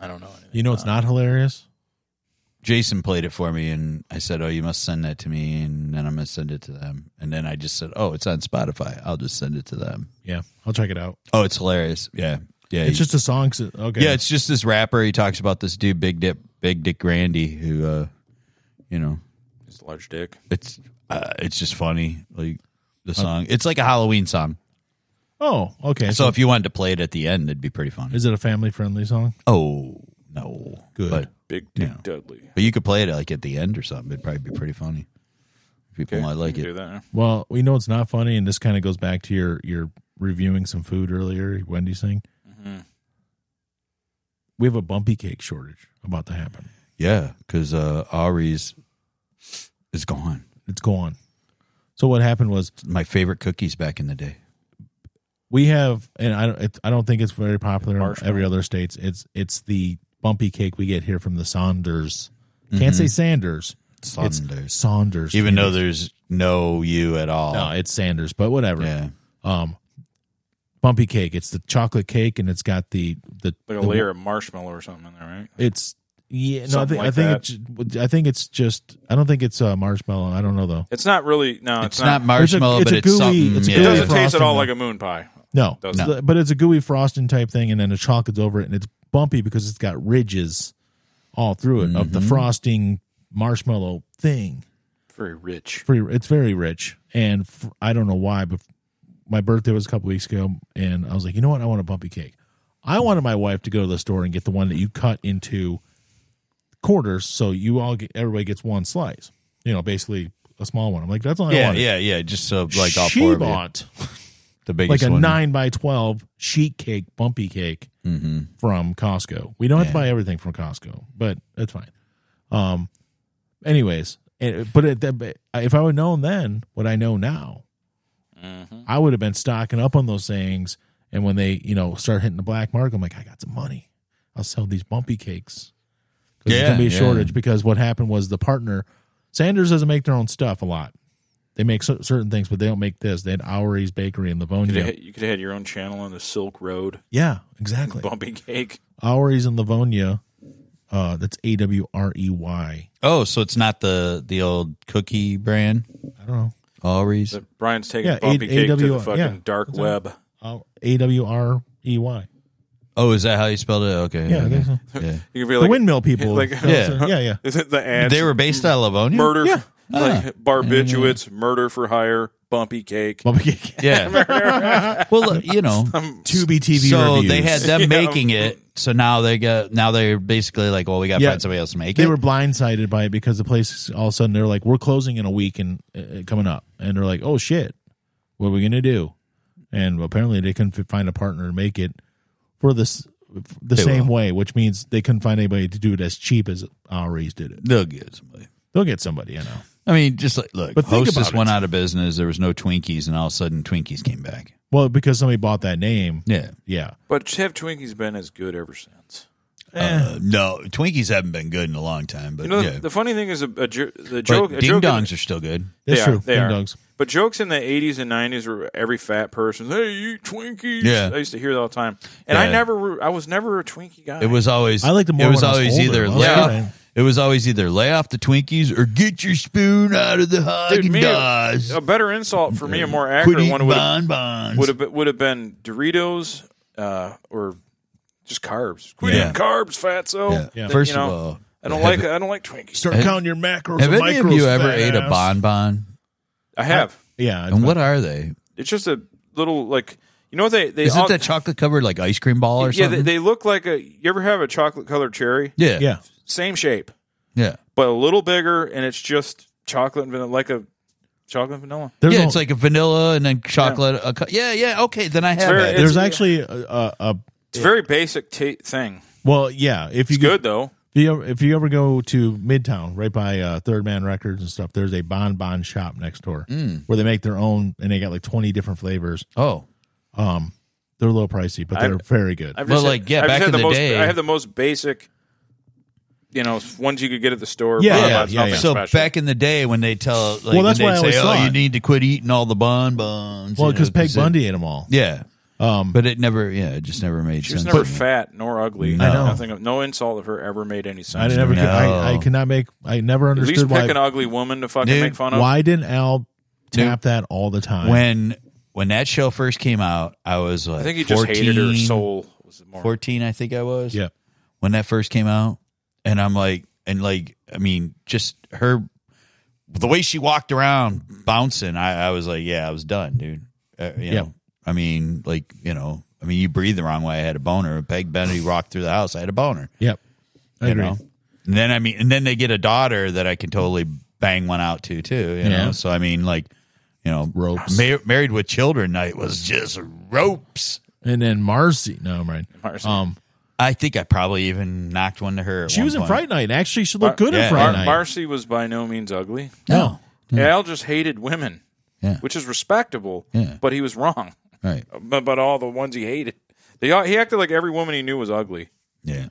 Speaker 3: I don't know. Anything.
Speaker 4: You know it's not hilarious.
Speaker 5: Jason played it for me, and I said, "Oh, you must send that to me," and then I'm gonna send it to them. And then I just said, "Oh, it's on Spotify. I'll just send it to them."
Speaker 4: Yeah, I'll check it out.
Speaker 5: Oh, it's hilarious. Yeah, yeah.
Speaker 4: It's
Speaker 5: you-
Speaker 4: just a song. 'cause it- Okay.
Speaker 5: yeah, it's just this rapper. He talks about this dude, Big Dip, Big Dick Randy, who, uh, you know,
Speaker 3: It's a large dick.
Speaker 5: it's uh, it's just funny. Like the song, it's like a Halloween song.
Speaker 4: oh, okay.
Speaker 5: So
Speaker 4: So,
Speaker 5: if you wanted to play it at the end, it'd be pretty fun.
Speaker 4: is it a family friendly song?
Speaker 5: Oh no,
Speaker 4: Good.
Speaker 5: But,
Speaker 3: Big Dick
Speaker 5: Yeah.
Speaker 3: Dudley.
Speaker 5: but you could play it like at the end or something. It'd probably be pretty funny. People
Speaker 3: Okay,
Speaker 5: might Oh, like
Speaker 3: we can Do
Speaker 5: it.
Speaker 3: that.
Speaker 4: Well, we know it's not funny, and this kind of goes back to your your reviewing some food earlier, Wendy's thing.
Speaker 5: Mm-hmm.
Speaker 4: We have a bumpy cake shortage about to happen.
Speaker 5: Yeah, because uh, Ari's is gone.
Speaker 4: It's gone. So what happened was
Speaker 5: My favorite cookies back in the day.
Speaker 4: we have, and I don't, it, I don't think it's very popular in
Speaker 3: Marshmallow.
Speaker 4: every other states. It's it's the bumpy cake we get here from the Saunders. Can't say Sanders. It's
Speaker 5: Mm-hmm. Saunders.
Speaker 4: Saunders.
Speaker 5: Even though there's no you at all.
Speaker 4: no, it's Sanders, but whatever.
Speaker 5: yeah.
Speaker 4: Um, bumpy cake. It's the chocolate cake, and it's got the the
Speaker 3: Like a
Speaker 4: the-
Speaker 3: layer of marshmallow or something in there, right?
Speaker 4: It's yeah. No, I
Speaker 3: Something
Speaker 4: think I
Speaker 3: like
Speaker 4: think
Speaker 3: that.
Speaker 4: it's, ju- I think it's just I don't think it's uh, marshmallow. I don't know though.
Speaker 3: It's not really. No, it's,
Speaker 5: It's, not,
Speaker 4: It's a-
Speaker 5: marshmallow,
Speaker 4: it's a
Speaker 5: but it's
Speaker 4: gooey-
Speaker 5: something.
Speaker 4: it's a
Speaker 5: yeah.
Speaker 3: It
Speaker 4: gooey
Speaker 3: doesn't taste at
Speaker 4: frosting,
Speaker 3: all
Speaker 4: though.
Speaker 3: like a moon pie.
Speaker 4: No,
Speaker 3: Those-
Speaker 4: It's the- but it's a gooey frosting type thing, and then the chocolate's over it, and it's bumpy because it's got ridges all through it of the
Speaker 5: Mm-hmm.
Speaker 4: frosting marshmallow thing.
Speaker 3: Very rich.
Speaker 4: Pretty, it's very rich, and fr- I don't know why, but my birthday was a couple weeks ago, and I was like, you know what, I want a bumpy cake. I wanted my wife to go to the store and get the one that you cut into quarters, so you all get everybody gets one slice. You know, basically a small one. I'm like, that's all I
Speaker 5: Yeah,
Speaker 4: wanted.
Speaker 5: yeah, yeah. Just so like all
Speaker 4: she
Speaker 5: four of you.
Speaker 4: bought
Speaker 5: the
Speaker 4: like
Speaker 5: biggest
Speaker 4: a
Speaker 5: one.
Speaker 4: nine by twelve sheet cake, bumpy cake
Speaker 5: Mm-hmm.
Speaker 4: from Costco. We don't have to buy everything from Costco, but that's fine. Um, anyways, it, but it, that- if I would known then what I know now,
Speaker 5: Mm-hmm.
Speaker 4: I would have been stocking up on those things. And when they, you know, start hitting the black market, I'm like, I got some money. I'll sell these bumpy cakes. 'Cause There's
Speaker 5: Yeah,
Speaker 4: gonna be a
Speaker 5: yeah.
Speaker 4: shortage because what happened was the partner Sanders doesn't make their own stuff a lot. They make cer- certain things, but they don't make this. They had Ourie's Bakery in
Speaker 3: You
Speaker 4: Livonia.
Speaker 3: could, have, you could have had your own channel on the Silk Road,
Speaker 4: Yeah, exactly.
Speaker 3: bumpy cake.
Speaker 4: Ourie's in Livonia. Uh, that's A W R E Y.
Speaker 5: Oh, so it's not the the old cookie brand,
Speaker 4: I don't know.
Speaker 5: Always.
Speaker 3: That Brian's taking
Speaker 4: Yeah,
Speaker 3: bumpy
Speaker 4: A-
Speaker 3: cake to the
Speaker 4: AWR,
Speaker 3: fucking
Speaker 4: yeah.
Speaker 3: dark
Speaker 4: That's
Speaker 3: web.
Speaker 4: A W R E Y.
Speaker 5: Oh, is that how you spelled it? Okay.
Speaker 4: Yeah, I think so.
Speaker 5: okay. yeah.
Speaker 3: You could be
Speaker 4: the
Speaker 3: like
Speaker 4: windmill people.
Speaker 3: like- *laughs*
Speaker 5: Yeah.
Speaker 4: yeah, yeah.
Speaker 3: Is it the ads?
Speaker 5: They were based out of Livonia.
Speaker 3: murder,
Speaker 4: Yeah.
Speaker 3: like barbiturates, murder for hire, bumpy cake.
Speaker 4: Bumpy Cake.
Speaker 3: *laughs*
Speaker 5: Yeah.
Speaker 4: *laughs*
Speaker 5: well, you know,
Speaker 4: Two B TV
Speaker 5: so
Speaker 4: reviews.
Speaker 5: they had
Speaker 4: *laughs*
Speaker 5: them
Speaker 3: Yeah.
Speaker 5: making it. So now they got now they're basically like, well, we got to
Speaker 4: Yeah.
Speaker 5: find somebody else to make
Speaker 4: They
Speaker 5: it.
Speaker 4: were blindsided by it because the place all of a sudden they're like, "We're closing in a week and uh, coming up," and they're like, "Oh shit, what are we gonna do?" And apparently they couldn't f- find a partner to make it for this the
Speaker 5: They
Speaker 4: same
Speaker 5: will.
Speaker 4: way, which means they couldn't find anybody to do it as cheap as Ourie's did it.
Speaker 5: They'll get somebody.
Speaker 4: They'll get somebody, I know.
Speaker 5: I mean, just like look,
Speaker 4: But think
Speaker 5: Hostess
Speaker 4: about it.
Speaker 5: went out of business. There was no Twinkies, and all of a sudden, Twinkies came back.
Speaker 4: Well, because somebody bought that name.
Speaker 5: Yeah.
Speaker 4: Yeah.
Speaker 3: But have Twinkies been as good ever since?
Speaker 4: Eh.
Speaker 5: Uh, no, Twinkies haven't been good in a long time, but
Speaker 3: You know,
Speaker 5: yeah.
Speaker 3: the, the funny thing is a, a jo- the
Speaker 5: But
Speaker 3: joke. a
Speaker 5: ding
Speaker 3: joke in-
Speaker 5: dongs are still good.
Speaker 4: That's
Speaker 3: they
Speaker 4: true.
Speaker 3: Are, they
Speaker 4: Ding
Speaker 3: are.
Speaker 4: dongs.
Speaker 3: But jokes in the 80s and 90s were every fat person, hey, you eat Twinkies.
Speaker 5: Yeah.
Speaker 3: I used to hear that all the time. And I
Speaker 5: Yeah.
Speaker 3: never, re- I was never a Twinkie guy.
Speaker 5: It was always
Speaker 4: I liked them more
Speaker 5: It was
Speaker 4: when I was
Speaker 5: always
Speaker 4: older.
Speaker 5: either
Speaker 4: When I was
Speaker 5: lay
Speaker 4: a kid,
Speaker 5: off, it was always either lay off the Twinkies or get your spoon out of the
Speaker 3: Dude,
Speaker 5: Haagen
Speaker 3: me,
Speaker 5: Dazs.
Speaker 3: a better insult for me, a more
Speaker 5: Quit
Speaker 3: accurate
Speaker 5: eating
Speaker 3: one would have,
Speaker 5: bonbons.
Speaker 3: would have been, would have been Doritos uh, or just carbs. Quit
Speaker 5: Yeah.
Speaker 3: eating carbs, fatso.
Speaker 5: Yeah.
Speaker 4: Yeah.
Speaker 3: Th-
Speaker 5: First
Speaker 3: you know,
Speaker 5: of all,
Speaker 3: I don't
Speaker 5: have-
Speaker 3: like I don't like Twinkies.
Speaker 4: Start
Speaker 5: Have-
Speaker 4: counting your macros.
Speaker 5: have
Speaker 4: and
Speaker 5: any of
Speaker 4: micros,
Speaker 5: you ever
Speaker 4: fat
Speaker 5: ate a
Speaker 4: ass.
Speaker 5: bonbon?
Speaker 3: I have.
Speaker 4: Yeah.
Speaker 5: And what are they?
Speaker 3: It's just a little like you know what they they
Speaker 5: Is
Speaker 3: all-
Speaker 5: it that chocolate covered like ice cream ball
Speaker 3: yeah
Speaker 5: or
Speaker 3: they,
Speaker 5: something?
Speaker 3: they look like a you ever have a chocolate colored cherry
Speaker 5: yeah,
Speaker 4: Yeah.
Speaker 3: same shape
Speaker 5: yeah.
Speaker 3: but a little bigger and it's just chocolate and vanilla like a chocolate and vanilla
Speaker 4: There's,
Speaker 5: yeah,
Speaker 4: al-
Speaker 5: it's like a vanilla and then chocolate. Yeah, yeah, yeah. Okay, then I have
Speaker 3: very-
Speaker 5: it.
Speaker 3: it's-
Speaker 4: there's actually a, a, a
Speaker 3: it's a very basic ta thing
Speaker 4: well, yeah. If you
Speaker 3: it's
Speaker 4: go-
Speaker 3: good though
Speaker 4: If you, if you ever go to Midtown, right by uh, Third Man Records and stuff, there's a bonbon shop next door
Speaker 5: Mm.
Speaker 4: where they make their own, and they got like 20 different flavors.
Speaker 5: Oh,
Speaker 4: They're a little pricey, but they're very good.
Speaker 3: I've
Speaker 5: Well,
Speaker 3: just had-
Speaker 5: like, yeah,
Speaker 3: I've just
Speaker 5: back
Speaker 3: had
Speaker 5: in
Speaker 3: the,
Speaker 5: the
Speaker 3: most,
Speaker 5: day-
Speaker 3: I have the most basic you know ones you could get at the store
Speaker 4: Yeah,
Speaker 3: blah,
Speaker 4: yeah,
Speaker 3: blah, it's
Speaker 4: yeah,
Speaker 3: nothing
Speaker 4: yeah.
Speaker 5: so
Speaker 3: special.
Speaker 5: back in the day when they tell, like,
Speaker 4: Well, that's
Speaker 5: when
Speaker 4: why I
Speaker 5: they'd
Speaker 4: always
Speaker 5: say, "Oh,
Speaker 4: thought-
Speaker 5: you need to quit eating all the bonbons."
Speaker 4: well,
Speaker 5: you know,
Speaker 4: because Peg
Speaker 5: it-
Speaker 4: Bundy ate them all.
Speaker 5: yeah,
Speaker 4: Um,
Speaker 5: But it never, yeah, it just never made
Speaker 3: She was
Speaker 5: sense.
Speaker 3: never
Speaker 5: to me.
Speaker 3: fat nor ugly.
Speaker 4: I know.
Speaker 3: Nothing of, no insult of her ever made any sense.
Speaker 4: I never,
Speaker 3: to me.
Speaker 4: could, I, I could not make, I never
Speaker 3: At least
Speaker 4: understood
Speaker 3: pick
Speaker 4: why.
Speaker 3: an ugly woman to fucking
Speaker 5: Dude,
Speaker 3: make fun of.
Speaker 4: Why didn't Al
Speaker 5: Dude.
Speaker 4: tap that all the time?
Speaker 5: when when that show first came out, I was like,
Speaker 3: I think he
Speaker 5: 14,
Speaker 3: just hated her soul. Was more.
Speaker 5: Fourteen, I think I was.
Speaker 4: yeah,
Speaker 5: when that first came out, and I'm like, and like, I mean, just her, the way she walked around bouncing, I, I was like, yeah, I was done, dude. Uh, you
Speaker 4: Yeah.
Speaker 5: know, I mean, like, you know, I mean, you breathe the wrong way. I had a boner. Peg Benny walked through the house. I had a boner.
Speaker 4: yep. I
Speaker 5: you
Speaker 4: agree.
Speaker 5: know and then i mean and then they get a daughter that i can totally bang one out to too you
Speaker 4: Yeah.
Speaker 5: know so i mean like you know
Speaker 4: Ropes.
Speaker 5: mar- married with children night was just ropes
Speaker 4: And then Marcy, no, I'm right.
Speaker 3: Marcy.
Speaker 4: Um,
Speaker 5: i think i probably even knocked one to her at
Speaker 4: she
Speaker 5: one
Speaker 4: was in
Speaker 5: point.
Speaker 4: Fright Night. Actually, she looked good in
Speaker 5: yeah.
Speaker 4: Fright
Speaker 3: Mar-
Speaker 4: Night.
Speaker 3: Marcy was by no means ugly.
Speaker 4: no,
Speaker 3: Al just hated women,
Speaker 5: Yeah.
Speaker 3: which is respectable,
Speaker 5: Yeah.
Speaker 3: but he was wrong.
Speaker 5: right
Speaker 3: But, but all the ones he hated, they all, he acted like every woman he knew was ugly.
Speaker 5: yeah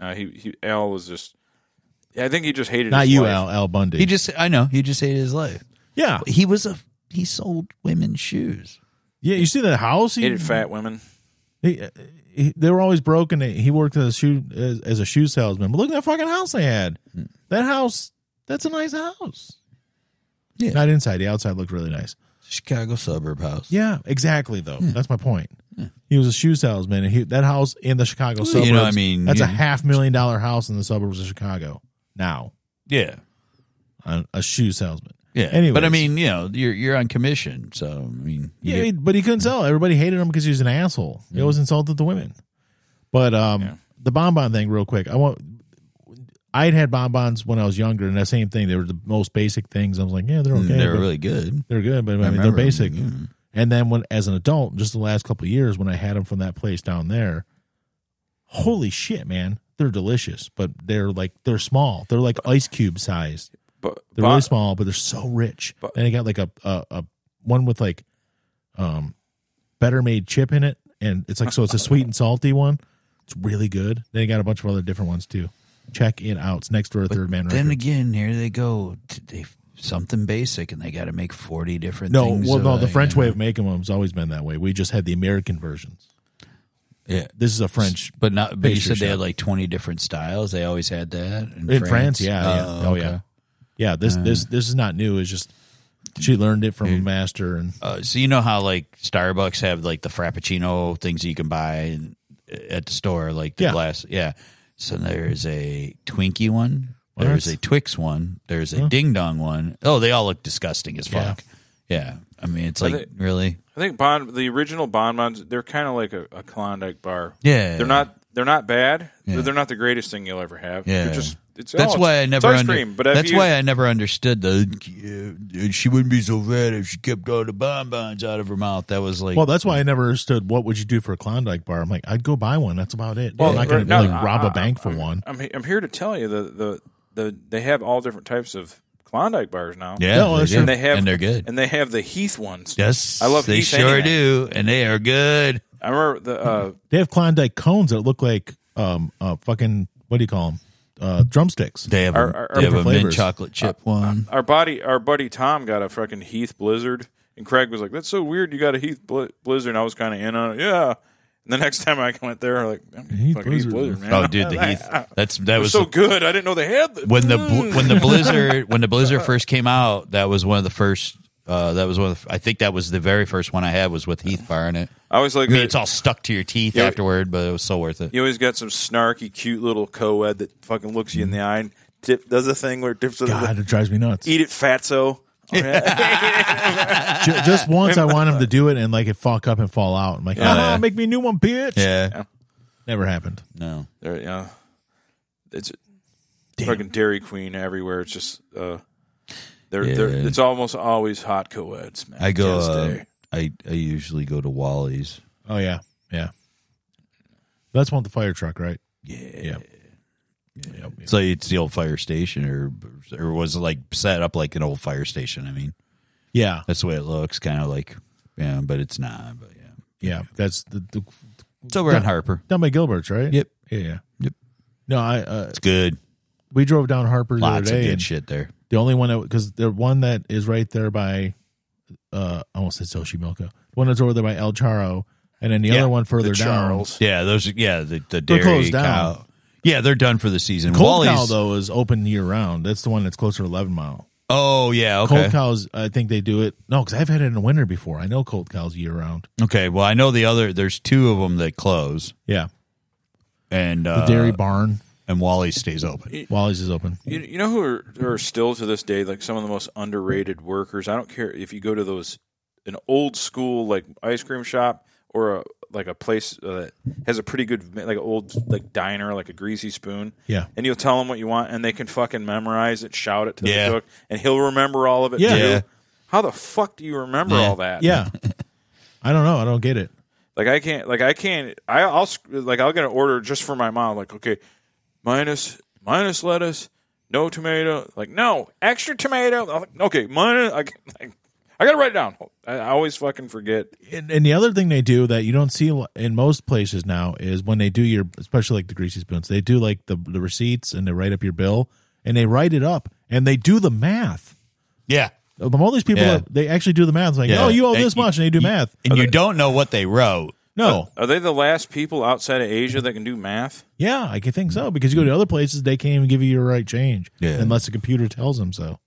Speaker 3: Uh, he, he Al was just. I think he just hated.
Speaker 4: not
Speaker 3: his
Speaker 4: you,
Speaker 3: wife.
Speaker 4: Al. Al Bundy.
Speaker 5: he just i know he just hated his life
Speaker 4: yeah,
Speaker 5: he was a he sold women's shoes
Speaker 4: yeah. You see that house? He,
Speaker 3: Hated fat women.
Speaker 4: he- he- they were always broken. He worked as a shoe as, as a shoe salesman. But look at that fucking house they had. That house, that's a nice house.
Speaker 5: Yeah.
Speaker 4: Not inside. The outside looked really nice.
Speaker 5: chicago suburb house
Speaker 4: Yeah, exactly. Though
Speaker 5: Hmm.
Speaker 4: that's my point. He was a shoe salesman, and he, that house in the Chicago
Speaker 5: Well,
Speaker 4: suburbs.
Speaker 5: you know, I mean,
Speaker 4: that's a
Speaker 5: you-
Speaker 4: half million dollar house in the suburbs of Chicago now.
Speaker 5: yeah
Speaker 4: A, a shoe salesman.
Speaker 5: yeah
Speaker 4: Anyways.
Speaker 5: but i mean you know you're you're on commission so i mean you
Speaker 4: Yeah,
Speaker 5: get- Hmm.
Speaker 4: he- but he couldn't sell. Everybody hated him because he was an asshole. He always insulted the women. But um, the bonbon thing, real quick. I want. I had had bonbons when I was younger, and that same thing. They were the most basic things. I was like, yeah, they're okay.
Speaker 5: mm, they're
Speaker 4: but
Speaker 5: really good
Speaker 4: they're good, but I mean, they're
Speaker 5: remember 'em,
Speaker 4: basic.
Speaker 5: yeah.
Speaker 4: And then when, as an adult, just the last couple of years, when I had them from that place down there, holy shit, man, they're delicious. But they're like they're small. They're like ice cube sized.
Speaker 3: But,
Speaker 4: They're
Speaker 3: but
Speaker 4: really small, but they're so rich.
Speaker 3: But-
Speaker 4: and I got like a, a a one with like um better made chip in it, and it's like so it's a sweet and salty one. It's really good. Then I got a bunch of other different ones too. Check it out. It's next door to Third Man
Speaker 5: Then
Speaker 4: Records.
Speaker 5: again, here they go. T- They something basic, and they got to make forty different.
Speaker 4: No,
Speaker 5: things
Speaker 4: well, no,
Speaker 5: of
Speaker 4: the
Speaker 5: it,
Speaker 4: French
Speaker 5: you
Speaker 4: way
Speaker 5: know?
Speaker 4: of making them has always been that way. We just had the American versions.
Speaker 5: yeah.
Speaker 4: This is a French
Speaker 5: But not. But you
Speaker 4: pastry
Speaker 5: said they
Speaker 4: shop.
Speaker 5: had like twenty different styles. They always had that in,
Speaker 4: in France. yeah,
Speaker 5: Oh,
Speaker 4: yeah. Oh, yeah.
Speaker 5: okay. Uh,
Speaker 4: Yeah, this this this is not new. It's just she learned it from a master and
Speaker 5: Uh, so you know how like Starbucks have like the Frappuccino things you can buy at the store, like the
Speaker 4: Yeah.
Speaker 5: glass. Yeah. So there's a Twinkie one.
Speaker 4: What?
Speaker 5: There's a Twix one. There's a Ding Dong one. Oh, they all look disgusting as
Speaker 4: Yeah.
Speaker 5: fuck. Yeah. I mean, it's
Speaker 3: Are
Speaker 5: like
Speaker 3: they-
Speaker 5: really.
Speaker 3: I think Bond, the original Bonbons, they're kind of like a, a Klondike bar.
Speaker 5: Yeah.
Speaker 3: They're not. They're not bad.
Speaker 5: Yeah.
Speaker 3: They're not the greatest thing you'll ever have.
Speaker 5: Yeah.
Speaker 3: They're just, it's,
Speaker 5: That's
Speaker 3: oh,
Speaker 5: why I
Speaker 3: it's- it's
Speaker 5: never.
Speaker 3: ice
Speaker 5: under-
Speaker 3: cream. But if
Speaker 5: that's
Speaker 3: you-
Speaker 5: why I never understood the. uh, she wouldn't be so fat if she kept all the bonbons out of her mouth. That was like.
Speaker 4: well, that's why I never understood what would you do for a Klondike bar. I'm like, I'd go buy one. That's about it.
Speaker 3: Well,
Speaker 4: I'm not going
Speaker 3: right, no,
Speaker 4: to like rob
Speaker 3: I-
Speaker 4: a
Speaker 3: I-
Speaker 4: bank for one.
Speaker 3: I'm he- I'm here to tell you the the the they have all different types of Klondike bars now.
Speaker 5: yeah,
Speaker 4: No,
Speaker 5: they
Speaker 4: that's
Speaker 5: do.
Speaker 4: true.
Speaker 3: and they have
Speaker 5: and they're good.
Speaker 3: and they have the Heath ones.
Speaker 5: yes,
Speaker 3: I love
Speaker 5: They
Speaker 3: Heath
Speaker 5: sure
Speaker 3: anyway.
Speaker 5: do, and they are good.
Speaker 3: I remember the uh,
Speaker 4: They have Klondike cones that look like um uh fucking what do you call them? Uh, drumsticks.
Speaker 5: They have
Speaker 3: Our- Uh,
Speaker 5: a,
Speaker 3: our-
Speaker 5: they have a
Speaker 4: different
Speaker 5: mint
Speaker 4: flavors.
Speaker 5: chocolate chip one.
Speaker 3: our buddy our buddy Tom got a fucking Heath Blizzard, and Craig was like, "That's so weird. You got a Heath Bli- Blizzard." And I was kind of in on it. Yeah. And the next *laughs* time I went there, I'm like "I'm gonna
Speaker 4: Heath
Speaker 3: fucking Heath
Speaker 4: Blizzard.
Speaker 3: Blizzard, man.
Speaker 5: oh, dude, the Heath. That's that was
Speaker 3: uh, so
Speaker 5: the-
Speaker 3: good. I didn't know they had the Mm.
Speaker 5: when the bl- when the blizzard when
Speaker 3: *laughs*
Speaker 5: the blizzard first came out. That was one of the first. Uh, that was one. Of the, I think that was the very first one I had was with Heath Bar in it.
Speaker 3: I was like,
Speaker 5: I mean,
Speaker 3: that-
Speaker 5: it's all stuck to your teeth
Speaker 3: Yeah.
Speaker 5: afterward, but it was so worth it.
Speaker 3: you always got some snarky, cute little co-ed that fucking looks you in the eye and dip, does a thing where it dips. into
Speaker 4: God,
Speaker 3: The,
Speaker 4: it drives me nuts.
Speaker 3: eat it,
Speaker 5: *laughs*
Speaker 3: fatso. Oh, yeah.
Speaker 4: Ju- just once, I want him to do it and like it fuck up and fall out. I'm like,
Speaker 5: Yeah.
Speaker 4: ah, make me a new one, bitch.
Speaker 5: Yeah.
Speaker 4: Never happened.
Speaker 5: No.
Speaker 3: there, yeah. It's fucking Dairy Queen everywhere. It's just uh, they're,
Speaker 5: Yeah.
Speaker 3: they're it's almost always hot co-eds, man.
Speaker 5: I go.
Speaker 3: Just,
Speaker 5: Uh,
Speaker 3: uh,
Speaker 5: I I usually go to Wally's.
Speaker 4: Oh yeah, yeah. That's one with the fire truck, right? Yeah. Yep, yep.
Speaker 5: It's like it's the old fire station, or or was it like set up like an old fire station? I mean,
Speaker 4: Yeah,
Speaker 5: that's the way it looks, kind of like yeah, but it's not. But yeah,
Speaker 4: yeah. That's the, the
Speaker 5: it's over on Harper.
Speaker 4: down by Gilbert's, right?
Speaker 5: Yep.
Speaker 4: Yeah, yeah.
Speaker 5: Yep.
Speaker 4: No, I uh,
Speaker 5: It's good.
Speaker 4: we drove down Harper the
Speaker 5: Lots
Speaker 4: other
Speaker 5: of
Speaker 4: day.
Speaker 5: good
Speaker 4: and
Speaker 5: shit there.
Speaker 4: The only one that because the one that is right there by, uh, I almost said Xochimilco. The one that's over there by El Charo and then the
Speaker 5: Yeah,
Speaker 4: other one further
Speaker 3: the
Speaker 4: down.
Speaker 3: Charles.
Speaker 5: Yeah, those. Yeah, the the dairy
Speaker 4: closed down.
Speaker 5: cow. Yeah, they're done for the season.
Speaker 4: Cold cow
Speaker 5: Wally's-
Speaker 4: though is open year round. That's the one that's closer to eleven mile.
Speaker 5: Oh yeah. Okay.
Speaker 4: Cold cows, I think they do it. No, because I've had it in the winter before. I know cold cows year round.
Speaker 5: Okay. Well, I know the other. There's two of them that close,
Speaker 4: Yeah,
Speaker 5: and
Speaker 4: the
Speaker 5: uh,
Speaker 4: dairy barn,
Speaker 5: and Wally stays open.
Speaker 4: Wally's is open.
Speaker 3: You, you know who are, who are still to this day like some of the most underrated workers. I don't care if you go to those an old school like ice cream shop or a like a place uh, that has a pretty good like an old like diner like a greasy spoon.
Speaker 4: Yeah.
Speaker 3: and you'll tell them what you want, and they can fucking memorize it, shout it to
Speaker 5: Yeah.
Speaker 3: the cook, and he'll remember all of it.
Speaker 4: Yeah.
Speaker 3: too.
Speaker 5: Yeah.
Speaker 3: How the fuck do you remember
Speaker 5: Yeah.
Speaker 3: all that?
Speaker 4: Yeah, *laughs* I don't know. I don't get it.
Speaker 3: Like I can't. Like I can't. I, I'll sc- like I'll get an order just for my mom. Like okay, minus minus lettuce, no tomato. Like no extra tomato. I'm like, okay, minus. I, I, I gotta write it down. I, I always fucking forget.
Speaker 4: And, and the other thing they do that you don't see in most places now is when they do your, especially like the greasy spoons, they do like the the receipts and they write up your bill and they write it up and they do the math.
Speaker 5: Yeah.
Speaker 4: All these people,
Speaker 5: Yeah.
Speaker 4: they actually do the math. It's like,
Speaker 5: Yeah.
Speaker 4: oh, you owe
Speaker 5: And
Speaker 4: this
Speaker 5: you-
Speaker 4: much, and they do math.
Speaker 5: And you don't know what they wrote. *laughs*
Speaker 4: No,
Speaker 3: Are they the last people outside of Asia that can do math?
Speaker 4: yeah, I can think so because you go to other places, they can't even give you your right change
Speaker 5: Yeah.
Speaker 4: unless the computer tells them so.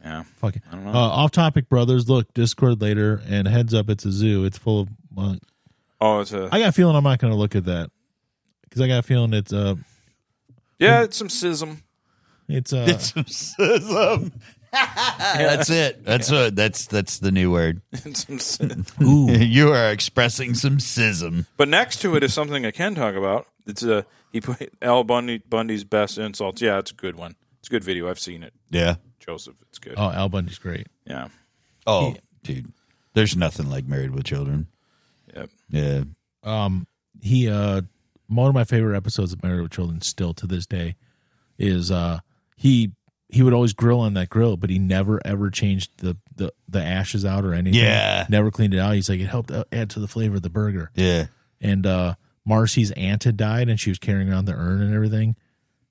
Speaker 3: Yeah.
Speaker 4: Fuck it. Uh, off topic, brothers. Look, Discord later, and heads up, it's a zoo. It's full of. Uh,
Speaker 3: Oh, it's a
Speaker 4: I got a feeling I'm not going to look at that because I got a feeling it's uh
Speaker 3: yeah. It's some sism.
Speaker 4: it's uh
Speaker 5: that's it. That's what. That's that's the new word.
Speaker 3: *laughs* It's some sism.
Speaker 5: *laughs* you are expressing some schism.
Speaker 3: But next to it is something I can talk about. It's a he put *laughs* Al Bundy Bundy's best insults. Yeah, it's a good one. It's a good video. I've seen it,
Speaker 5: Yeah.
Speaker 3: Joseph. It's good.
Speaker 4: oh Al Bundy's great.
Speaker 3: Yeah.
Speaker 5: Oh, dude. There's nothing like Married with Children.
Speaker 3: Yep.
Speaker 5: Yeah.
Speaker 4: Um, he uh one of my favorite episodes of Married with Children still to this day is uh he he would always grill on that grill, but he never ever changed the the the ashes out or anything.
Speaker 5: Yeah.
Speaker 4: never cleaned it out. He's like it helped add to the flavor of the burger.
Speaker 5: Yeah.
Speaker 4: and uh Marcy's aunt had died and she was carrying around the urn and everything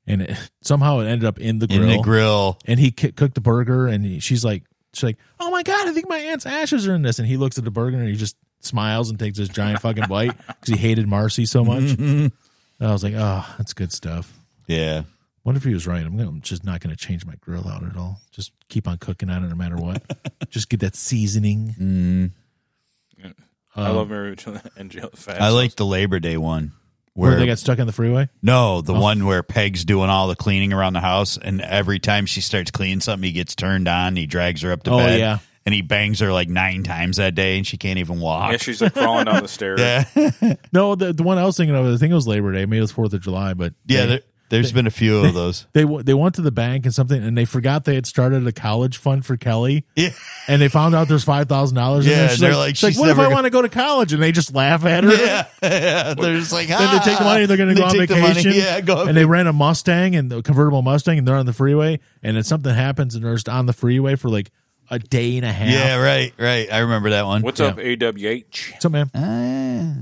Speaker 4: and it, *laughs* somehow it ended up in the grill
Speaker 5: In the grill.
Speaker 4: and he ki- cooked the burger and he, she's like she's like oh my god I think my aunt's ashes are in this and he looks at the burger and he just smiles and takes this giant fucking *laughs* bite because he hated Marcy so *laughs* much and I was like oh that's good stuff
Speaker 5: Yeah.
Speaker 4: wonder if he was right I'm, gonna, I'm just not gonna change my grill out at all just keep on cooking on it no matter *laughs* what just get that seasoning
Speaker 3: I love Mary Mitchell *laughs* and Jill Fast.
Speaker 5: Um, I like the Labor Day one.
Speaker 4: where, they Oh. got stuck on the freeway
Speaker 5: No, the one where Peg's doing all the cleaning around the house, and every time she starts cleaning something, he gets turned on. He drags her up to
Speaker 4: Oh,
Speaker 5: bed,
Speaker 4: yeah.
Speaker 5: and he bangs her like nine times that day, and she can't even
Speaker 3: Yeah,
Speaker 5: walk.
Speaker 3: she's like crawling
Speaker 5: *laughs*
Speaker 3: down the stairs.
Speaker 5: Yeah,
Speaker 4: no the, the one I was thinking of I think it was Labor Day maybe it was 4th of July but
Speaker 5: yeah. There, there's been a few of those.
Speaker 4: they w- they went to the bank and something, and they forgot they had started a college fund for Kelly,
Speaker 5: *laughs* Yeah,
Speaker 4: and they found out there's five thousand dollars.
Speaker 5: Yeah,
Speaker 4: there.
Speaker 5: and
Speaker 4: She's
Speaker 5: they're like,
Speaker 4: she's like,
Speaker 5: she's
Speaker 4: what if
Speaker 5: never
Speaker 4: I
Speaker 5: go-
Speaker 4: want to go to college? And they just laugh at her.
Speaker 5: yeah. They're just like,
Speaker 4: Then they take the money and they're going to
Speaker 5: *laughs* They
Speaker 4: go on
Speaker 5: take the money.
Speaker 4: vacation.
Speaker 5: Yeah, go.
Speaker 4: and they rent a Mustang and a convertible Mustang, and they're on the freeway, and then something happens, and they're just on the freeway for like a day and a half.
Speaker 5: yeah, right, right. I remember that one.
Speaker 3: What's up, AWH?
Speaker 4: So man,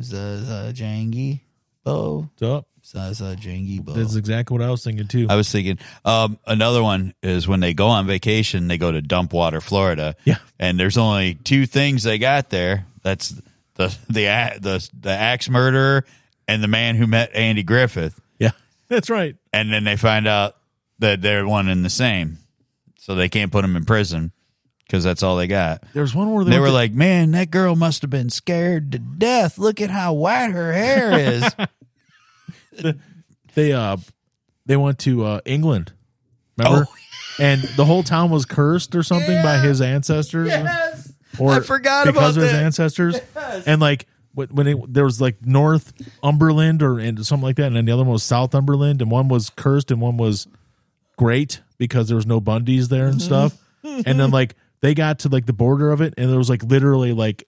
Speaker 5: Zaza Jangy Bo.
Speaker 4: so up.
Speaker 5: Zaza Jangy Bo.
Speaker 4: That's exactly what I was thinking too.
Speaker 5: I was thinking um, another one is when they go on vacation, they go to Dumpwater, Florida.
Speaker 4: Yeah.
Speaker 5: and there's only two things they got there. That's the the a- the the axe murderer and the man who met Andy Griffith.
Speaker 4: yeah, *laughs* that's right.
Speaker 5: And then they find out that they're one and the same, so they can't put him in prison because that's all they got.
Speaker 4: There's one where they,
Speaker 5: They
Speaker 4: went
Speaker 5: were
Speaker 4: to-
Speaker 5: like, "Man, that girl must have been scared to death. Look at how white her hair is."
Speaker 4: they uh they went to uh England. Remember?
Speaker 5: Oh.
Speaker 4: And the whole town was cursed or something by his ancestors. Yes. Or
Speaker 5: I forgot
Speaker 4: because
Speaker 5: about
Speaker 4: of his
Speaker 5: that.
Speaker 4: ancestors. And like when when it, there was like Northumberland or and something like that, and then the other one was Southumberland, and one was cursed and one was great because there was no Bundys there
Speaker 5: Mm-hmm.
Speaker 4: and stuff. and then like they got to like the border of it, and there was like literally like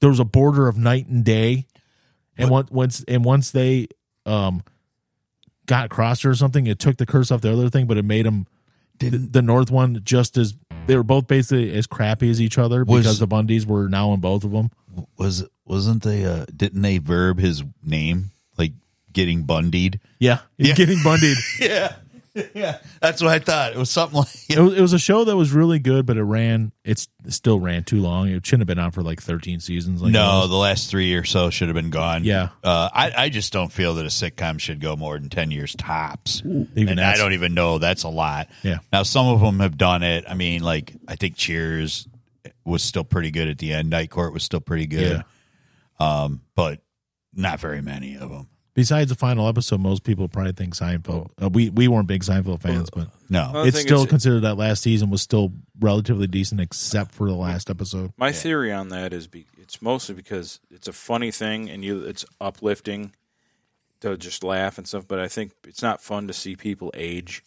Speaker 4: there was a border of night and day. And once once and once they um got crossed or something, it took the curse off the other thing, but it made them the, the north one just as they were both basically as crappy as each other
Speaker 5: Was-
Speaker 4: because the Bundys were now in both of them.
Speaker 5: was wasn't they uh didn't they verb his name like getting bundied
Speaker 4: Yeah, *laughs* getting Bundied.
Speaker 5: *laughs* yeah *laughs* yeah, that's what I thought. It was something like *laughs*
Speaker 4: It was, it was a show that was really good, but it ran. It's it still ran too long. It shouldn't have been on for like thirteen seasons. Like it
Speaker 5: No,
Speaker 4: was.
Speaker 5: the last three or so should have been gone.
Speaker 4: Yeah.
Speaker 5: uh, I I just don't feel that a sitcom should go more than ten years tops.
Speaker 4: Even
Speaker 5: and I
Speaker 4: that's-
Speaker 5: don't even know that's a lot.
Speaker 4: Yeah.
Speaker 5: Now some of them have done it. I mean, like I think Cheers was still pretty good at the end. Night Court was still pretty good. Um, but not very many of them.
Speaker 4: Besides the final episode, most people probably think Seinfeld. Uh, we we weren't big Seinfeld fans, but
Speaker 5: No.
Speaker 3: Well, I
Speaker 4: it's
Speaker 3: think
Speaker 4: still
Speaker 3: it's-
Speaker 4: considered that last season was still relatively decent, except for the last episode.
Speaker 3: My theory on that is be, it's mostly because it's a funny thing and you it's uplifting to just laugh and stuff. But I think it's not fun to see people age.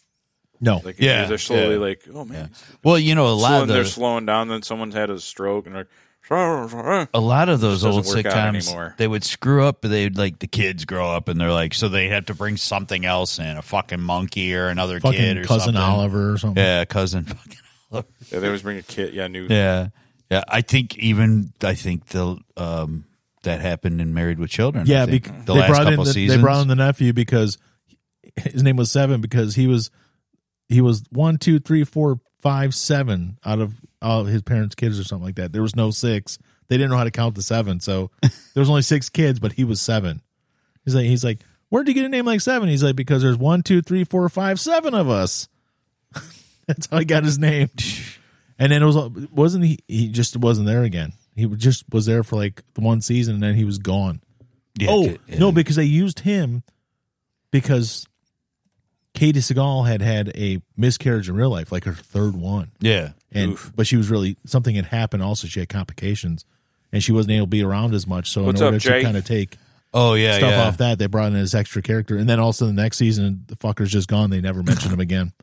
Speaker 4: No,
Speaker 3: Like
Speaker 5: Yeah,
Speaker 3: they're slowly
Speaker 5: yeah.
Speaker 3: like, oh man,
Speaker 5: well, you know, a lot
Speaker 3: slowing,
Speaker 5: of
Speaker 3: they're
Speaker 5: the,
Speaker 3: slowing down. Then someone's had a stroke and they're
Speaker 5: a lot of those
Speaker 3: doesn't
Speaker 5: old
Speaker 3: work out
Speaker 5: sitcoms
Speaker 3: anymore.
Speaker 5: they would screw up. They'd like the kids grow up and they're like, so they have to bring something else in, a fucking monkey or another kid
Speaker 4: fucking
Speaker 5: or
Speaker 4: cousin
Speaker 5: something.
Speaker 4: Oliver or something.
Speaker 5: Yeah, cousin fucking Oliver.
Speaker 3: yeah, they always bring a kid. Yeah, new.
Speaker 5: Yeah, yeah. I think even I think the um that happened in Married with Children. I
Speaker 4: Yeah,
Speaker 5: think.
Speaker 4: bec-
Speaker 5: the
Speaker 4: they
Speaker 5: last
Speaker 4: brought in
Speaker 5: couple
Speaker 4: the,
Speaker 5: seasons.
Speaker 4: they brought in the nephew because his name was Seven because he was he was one, two, three, four, five, seven out of all his parents' kids or something like that. There was no six. They didn't know how to count to seven,
Speaker 5: *laughs*
Speaker 4: so there was only six kids, but he was seven. He's like he's like, where'd you get a name like seven? He's like because there's one, two, three, four, five, seven of us. *laughs* That's how he got his name. And then it was wasn't he? He just wasn't there again. He just was there for like the one season, and then he was gone
Speaker 5: Yeah,
Speaker 4: oh
Speaker 5: yeah.
Speaker 4: no, because they used him because Katie Seagal had had a miscarriage in real life, like her third one,
Speaker 5: yeah,
Speaker 4: and but she was really something had happened. Also, she had complications, and she wasn't able to be around as much. So
Speaker 3: What's
Speaker 4: in
Speaker 3: up,
Speaker 4: order to
Speaker 3: Jay?
Speaker 4: kind of take
Speaker 5: oh yeah,
Speaker 4: stuff
Speaker 5: yeah.
Speaker 4: off that, they brought in this extra character, and then also the next season, the fucker's just gone. They never mentioned him again.
Speaker 5: *laughs*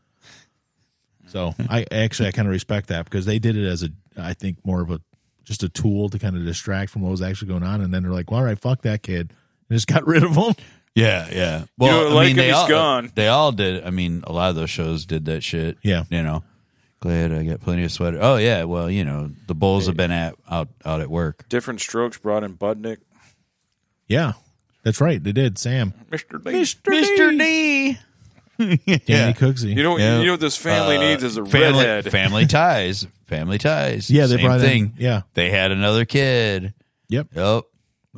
Speaker 4: So I actually I kind of respect that because they did it as a I think more of a just a tool to kind of distract from what was actually going on, and then they're like, well, all right, fuck that kid, and just *laughs* got rid of him.
Speaker 5: Yeah, yeah. Well,
Speaker 3: don't like
Speaker 5: I mean,
Speaker 3: him,
Speaker 5: they
Speaker 3: he's
Speaker 5: all,
Speaker 3: gone.
Speaker 5: They all did. I mean, a lot of those shows did that shit.
Speaker 4: Yeah.
Speaker 5: you know. Glad I got plenty of sweater. Oh yeah, well you know the Bulls have been at out out at work.
Speaker 3: Different strokes brought in Budnick,
Speaker 4: Yeah, that's right, they did. Sam,
Speaker 3: Mister Lee.
Speaker 4: Mister
Speaker 5: D. *laughs*
Speaker 4: Danny Cooksey.
Speaker 3: You know, what
Speaker 5: Yeah.
Speaker 3: you know what this family
Speaker 5: Uh,
Speaker 3: needs is a
Speaker 5: family,
Speaker 3: redhead.
Speaker 4: *laughs*
Speaker 5: Family ties. Family ties.
Speaker 4: yeah, they
Speaker 5: Same
Speaker 4: brought
Speaker 5: thing.
Speaker 4: in. Yeah,
Speaker 5: They had another kid.
Speaker 4: yep.
Speaker 5: Yep.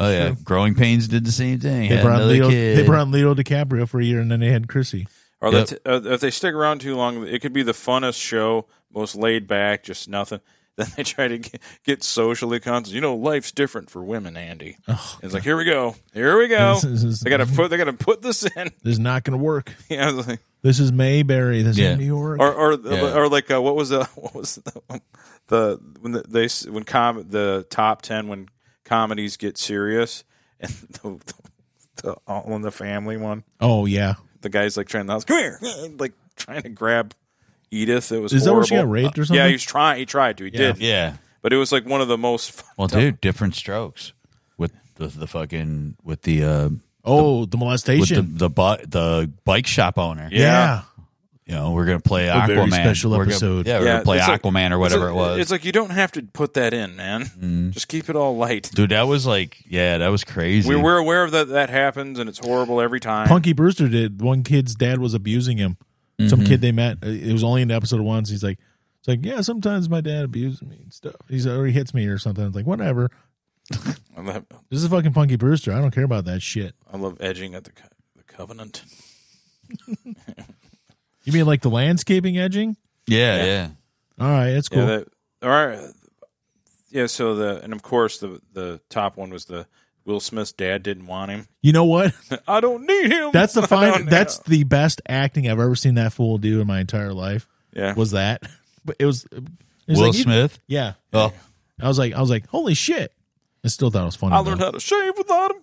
Speaker 5: Oh yeah, Growing Pains did the same thing.
Speaker 4: They
Speaker 5: Had
Speaker 4: brought
Speaker 5: another
Speaker 4: Leo.
Speaker 5: kid.
Speaker 4: They brought in Leo DiCaprio for a year, and then they had Chrissy.
Speaker 3: Or
Speaker 5: Yep.
Speaker 3: they t- uh, if they stick around too long, it could be the funnest show, most laid back, just nothing. *laughs* Then they try to get, get socially conscious. You know, life's different for women, Andy. it's like here we go, here we go.
Speaker 4: Oh, This is- this is-
Speaker 3: they gotta put they gotta put this in. *laughs*
Speaker 4: This is not going to work.
Speaker 3: yeah, I was like,
Speaker 4: This is Mayberry. This
Speaker 5: Yeah.
Speaker 4: is New York.
Speaker 3: or or
Speaker 5: Yeah.
Speaker 3: or like uh, what was the *laughs* what was the the when the, they s- when com the top ten when comedies get serious *laughs* and the, the, the all in the family one
Speaker 4: oh yeah,
Speaker 3: the guy's like trying to come here, *laughs* like trying to grab Edith. It was
Speaker 4: Is that where she
Speaker 3: horrible.
Speaker 4: got raped or
Speaker 3: Uh, Yeah,
Speaker 4: something?
Speaker 3: he was trying. He tried to. He did.
Speaker 5: Yeah.
Speaker 3: But it was like one of the most. *laughs* fucked
Speaker 5: Well,
Speaker 3: up-
Speaker 5: dude, different strokes with the, the fucking with the uh,
Speaker 4: Oh, the
Speaker 5: with the
Speaker 4: molestation.
Speaker 5: the, bu- the bike shop owner.
Speaker 3: Yeah.
Speaker 5: You know, we're gonna play Aquaman.
Speaker 4: very special
Speaker 5: We're gonna-
Speaker 4: episode.
Speaker 5: yeah, we're
Speaker 3: Yeah,
Speaker 5: gonna play
Speaker 3: it's like-
Speaker 5: Aquaman or
Speaker 3: It's
Speaker 5: whatever
Speaker 3: like-
Speaker 5: it was. Mm-hmm.
Speaker 3: It's like you don't have to put that in, man. Just keep it all
Speaker 5: *laughs*
Speaker 3: light.
Speaker 5: dude, that was like, yeah, that was crazy.
Speaker 3: We we're aware of that. That happens, and it's horrible every time.
Speaker 4: Punky Brewster did. One kid's dad was abusing him. Some kid they met. uh, It was only in episode one. so He's like, it's like, yeah. Sometimes my dad abuses me and stuff. He's or he hits me or something. It's like whatever.
Speaker 3: I love,
Speaker 4: This is fucking Punky Brewster. I don't care about that shit.
Speaker 3: I love edging at the, co- the covenant.
Speaker 4: You mean like the landscaping edging?
Speaker 5: yeah, yeah,
Speaker 4: All right, that's cool.
Speaker 3: Yeah, that, all right. Yeah. So the and of course the the top one was the Will Smith's dad didn't want him. *laughs*
Speaker 4: you know what?
Speaker 3: I don't need him.
Speaker 4: That's the
Speaker 3: I
Speaker 4: fine.
Speaker 3: don't-
Speaker 4: That's the best acting I've ever seen that fool do in my entire life.
Speaker 3: yeah.
Speaker 4: Was that? *laughs* But it was. It was
Speaker 5: Will
Speaker 4: like, you-
Speaker 5: Smith.
Speaker 4: yeah.
Speaker 5: Oh,
Speaker 4: I was like, I was like, holy shit. I still thought it was funny.
Speaker 3: I
Speaker 4: though.
Speaker 3: learned how to shave without him.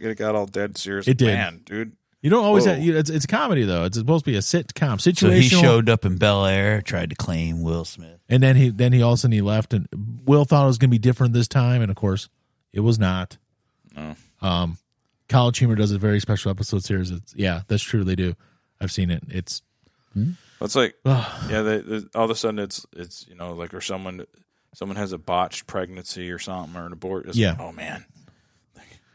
Speaker 3: It got all dead serious.
Speaker 4: Mm-hmm. It did.
Speaker 3: Man, dude.
Speaker 4: You don't always
Speaker 3: Whoa.
Speaker 4: have, you, it's, it's comedy though. It's supposed to be a sitcom situational.
Speaker 5: so he showed up in Bel Air, tried to claim Will Smith.
Speaker 4: and then he then he all of a sudden he left, and Will thought it was going to be different this time, and of course, it was not.
Speaker 5: Oh.
Speaker 4: Um, College Humor does a very special episode series. It's, yeah, that's true. They do. I've seen it. It's
Speaker 3: It's like, yeah, they, they, all of a sudden it's, it's you know, like, or someone someone has a botched pregnancy or something or an abort. It's
Speaker 4: Yeah.
Speaker 3: Like, oh, man.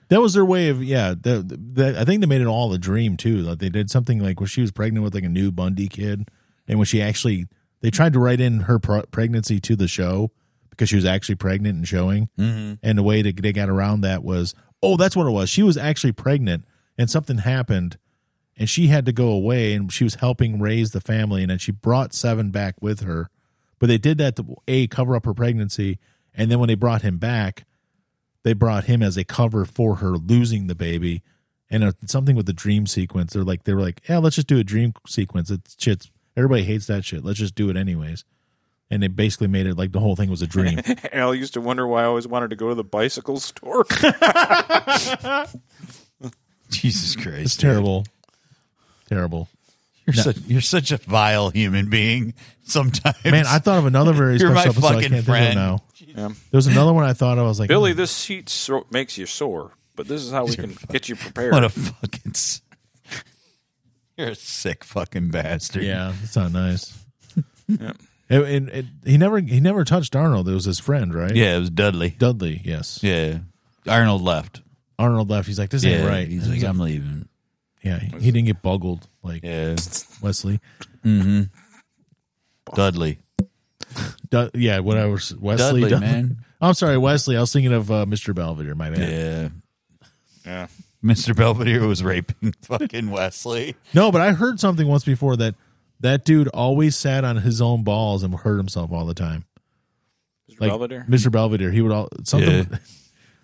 Speaker 4: That was their way of yeah. That, that I think they made it all a dream too. That they did something like where she was pregnant with like a new Bundy kid, and when she actually they tried to write in her pro- pregnancy to the show because she was actually pregnant and showing. Mm-hmm. And the way that they got around that was oh that's what it was. She was actually pregnant and something happened, and she had to go away and she was helping raise the family and then she brought Seven back with her, but they did that to a cover up her pregnancy and then when they brought him back they brought him as a cover for her losing the baby and uh something with the dream sequence they're like they were like yeah let's just do a dream sequence it's shit's everybody hates that shit let's just do it anyways and they basically made it like the whole thing was a dream
Speaker 3: Al used to wonder why *laughs* I always wanted to go to the bicycle *laughs* store.
Speaker 5: *laughs* Jesus Christ,
Speaker 4: it's terrible terrible
Speaker 5: You're, such, you're such a vile human being. Sometimes,
Speaker 4: man i thought of another very special
Speaker 5: You're my
Speaker 4: episode i
Speaker 5: fucking
Speaker 4: can't think of it
Speaker 5: friend.
Speaker 4: now
Speaker 3: Yeah.
Speaker 4: there's another one i thought of, i was like
Speaker 3: Billy, this seat so- makes you sore, but this is how we can get you prepared.
Speaker 5: *laughs* what a fucking. s- You're a sick fucking bastard.
Speaker 4: "Mm, Yeah, it's not nice. And, and- and he never he never touched Arnold. It was his friend, right?
Speaker 5: yeah, it was Dudley.
Speaker 4: Dudley. Yes.
Speaker 5: Yeah, Arnold left.
Speaker 4: Arnold left. He's like, this ain't
Speaker 5: Yeah,
Speaker 4: right.
Speaker 5: He's like, I'm leaving.
Speaker 4: yeah, he didn't get boggled like *laughs*
Speaker 5: Yeah,
Speaker 4: Wesley.
Speaker 5: Dudley.
Speaker 4: Du- yeah, whatever. Wesley.
Speaker 5: Dudley,
Speaker 4: Dud-
Speaker 5: man.
Speaker 4: I'm sorry, Wesley. I was thinking of uh, Mr. Belvedere. My
Speaker 5: Yeah.
Speaker 4: man.
Speaker 3: yeah.
Speaker 5: Mr. Belvedere was raping *laughs* fucking Wesley.
Speaker 4: No, but I heard something once before that that dude always sat on his own balls and hurt himself all the time.
Speaker 3: Mr.
Speaker 4: Like
Speaker 3: Belvedere?
Speaker 4: Mr. Belvedere, he would all something.
Speaker 5: *laughs* Yeah.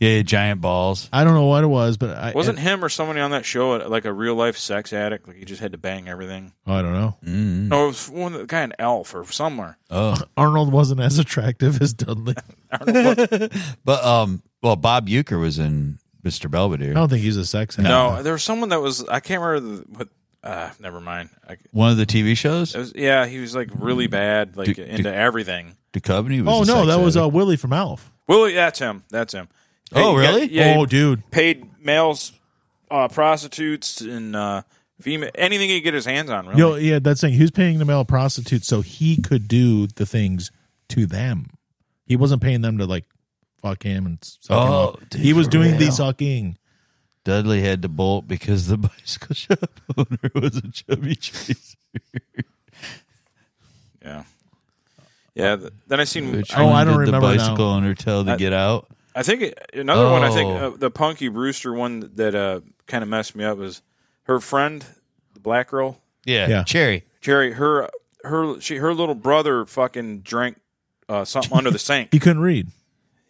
Speaker 5: Yeah, giant balls.
Speaker 4: I don't know what it was, but I
Speaker 3: Wasn't him or somebody on that show like a real life sex addict? Like he just had to bang everything.
Speaker 4: Oh, I don't know.
Speaker 3: No, it was one the guy in Elf or somewhere.
Speaker 5: Oh,
Speaker 4: *laughs* Arnold wasn't as attractive as Dudley.
Speaker 5: but um, well, Bob Euchre was in Mr.
Speaker 4: I
Speaker 5: Belvedere.
Speaker 4: don't think he's a sex. addict.
Speaker 3: No, there was someone that was I can't remember the, what. Uh, never mind. I, it
Speaker 5: One of the TV shows,
Speaker 3: was, yeah, he was like really bad, like
Speaker 5: Do- do-
Speaker 3: into everything.
Speaker 5: Duchovny
Speaker 4: Oh
Speaker 5: was. a
Speaker 4: no,
Speaker 5: sex
Speaker 4: that was uh,
Speaker 5: addict.
Speaker 4: Willie from Alf.
Speaker 3: Willie, that's him. That's him.
Speaker 5: Oh,
Speaker 3: Hey,
Speaker 5: really?
Speaker 3: Yeah,
Speaker 4: Oh,
Speaker 3: he
Speaker 4: dude,
Speaker 3: paid males, uh, prostitutes, and uh, female anything he could get his hands on. Really,
Speaker 4: yo, yeah, that's thing. He was paying the male prostitutes so he could do the things to them. He wasn't paying them to like fuck him and suck him
Speaker 5: Oh,
Speaker 4: up.
Speaker 5: dude,
Speaker 4: he was
Speaker 5: for
Speaker 4: doing the
Speaker 5: real.
Speaker 4: sucking.
Speaker 5: Dudley had to bolt because the *laughs* bicycle shop owner *laughs* was a chubby chaser.
Speaker 3: yeah, yeah. th- then I seen.
Speaker 5: Which
Speaker 4: *laughs* Oh,
Speaker 5: one
Speaker 4: I don't
Speaker 5: did
Speaker 4: remember
Speaker 5: The
Speaker 4: now.
Speaker 5: bicycle owner tell to
Speaker 3: I-
Speaker 5: get out.
Speaker 3: I think it- another one. I think uh,
Speaker 5: Oh.
Speaker 3: the Punky Brewster one that uh, kind of messed me up was her friend, the black girl,
Speaker 5: Yeah,
Speaker 4: Yeah.
Speaker 5: Cherry.
Speaker 3: Jerry. Her her she her little brother fucking drank uh, something under the sink,
Speaker 4: He *laughs* couldn't read.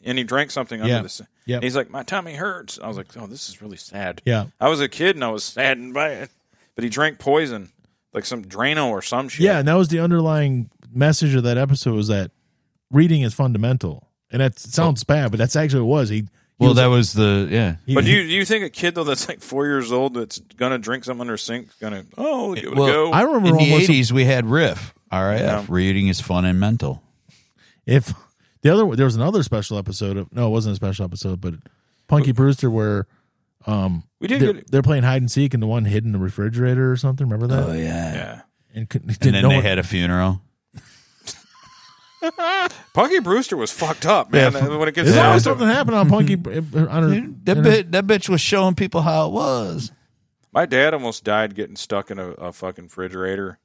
Speaker 3: and he drank something
Speaker 4: Yeah.
Speaker 3: under the sink.
Speaker 4: Yep.
Speaker 3: And he's like, my tummy hurts. I was like, oh, this is really sad.
Speaker 4: Yeah,
Speaker 3: I was a kid and I was saddened by it, but he drank poison, like some Drano or some shit.
Speaker 4: yeah, and that was the underlying message of that episode was that reading is fundamental, and that sounds bad, but that's actually what it was. He, he
Speaker 5: Well,
Speaker 4: was-
Speaker 5: that was the yeah.
Speaker 4: he-
Speaker 3: But do
Speaker 4: he-
Speaker 3: you do you think a kid though that's like four years old that's gonna drink something under a sink is gonna oh we'll give it
Speaker 5: Well,
Speaker 3: a go?
Speaker 4: I remember
Speaker 5: In the
Speaker 4: almost
Speaker 5: eighties, we had Riff. RIF.
Speaker 3: Yeah.
Speaker 5: Reading is fun and mental.
Speaker 4: if the other there was another special episode of no it wasn't a special episode but punky brewster where um
Speaker 3: we did
Speaker 4: they're,
Speaker 3: good.
Speaker 4: they're playing hide and seek and the one hid in the refrigerator or something remember that
Speaker 5: Oh, yeah.
Speaker 3: Yeah.
Speaker 4: and couldn't-
Speaker 5: And
Speaker 4: Oh, didn't
Speaker 5: then
Speaker 4: know
Speaker 5: they
Speaker 4: what-
Speaker 5: had a funeral.
Speaker 3: Punky Brewster was fucked up, man. When it gets
Speaker 4: there's
Speaker 3: down
Speaker 4: always
Speaker 3: to
Speaker 4: something happened on
Speaker 5: *laughs*
Speaker 4: punky on her,
Speaker 5: That
Speaker 4: in her-
Speaker 5: bit, that bitch was showing people how it was.
Speaker 3: my dad almost died getting stuck in a, a fucking refrigerator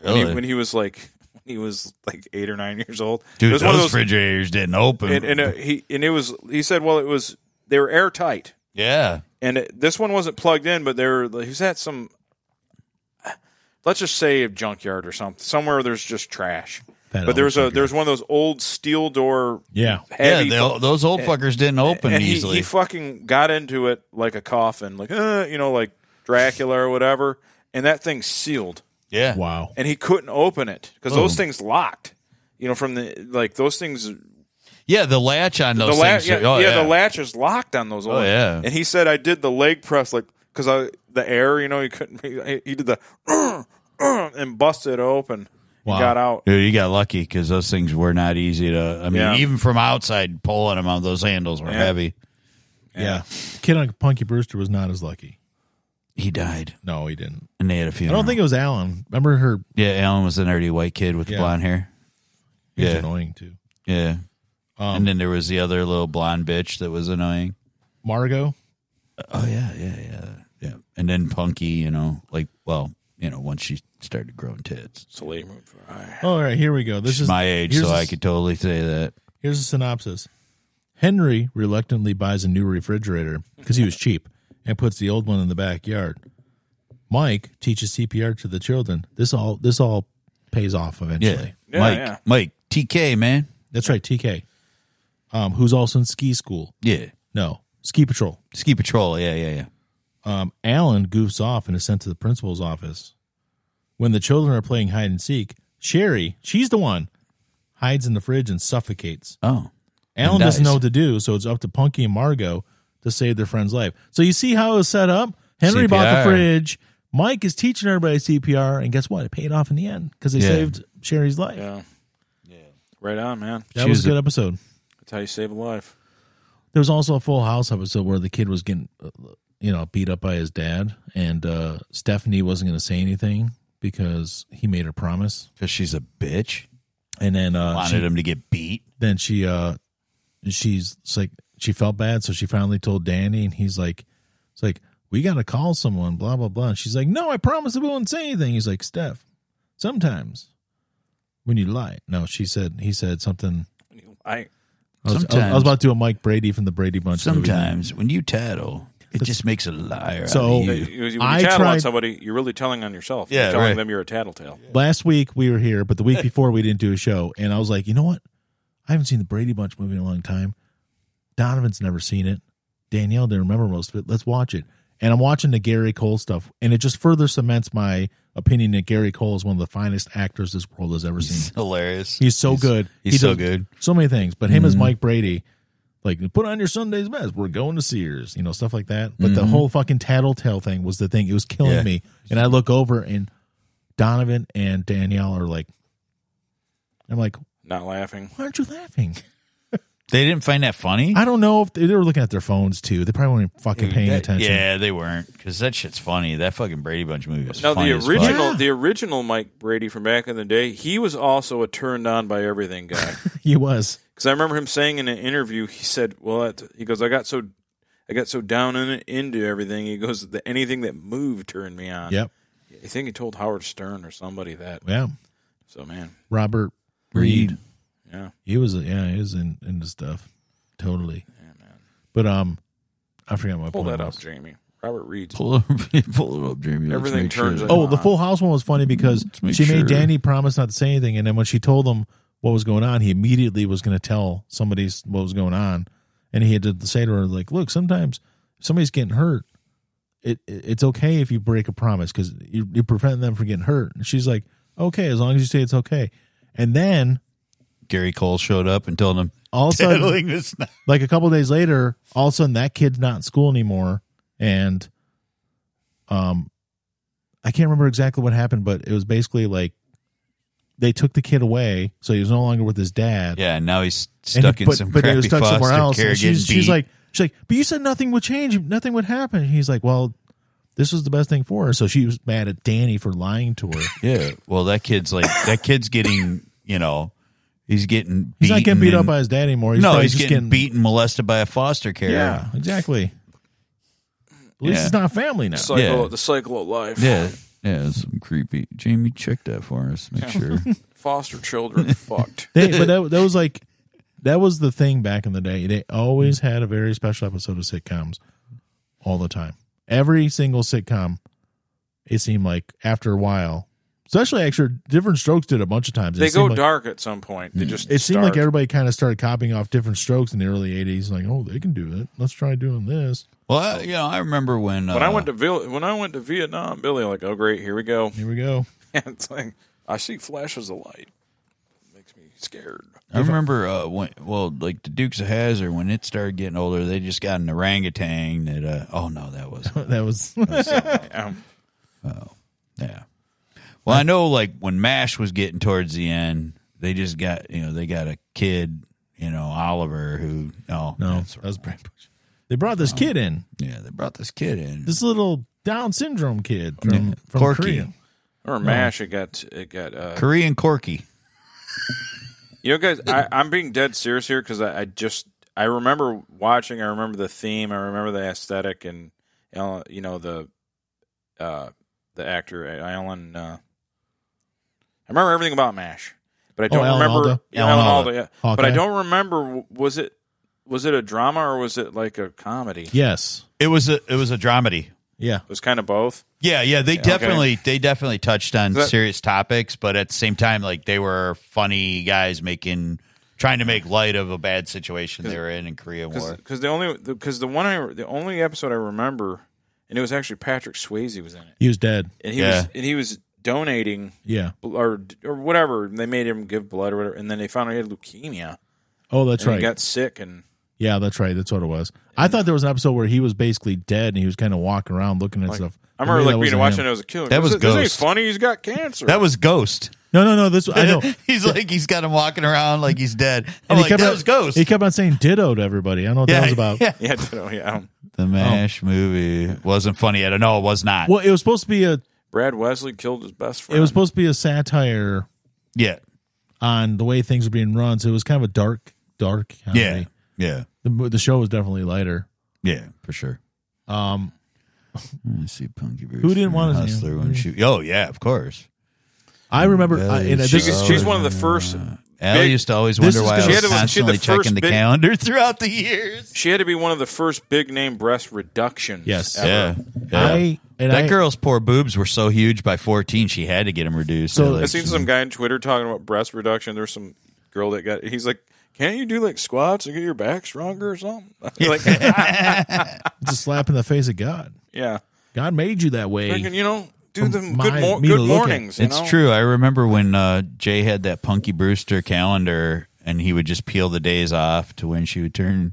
Speaker 3: when, he, when he was like when he was like eight or nine years old.
Speaker 5: Dude,
Speaker 3: it was
Speaker 5: those,
Speaker 3: one of those
Speaker 5: refrigerators didn't open.
Speaker 3: and, and uh, he and it was he said, well, it was they were airtight.
Speaker 5: yeah,
Speaker 3: and it, this one wasn't plugged in, but there he's at some. Let's just say a junkyard or something. Somewhere there's just trash.
Speaker 4: That
Speaker 3: but there's a
Speaker 4: always
Speaker 3: there's one of those old steel door.
Speaker 5: *laughs*
Speaker 4: yeah
Speaker 3: Heavy
Speaker 5: yeah. They, those old fuckers didn't open
Speaker 3: and he,
Speaker 5: easily.
Speaker 3: he fucking got into it like a coffin, like uh, you know, like Dracula or whatever. And that thing sealed,
Speaker 5: yeah,
Speaker 4: wow
Speaker 3: and he couldn't open it because those
Speaker 5: Oh.
Speaker 3: things locked. You know, from the like those things
Speaker 5: yeah. The latch on those
Speaker 3: the la-
Speaker 5: things.
Speaker 3: yeah,
Speaker 5: oh,
Speaker 3: yeah,
Speaker 5: yeah, Oh,
Speaker 3: the latch is locked on those. old-
Speaker 5: yeah.
Speaker 3: And he said I did the leg press like because I the air, you know, he couldn't. *laughs* He, he did the *clears throat* "Uh, uh," and busted it open.
Speaker 4: Wow.
Speaker 3: And got out.
Speaker 5: Dude, you got lucky because those things were not easy to. I mean,
Speaker 3: Yeah.
Speaker 5: even from outside pulling them out, those handles were
Speaker 3: Yeah.
Speaker 5: heavy.
Speaker 4: yeah, kid on punky brewster was not as lucky
Speaker 5: He died,
Speaker 4: no he didn't
Speaker 5: and they had a
Speaker 4: i
Speaker 5: funeral.
Speaker 4: don't think it was alan remember her
Speaker 5: Yeah, Alan was the nerdy white kid with the
Speaker 4: Yeah.
Speaker 5: blonde hair.
Speaker 4: he was
Speaker 5: Yeah.
Speaker 4: annoying too
Speaker 5: Yeah,
Speaker 4: um
Speaker 5: and then there was the other little blonde bitch that was annoying.
Speaker 4: margot
Speaker 5: Oh yeah, yeah, yeah, yeah. And then Punky, you know, like well, you know, once she started growing tits,
Speaker 3: It's a late move. All right.
Speaker 4: All right, here we go. This
Speaker 5: she's
Speaker 4: is
Speaker 5: my age, so
Speaker 4: I
Speaker 5: I could totally say that.
Speaker 4: Here's a synopsis. Henry reluctantly buys a new refrigerator because he was cheap and puts the old one in the backyard. Mike teaches CPR to the children. This all this all pays off
Speaker 5: Yeah,
Speaker 4: eventually.
Speaker 3: Yeah,
Speaker 5: Mike,
Speaker 3: yeah.
Speaker 5: Mike, TK, man,
Speaker 4: That's right, TK. Um, who's also in ski school.
Speaker 5: yeah,
Speaker 4: No, ski patrol.
Speaker 5: Ski Patrol, yeah, yeah, yeah.
Speaker 4: Um, Alan goofs off and is sent to the principal's office. When the children are playing hide and seek, Sherry, she's the one, hides in the fridge and suffocates.
Speaker 5: Oh,
Speaker 4: Alan
Speaker 5: And
Speaker 4: doesn't
Speaker 5: dies.
Speaker 4: know what to do, so it's up to Punky and Margot to save their friend's life. So you see how it was set up? Henry bought the
Speaker 5: CPR.
Speaker 4: fridge. Mike is teaching everybody CPR, and guess what? It paid off in the end because they
Speaker 5: Yeah.
Speaker 4: saved Sherry's life.
Speaker 3: Yeah. Right on, man.
Speaker 4: That
Speaker 5: She
Speaker 4: was
Speaker 5: was
Speaker 4: a
Speaker 5: a-
Speaker 4: good episode.
Speaker 3: That's how you save a life.
Speaker 4: There was also a Full House episode where the kid was getting, uh, you know, beat up by his dad, and uh, Stephanie wasn't going to say anything because he made her promise.
Speaker 5: because she's a bitch.
Speaker 4: And then uh,
Speaker 5: Wanted
Speaker 4: she,
Speaker 5: him to get beat.
Speaker 4: then she uh she's it's like she felt bad so she finally told danny and he's like it's like we gotta call someone blah blah blah and she's like no i promise i won't say anything he's like steph sometimes when you lie no she said he said something
Speaker 3: I
Speaker 4: I was, I was- I was,
Speaker 5: Sometimes.
Speaker 4: about to do a mike brady from the brady bunch movie.
Speaker 5: Sometimes when you tattle, it just makes a liar
Speaker 4: So-
Speaker 5: out of
Speaker 3: you,
Speaker 5: you.
Speaker 3: you, when you
Speaker 4: I
Speaker 3: tattle on
Speaker 4: tried-
Speaker 3: somebody, you're really telling on yourself.
Speaker 5: Yeah,
Speaker 3: you're telling
Speaker 5: right.
Speaker 3: them you're a tattletale.
Speaker 4: *laughs* last week we were here but the week before we didn't do a show and i was like you know what i haven't seen the brady bunch movie in a long time donovan's never seen it Danielle didn't remember most of it. Let's watch it. And I'm watching the Gary Cole stuff, and it just further cements my opinion that Gary Cole is one of the finest actors this world has ever seen.
Speaker 5: *laughs*
Speaker 4: *laughs*
Speaker 5: Hilarious.
Speaker 4: He's so good.
Speaker 5: He's
Speaker 4: He
Speaker 5: so
Speaker 4: does
Speaker 5: good.
Speaker 4: So many things. But him as Mike Brady, like put on your Sunday's best. We're going to Sears, you know, stuff like that. But the whole fucking tattletale thing was the thing. It was killing
Speaker 5: Yeah.
Speaker 4: me. And I look over, and Donovan and Danielle are like, I'm like,
Speaker 3: Not laughing.
Speaker 4: why aren't you laughing?
Speaker 5: They didn't find that funny.
Speaker 4: I don't know if they, they were looking at their phones too. They probably weren't fucking paying
Speaker 5: Mm, That-
Speaker 4: attention.
Speaker 5: Yeah, they weren't because that shit's funny. That fucking Brady Bunch movie is
Speaker 3: Now
Speaker 5: funny
Speaker 3: the
Speaker 5: as fuck.
Speaker 3: original,
Speaker 4: Yeah.
Speaker 3: the original Mike Brady from back in the day, he was also a turned on by everything
Speaker 4: *laughs*
Speaker 3: guy.
Speaker 4: *laughs* He was.
Speaker 3: Because I remember him saying in an interview, he said, "Well, that, he goes, I got so, I got so down in it, into everything. He goes, that anything that moved turned me on.
Speaker 4: Yep.
Speaker 3: I think he told Howard Stern or somebody that.
Speaker 4: Yeah.
Speaker 3: So man,
Speaker 4: Robert Reed.
Speaker 3: yeah,
Speaker 4: He was yeah, he was in into stuff. Totally.
Speaker 3: yeah man.
Speaker 4: But um I forgot my
Speaker 3: Pull
Speaker 4: point
Speaker 3: that up,
Speaker 4: was.
Speaker 3: Jamie. Robert Reed.
Speaker 5: *laughs* Pull it, pull it up, Jamie. Let's
Speaker 3: Everything
Speaker 5: make
Speaker 3: turns
Speaker 5: sure.
Speaker 3: up.
Speaker 4: Oh, the full house one was funny because
Speaker 5: Let's make
Speaker 4: she
Speaker 5: sure.
Speaker 4: made Danny promise not to say anything and then when she told him what was going on, he immediately was gonna tell somebody what was going on. And he had to say to her, like, look, sometimes if somebody's getting hurt. It, it- it's okay if you break a promise because you're, you're preventing them from getting hurt. And she's like, okay, as long as you say it's okay. And then
Speaker 5: Gary Cole showed up and told him
Speaker 4: all of a sudden,
Speaker 5: tattling this. Not-
Speaker 4: like a couple days later, all of a sudden that kid's not in school anymore, and um, I can't remember exactly what happened, but it was basically like they took the kid away, so he was no longer with his dad.
Speaker 5: yeah, and now he's
Speaker 4: And he-
Speaker 5: stuck in some
Speaker 4: he
Speaker 5: crappy foster care.
Speaker 4: and she's,
Speaker 5: getting
Speaker 4: she's
Speaker 5: beat.
Speaker 4: like, she's like, but you said nothing would change, nothing would happen. And he's like, well, this was the best thing for her. So she was mad at Danny for lying to her.
Speaker 5: yeah. Well, that kid's like that kid's getting you know he's getting
Speaker 4: He's not getting beat
Speaker 5: and-
Speaker 4: up by his dad anymore. He's
Speaker 5: no,
Speaker 4: probably
Speaker 5: he's
Speaker 4: just
Speaker 5: getting, beaten, molested by a foster care.
Speaker 4: Yeah, exactly. At least
Speaker 5: Yeah.
Speaker 4: it's not family now.
Speaker 3: Cycle,
Speaker 5: Yeah.
Speaker 3: the cycle of life.
Speaker 5: yeah, yeah. It's some creepy. Jamie, check that for us. Make
Speaker 3: *laughs*
Speaker 5: sure.
Speaker 3: Foster children *laughs* fucked.
Speaker 4: they,
Speaker 3: *laughs*
Speaker 4: but that, that was like that was the thing back in the day. They always had a very special episode of sitcoms all the time. Every single sitcom, it seemed like after a while, especially actually different strokes did a bunch of times. It
Speaker 3: They go
Speaker 4: seemed like-
Speaker 3: dark at some point.
Speaker 5: Mm.
Speaker 3: They just
Speaker 4: It seemed like
Speaker 3: start.
Speaker 4: everybody kind of started copying off different strokes in the early '80s. Like, oh, they can do it. Let's try doing this.
Speaker 5: well, I, you know, I remember when uh,
Speaker 3: when I went to
Speaker 4: Uh-huh.
Speaker 3: Vil- when I went to Vietnam, Billy like, oh great, here we go. *laughs*
Speaker 4: Here we go. *laughs*
Speaker 3: it's like I see flashes of light. Makes me scared.
Speaker 5: I remember uh, when, well, like the Dukes of Hazard, when it started getting older, they just got an orangutan that. Uh, oh no, that was
Speaker 4: That was
Speaker 3: Um,
Speaker 5: yeah. Well, I know, like when Mash was getting towards the end, they just got you know they got a kid, you know Oliver who no
Speaker 4: no. *laughs*
Speaker 5: that's-
Speaker 4: that was Brad Bush. They brought this kid in,
Speaker 5: yeah they brought this kid in
Speaker 4: this little Down syndrome kid from, from
Speaker 5: Corky.
Speaker 4: Korea.
Speaker 3: or Mash, it got it got. Uh,
Speaker 5: Korean Corky.
Speaker 3: you know, guys, I, I'm being dead serious here because I, I just I remember watching. I remember the theme. I remember the aesthetic, and uh, you know the uh, the actor Alan. Uh, I remember everything about Mash, but I
Speaker 4: Oh,
Speaker 3: don't
Speaker 4: Alan
Speaker 3: remember
Speaker 4: Alda?
Speaker 3: Yeah,
Speaker 5: Alan
Speaker 3: Alan
Speaker 5: Alda.
Speaker 3: Alda. yeah. But I
Speaker 4: Hawkeye?
Speaker 3: don't remember. Was it was it a drama or was it like a comedy?
Speaker 4: Yes.
Speaker 5: It was a it was a dramedy.
Speaker 4: Yeah.
Speaker 3: It was kind of both.
Speaker 5: Yeah, yeah, they
Speaker 3: okay.
Speaker 5: definitely they definitely touched on
Speaker 3: That-
Speaker 5: serious topics, but at the same time, like they were funny guys making trying to make light of a bad situation they were in in Korea War.
Speaker 3: because the only because the, one I the only episode I remember, and it was actually Patrick Swayze was in it,
Speaker 4: He was dead.
Speaker 3: and he
Speaker 5: Yeah.
Speaker 3: was and he was donating
Speaker 4: Yeah.
Speaker 3: bl- or or whatever they made him give blood or whatever, and then they found out he had leukemia.
Speaker 4: Oh, that's
Speaker 3: and
Speaker 4: right.
Speaker 3: He got sick and
Speaker 4: yeah, that's right. That's what it was. I thought there was an episode where he was basically dead and he was kind of walking around looking at
Speaker 3: Like,
Speaker 4: stuff.
Speaker 3: I
Speaker 4: Maybe
Speaker 3: remember
Speaker 4: that
Speaker 3: like being
Speaker 4: wasn't
Speaker 3: watching it
Speaker 4: him.
Speaker 3: as a kid.
Speaker 5: That was
Speaker 3: this, ain't
Speaker 5: Ghost.
Speaker 3: funny. He's got cancer.
Speaker 5: That was Ghost.
Speaker 4: No, no, no. This I *laughs*
Speaker 5: *laughs*
Speaker 4: know. And
Speaker 5: he's like he's got him walking around like he's dead. I'm like, that
Speaker 4: on-
Speaker 5: was Ghost.
Speaker 4: He kept on saying ditto to everybody. I don't know what that was about.
Speaker 5: *laughs* yeah.
Speaker 3: *laughs* yeah, you know, yeah. um,
Speaker 5: The Mash movie wasn't funny at all. No, it was not.
Speaker 4: Well, it was supposed to be a
Speaker 3: Brad Wesley killed his best friend.
Speaker 4: it was supposed to be a satire
Speaker 5: yeah,
Speaker 4: on the way things were being run. So it was kind of a dark, dark comedy.
Speaker 5: yeah, yeah,
Speaker 4: The, the show was definitely lighter.
Speaker 5: yeah, for sure.
Speaker 4: Um,
Speaker 5: I see Punky Brewster.
Speaker 4: Who didn't want his
Speaker 5: Hustler
Speaker 4: name?
Speaker 5: when she? Oh yeah, of course.
Speaker 4: I remember. I, and
Speaker 5: She's-
Speaker 4: this,
Speaker 3: She's, she's one of the first.
Speaker 5: Al
Speaker 3: big-
Speaker 5: used to always
Speaker 4: This
Speaker 5: wonder
Speaker 4: is
Speaker 5: why I
Speaker 4: gonna-
Speaker 5: was
Speaker 4: She had
Speaker 3: to- she had
Speaker 5: constantly
Speaker 3: the first
Speaker 5: checking the
Speaker 3: big-
Speaker 5: calendar *laughs* throughout the years.
Speaker 3: She had to be one of the first big name breast reductions.
Speaker 4: Yes.
Speaker 3: ever.
Speaker 4: I and
Speaker 5: that
Speaker 4: I,
Speaker 5: girl's poor boobs were so huge by 14, she had to get them reduced.
Speaker 4: So-
Speaker 5: They're
Speaker 3: I
Speaker 5: like,
Speaker 3: seen some guy on Twitter talking about breast reduction. There's some girl that got. He's like, "Can't you do like squats to get your back stronger or something?" *laughs* like,
Speaker 4: It's a slap in the face of God.
Speaker 3: yeah,
Speaker 4: God made you that way.
Speaker 3: Freaking, you know, do
Speaker 4: From
Speaker 3: them
Speaker 4: my-
Speaker 3: good, mor-
Speaker 4: me to
Speaker 3: good
Speaker 4: look at.
Speaker 3: mornings. you
Speaker 5: it's
Speaker 3: know?
Speaker 5: true. I remember when uh, Jay had that Punky Brewster calendar and he would just peel the days off to when she would turn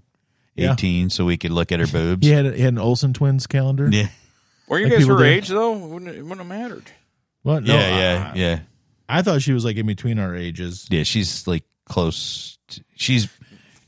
Speaker 4: Yeah.
Speaker 5: 18 so we could look at her boobs.
Speaker 4: He had, he had an Olsen twins calendar.
Speaker 5: Yeah.
Speaker 3: Were you
Speaker 4: Like
Speaker 3: guys
Speaker 4: people
Speaker 3: her
Speaker 4: do.
Speaker 3: age though? Wouldn't it, wouldn't have mattered.
Speaker 4: What? No,
Speaker 5: yeah,
Speaker 4: I-
Speaker 5: yeah,
Speaker 4: I,
Speaker 5: yeah.
Speaker 4: I thought she was like in between our ages.
Speaker 5: Yeah, she's like close. To, she's,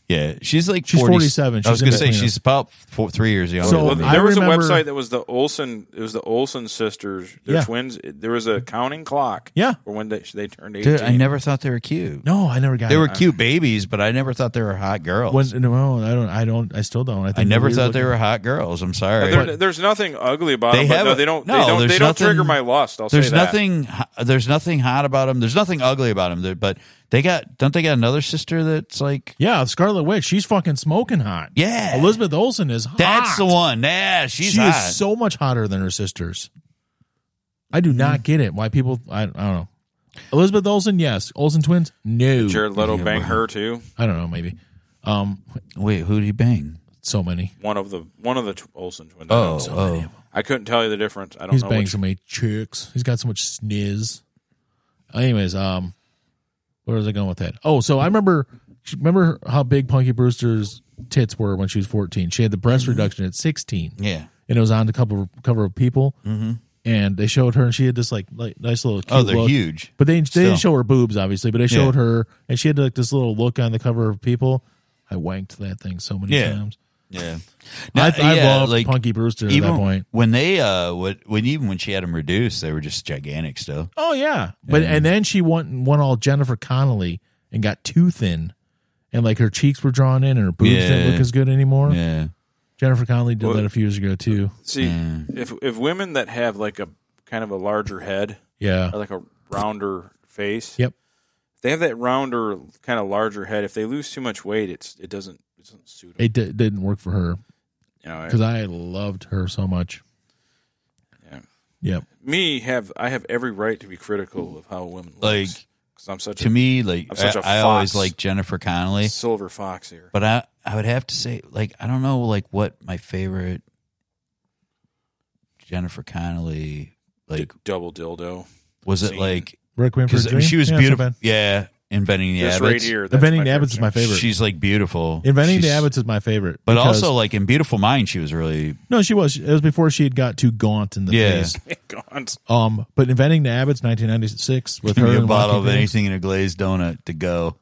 Speaker 5: yeah, she's like
Speaker 4: She's
Speaker 5: 40
Speaker 4: 47.
Speaker 5: I was
Speaker 4: She's in
Speaker 5: going to say
Speaker 4: between us.
Speaker 5: she's about four, three years younger.
Speaker 4: So,
Speaker 5: than me.
Speaker 4: I
Speaker 3: there was
Speaker 4: remember-
Speaker 3: a website that was the Olsen. It was the Olsen sisters. They're
Speaker 4: Yeah.
Speaker 3: twins. There was a counting clock.
Speaker 4: Yeah.
Speaker 3: for when they, they turned eighteen.
Speaker 5: Dude, I never thought they were cute.
Speaker 4: No, I never got.
Speaker 5: They
Speaker 4: it.
Speaker 5: were cute babies, but I never thought they were hot girls.
Speaker 4: When, no, I don't. I don't. I still don't. I,
Speaker 5: I
Speaker 4: think
Speaker 5: never
Speaker 4: we were
Speaker 5: thought they
Speaker 4: looking-
Speaker 5: were hot girls. I'm sorry.
Speaker 3: There- there's nothing ugly about
Speaker 5: They
Speaker 3: them. But
Speaker 5: have
Speaker 3: no,
Speaker 5: a-
Speaker 3: they don't.
Speaker 5: no,
Speaker 3: they don't.
Speaker 5: there's
Speaker 3: They don't
Speaker 5: nothing-
Speaker 3: trigger my lust. I'll
Speaker 5: there's
Speaker 3: say that.
Speaker 5: nothing. ho- There's nothing hot about them. There's nothing ugly about them. But they got. Don't they got another sister that's like?
Speaker 4: Yeah, Scarlet Witch. She's fucking smoking hot.
Speaker 5: Yeah.
Speaker 4: Elizabeth Olsen is. Hot.
Speaker 5: That's the one. Yeah, she's
Speaker 4: she
Speaker 5: hot.
Speaker 4: is so much hotter than her sisters. I do
Speaker 5: Mm.
Speaker 4: not get it. Why people? I, I don't know. Elizabeth Olsen, yes. Olsen twins, no.
Speaker 3: Jared Leto banged her too.
Speaker 4: I don't know. Maybe. Um,
Speaker 5: Wait, who did he bang?
Speaker 4: so many.
Speaker 3: One of the one of the tw- Olsen twins.
Speaker 5: Oh,
Speaker 3: I, don't know.
Speaker 5: oh.
Speaker 3: I couldn't tell you the difference. I don't
Speaker 4: He's
Speaker 3: know.
Speaker 4: banged
Speaker 3: which-
Speaker 4: so many chicks. He's got so much sniz. Anyways, um, where was I going with that? Oh, so I remember. Remember how big Punky Brewster's tits were when she was fourteen? She had the breast reduction at sixteen.
Speaker 5: Mm-hmm. yeah. Mm-hmm.
Speaker 4: and it was on the cover cover of People, and they showed her, and she had this like, like nice little cute
Speaker 5: Oh, they're
Speaker 4: look.
Speaker 5: huge.
Speaker 4: But they, they
Speaker 5: Still.
Speaker 4: didn't show her boobs, obviously. But they showed
Speaker 5: Yeah.
Speaker 4: her, and she had like this little look on the cover of People. I wanked that thing so many
Speaker 5: Yeah.
Speaker 4: times.
Speaker 5: Yeah.
Speaker 4: I, I
Speaker 5: yeah,
Speaker 4: loved
Speaker 5: like,
Speaker 4: Punky Brewster at
Speaker 5: Even
Speaker 4: that point.
Speaker 5: when they uh, what when even when she had them reduced, they were just gigantic still.
Speaker 4: Oh yeah, but and then she went went all Jennifer Connolly and got too thin, and like her cheeks were drawn in, and her boobs
Speaker 5: Yeah.
Speaker 4: didn't look as good anymore.
Speaker 5: Yeah.
Speaker 4: Jennifer Connolly did
Speaker 3: Well-
Speaker 4: that a few years ago too.
Speaker 3: See, if if women that have like a kind of a larger head
Speaker 4: Yeah.
Speaker 3: or like a rounder face,
Speaker 4: Yep.
Speaker 3: they have that rounder kind of larger head. If they lose too much weight, it's it doesn't it doesn't suit them.
Speaker 4: It di- didn't work for her
Speaker 3: You know,
Speaker 4: because I loved her so much.
Speaker 3: Yeah.
Speaker 4: Yep.
Speaker 3: me have I have every right to be critical of how women look.
Speaker 5: Like,
Speaker 3: because I'm such
Speaker 5: To
Speaker 3: a
Speaker 5: me, like
Speaker 3: I'm such a
Speaker 5: I I always
Speaker 3: fox.
Speaker 5: like Jennifer Connelly.
Speaker 3: silver fox here.
Speaker 5: But I I would have to say like I don't know like what my favorite Jennifer Connelly like
Speaker 3: Double dildo.
Speaker 5: was it
Speaker 3: scene.
Speaker 5: like
Speaker 4: Rick Winfrey.
Speaker 5: because
Speaker 4: Jr.?
Speaker 5: she was
Speaker 4: Yeah, it's not
Speaker 5: beautiful
Speaker 4: bad.
Speaker 5: yeah inventing the
Speaker 3: This
Speaker 5: Abbots
Speaker 3: right here. that's
Speaker 4: Inventing
Speaker 3: my
Speaker 4: the
Speaker 3: favorite
Speaker 4: Abbots is my
Speaker 3: *laughs* scene.
Speaker 4: favorite.
Speaker 5: she's like beautiful
Speaker 4: Inventing the
Speaker 5: She's-
Speaker 4: Abbots is my favorite.
Speaker 5: but
Speaker 4: because-
Speaker 5: also like in Beautiful Mind she was really
Speaker 4: no, she was. It was before she had got too gaunt in the
Speaker 5: Yeah.
Speaker 4: face.
Speaker 3: God.
Speaker 4: Um, but inventing the Abbots, nineteen ninety six, with
Speaker 5: give
Speaker 4: her
Speaker 5: me a
Speaker 4: and
Speaker 5: bottle of
Speaker 4: Walking Phoenix,
Speaker 5: anything in a glazed donut to go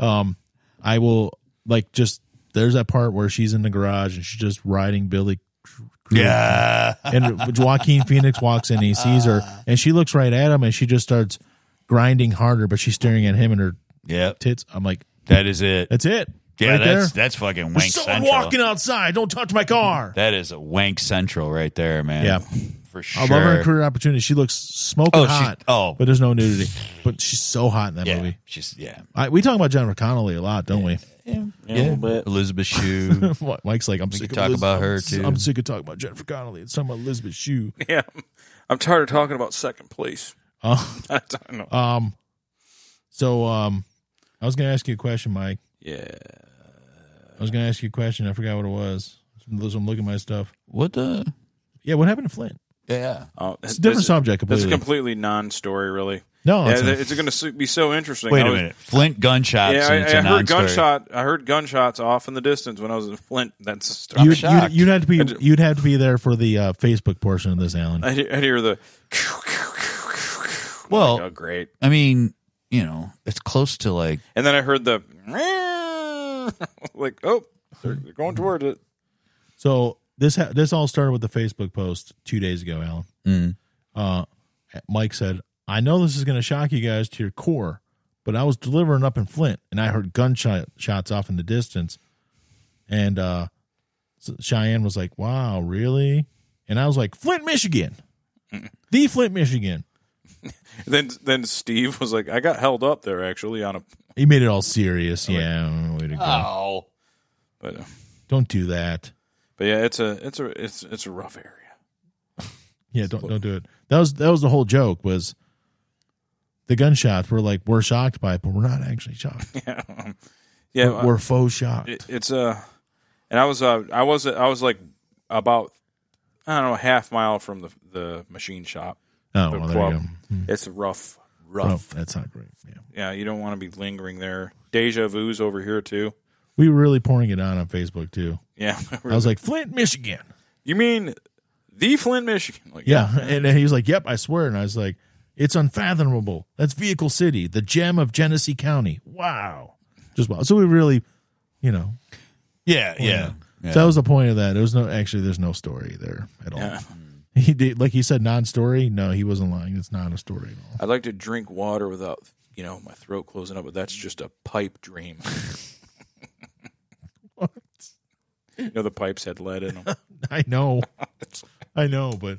Speaker 4: I will like just. There's that part where she's in the garage and she's just riding Billy. Crudup.
Speaker 5: yeah
Speaker 4: And
Speaker 5: *laughs*
Speaker 4: Joaquin Phoenix walks in, he sees her, and she looks right at him, and she just starts grinding harder, but she's staring at him and her
Speaker 5: yeah
Speaker 4: tits. I'm like,
Speaker 5: That is it.
Speaker 4: That's it.
Speaker 5: yeah,
Speaker 4: right
Speaker 5: that's
Speaker 4: there.
Speaker 5: that's fucking
Speaker 4: There's
Speaker 5: wank
Speaker 4: someone
Speaker 5: central.
Speaker 4: walking outside. Don't touch my car.
Speaker 5: That is a wank central right there, man.
Speaker 4: Yeah.
Speaker 5: for
Speaker 4: I
Speaker 5: sure.
Speaker 4: love her in career opportunity. She looks smoking
Speaker 5: Oh, she-
Speaker 4: hot.
Speaker 5: oh.
Speaker 4: but there's no nudity. But she's so hot in that
Speaker 5: yeah,
Speaker 4: movie.
Speaker 5: she's yeah,
Speaker 4: I, we talk about Jennifer Connelly a lot, don't
Speaker 5: yeah,
Speaker 3: a little bit.
Speaker 4: *laughs*
Speaker 5: Elizabeth *laughs* Shue.
Speaker 4: we? Mike's like, I'm
Speaker 5: We
Speaker 4: sick
Speaker 5: could
Speaker 4: of
Speaker 5: talk
Speaker 4: Eliz-
Speaker 5: about
Speaker 4: I'm
Speaker 5: her,
Speaker 4: s-
Speaker 5: too.
Speaker 4: I'm sick of talking about Jennifer Connelly. It's talking about Elizabeth Shue.
Speaker 3: *laughs* Yeah, I'm tired of talking about second place.
Speaker 4: Uh,
Speaker 3: *laughs* I don't know.
Speaker 4: um, so um, I was gonna ask you a question, Mike.
Speaker 3: Yeah.
Speaker 4: I was gonna ask you a question. I forgot what it was. So I'm looking at my stuff.
Speaker 5: What the?
Speaker 4: Yeah, what happened to Flint?
Speaker 5: Yeah,
Speaker 3: Oh,
Speaker 4: It's a different
Speaker 3: this-
Speaker 4: subject
Speaker 3: That's a
Speaker 4: completely.
Speaker 3: completely non-story, really.
Speaker 4: no,
Speaker 3: yeah,
Speaker 4: it's not.
Speaker 3: it's going to be so interesting. I
Speaker 5: Wait a
Speaker 3: was-
Speaker 5: minute. Flint gunshots.
Speaker 3: Yeah,
Speaker 5: and it's
Speaker 3: I, I
Speaker 5: a
Speaker 3: heard
Speaker 5: non-story.
Speaker 3: gunshot. I heard gunshots off in the distance when I was in Flint. That's a story.
Speaker 4: you, would
Speaker 5: shocked.
Speaker 4: you'd have to
Speaker 3: I
Speaker 4: be
Speaker 3: ju-
Speaker 4: you'd have to be there for the uh, Facebook portion of this, Alan.
Speaker 3: *laughs* I, hear- I hear the. *laughs*
Speaker 5: Well-
Speaker 3: oh, great!
Speaker 5: I mean, you know, it's close to like
Speaker 3: And then I heard the *laughs* like, oh, they're, they're going towards it.
Speaker 4: So this ha- this all started with the Facebook post two days ago, Alan.
Speaker 5: mm,
Speaker 4: Uh, Mike said, "I know this is going to shock you guys to your core, but I was delivering up in Flint and I heard gunshot shots off in the distance." And uh, so Cheyenne was like, "Wow, really?" And I was like,
Speaker 3: *laughs*
Speaker 4: "Flint, Michigan, the Flint, Michigan."
Speaker 3: Then then Steve was like, I got held up there actually on a.
Speaker 4: He made it all serious. yeah, way to go.
Speaker 3: Ah. But,
Speaker 4: Don't do that.
Speaker 3: but yeah, it's a it's a it's it's a rough area. *laughs*
Speaker 4: Yeah, don't don't do it. That was that was the whole joke was the gunshots were like we're shocked by it, but we're not actually shocked.
Speaker 3: *laughs* Yeah, yeah.
Speaker 4: we're, we're faux shocked.
Speaker 3: it, it's uh and i was uh i was i was like about i don't know a half mile from the the machine shop
Speaker 4: oh,
Speaker 3: the
Speaker 4: well, there
Speaker 3: club
Speaker 4: you go.
Speaker 3: it's rough
Speaker 4: Oh,
Speaker 3: rough
Speaker 4: that's not great. Yeah.
Speaker 3: yeah you don't want to be lingering there deja vu's over here too
Speaker 4: We were really pouring it on on Facebook too.
Speaker 3: yeah *laughs*
Speaker 4: I was like Flint, Michigan.
Speaker 3: you mean the flint michigan like
Speaker 4: Yeah, and then he was like, "Yep, I swear." And I was like, "It's unfathomable. That's Vehicle City, the gem of Genesee County. Wow, just wow." So we really, you know,
Speaker 5: yeah, yeah.
Speaker 4: So
Speaker 5: yeah.
Speaker 4: that was the point of that. There was no actually. There's no story there at all.
Speaker 3: Yeah.
Speaker 4: *laughs* He did like he said non-story. No, he wasn't lying. It's not a story at all. *laughs*
Speaker 3: i'd like to drink water without you know my throat closing up but that's just a pipe dream
Speaker 4: *laughs*
Speaker 3: you know the pipes had lead in them
Speaker 4: I
Speaker 5: *laughs*
Speaker 4: know, I know, but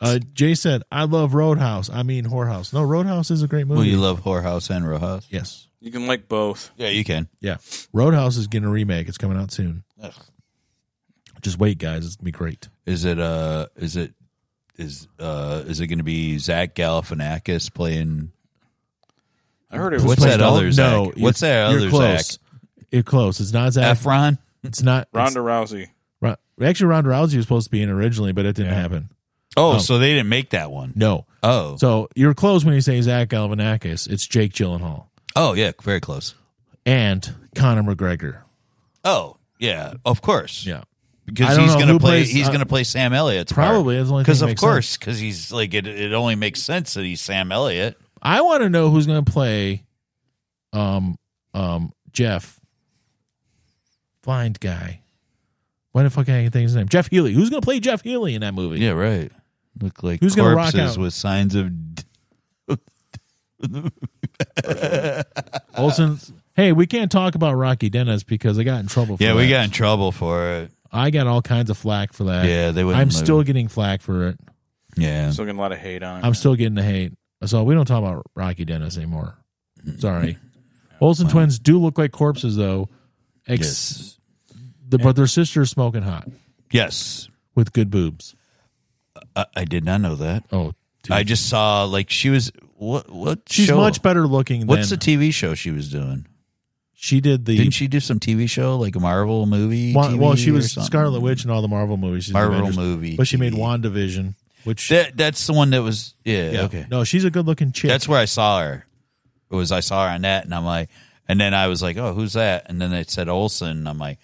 Speaker 4: uh, Jay said I love Roadhouse. I mean Whorehouse. No, Roadhouse is a great movie.
Speaker 5: Well, you love whorehouse and row house.
Speaker 4: yes,
Speaker 3: you can like both
Speaker 5: Yeah, you can.
Speaker 4: yeah. Roadhouse is getting a remake. It's coming out soon. Just wait, guys. It's gonna be great.
Speaker 5: Is it uh is it is uh is it going to be Zach Galifianakis playing
Speaker 3: i heard it
Speaker 5: What's
Speaker 3: was
Speaker 4: Who's playing
Speaker 5: that
Speaker 4: Dalton?
Speaker 5: other Zach?
Speaker 4: No, you're-
Speaker 5: What's that
Speaker 4: you're
Speaker 5: other
Speaker 4: close.
Speaker 5: Zach?
Speaker 4: You're close. It's not Zach.
Speaker 5: Efron?
Speaker 4: it's not it's-
Speaker 3: ronda rousey
Speaker 4: Ron- actually, Ronda Rousey was supposed to be in originally, but it didn't
Speaker 3: Yeah.
Speaker 4: happen.
Speaker 5: Oh,
Speaker 4: Oh.
Speaker 5: so they didn't make that one.
Speaker 4: No.
Speaker 5: Oh,
Speaker 4: So you're close when you say Zach Galifianakis. It's Jake Gyllenhaal
Speaker 5: oh yeah, very close.
Speaker 4: and Conor McGregor.
Speaker 5: Oh yeah, of course.
Speaker 4: Yeah. I
Speaker 5: because
Speaker 4: don't know
Speaker 5: he's going to
Speaker 4: who
Speaker 5: play.
Speaker 4: plays-
Speaker 5: he's
Speaker 4: uh,
Speaker 5: going to play Sam Elliott.
Speaker 4: Probably, that's the only thing
Speaker 5: because
Speaker 4: that
Speaker 5: of
Speaker 4: makes
Speaker 5: course, because he's like it. It only makes sense that he's Sam Elliott.
Speaker 4: I want to know who's going to play, um, um, Jeff, blind guy. Why the fuck can't I think of his name? Jeff Healy. Who's going to play Jeff Healy in that movie?
Speaker 5: right. Look like
Speaker 4: Who's gonna rock
Speaker 5: corpses
Speaker 4: out?
Speaker 5: with signs of.
Speaker 4: Olsen. Hey, we can't talk about Rocky Dennis because I got in trouble. For
Speaker 5: Yeah, we
Speaker 4: that.
Speaker 5: got in trouble for it.
Speaker 4: I got all kinds of flack for that.
Speaker 5: Yeah, they wouldn't
Speaker 4: I'm
Speaker 5: let
Speaker 4: still
Speaker 5: it.
Speaker 4: getting flack for it.
Speaker 5: Yeah,
Speaker 3: still getting a lot of hate on it.
Speaker 4: I'm still getting the hate. So we don't talk about Rocky Dennis anymore. Sorry.
Speaker 5: *laughs*
Speaker 4: Olsen twins do look like corpses though. Ex- the, but their sister is smoking hot
Speaker 5: yes,
Speaker 4: with good boobs.
Speaker 5: I, I did not know that.
Speaker 4: Oh, dude.
Speaker 5: I just saw like she was what what
Speaker 4: she's
Speaker 5: show?
Speaker 4: much better looking.
Speaker 5: What's the
Speaker 4: than
Speaker 5: TV show she was doing?
Speaker 4: she did the
Speaker 5: Didn't she do some TV show like a Marvel movie?
Speaker 4: Wa- well, she
Speaker 5: TV or
Speaker 4: was
Speaker 5: something?
Speaker 4: Scarlet Witch in all the Marvel movies. She's in
Speaker 5: Marvel
Speaker 4: Avengers.
Speaker 5: movie
Speaker 4: but she made
Speaker 5: TV.
Speaker 4: Wandavision, which
Speaker 5: That, that's the one that was yeah,
Speaker 4: yeah,
Speaker 5: okay.
Speaker 4: no, she's a good looking chick.
Speaker 5: That's where I saw her. It was I saw her on that, and I'm like, and then I was like, oh, who's that? And then it said Olsen. And I'm like,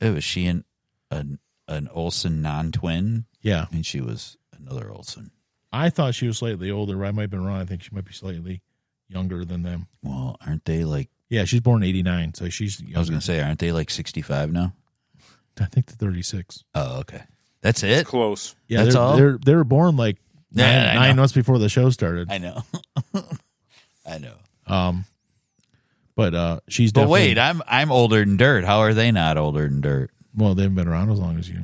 Speaker 5: oh, is she an an, an Olsen non twin?
Speaker 4: yeah.
Speaker 5: And she was another Olsen.
Speaker 4: I thought she was slightly older. I might have been wrong. I think she might be slightly younger than them.
Speaker 5: Well, aren't they like?
Speaker 4: Yeah, she's born eighty nine, so she's
Speaker 5: I was
Speaker 4: younger.
Speaker 5: gonna say, aren't they like 65 now?
Speaker 4: I think the thirty six.
Speaker 5: Oh, okay, that's it.
Speaker 3: close.
Speaker 4: Yeah,
Speaker 5: That's
Speaker 4: they're,
Speaker 5: all?
Speaker 4: They're they were born like
Speaker 5: Yeah,
Speaker 4: nine,
Speaker 5: I know. *laughs*
Speaker 4: nine months before the show started.
Speaker 5: I know, I know.
Speaker 4: Um, But uh, she's
Speaker 5: But
Speaker 4: definitely.
Speaker 5: wait, I'm I'm older than dirt. How are they not older than dirt?
Speaker 4: well, they've been around as long as you.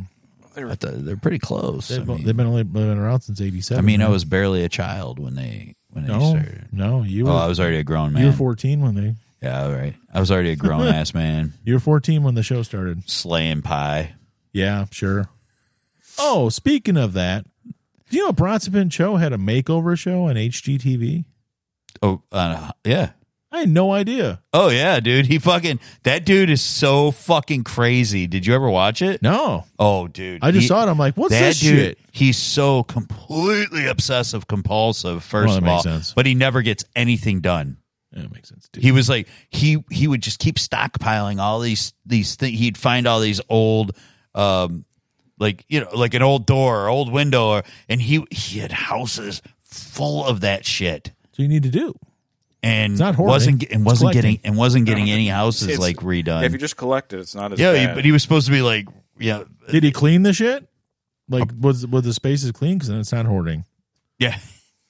Speaker 5: I thought they're pretty close.
Speaker 4: They've,
Speaker 5: I mean,
Speaker 4: they've been only been around since '87.
Speaker 5: I, mean I
Speaker 4: man.
Speaker 5: was barely a child when they when they
Speaker 4: no,
Speaker 5: started.
Speaker 4: no. You were
Speaker 5: Oh, I was already a grown man.
Speaker 4: you were 14 when they
Speaker 5: Yeah, all right. I was already
Speaker 4: *laughs*
Speaker 5: a grown ass man
Speaker 4: you were 14 when the show started.
Speaker 5: slaying pie.
Speaker 4: Yeah, sure. Oh, speaking of that, do you know Bronson Pinchot had a makeover show on HGTV?
Speaker 5: Oh, uh, yeah.
Speaker 4: I had no idea.
Speaker 5: Oh yeah, dude. He fucking that dude is so fucking crazy. Did you ever watch it?
Speaker 4: No,
Speaker 5: Oh, dude.
Speaker 4: I just
Speaker 5: He-
Speaker 4: saw it. I'm like, what's
Speaker 5: that
Speaker 4: this
Speaker 5: dude,
Speaker 4: shit?
Speaker 5: he's so completely obsessive compulsive. First
Speaker 4: Well, that
Speaker 5: of
Speaker 4: makes
Speaker 5: all,
Speaker 4: sense.
Speaker 5: but he never gets anything done.
Speaker 4: Yeah, That makes sense. Dude.
Speaker 5: He was like he he would just keep stockpiling all these these things. He'd find all these old, um, like you know, like an old door or old window, or and he he had houses full of that shit.
Speaker 4: So you need to do.
Speaker 5: And
Speaker 4: It's not hoarding.
Speaker 5: wasn't ge- and
Speaker 4: It's
Speaker 5: wasn't
Speaker 4: collecting.
Speaker 5: getting and wasn't getting any houses
Speaker 3: It's-
Speaker 5: like redone.
Speaker 3: If you just collect it, it's not as
Speaker 5: yeah, he-
Speaker 3: bad.
Speaker 5: but he was supposed to be like, yeah,
Speaker 4: Did he clean the shit? Like, was was the spaces clean? Because then it's not hoarding.
Speaker 5: yeah.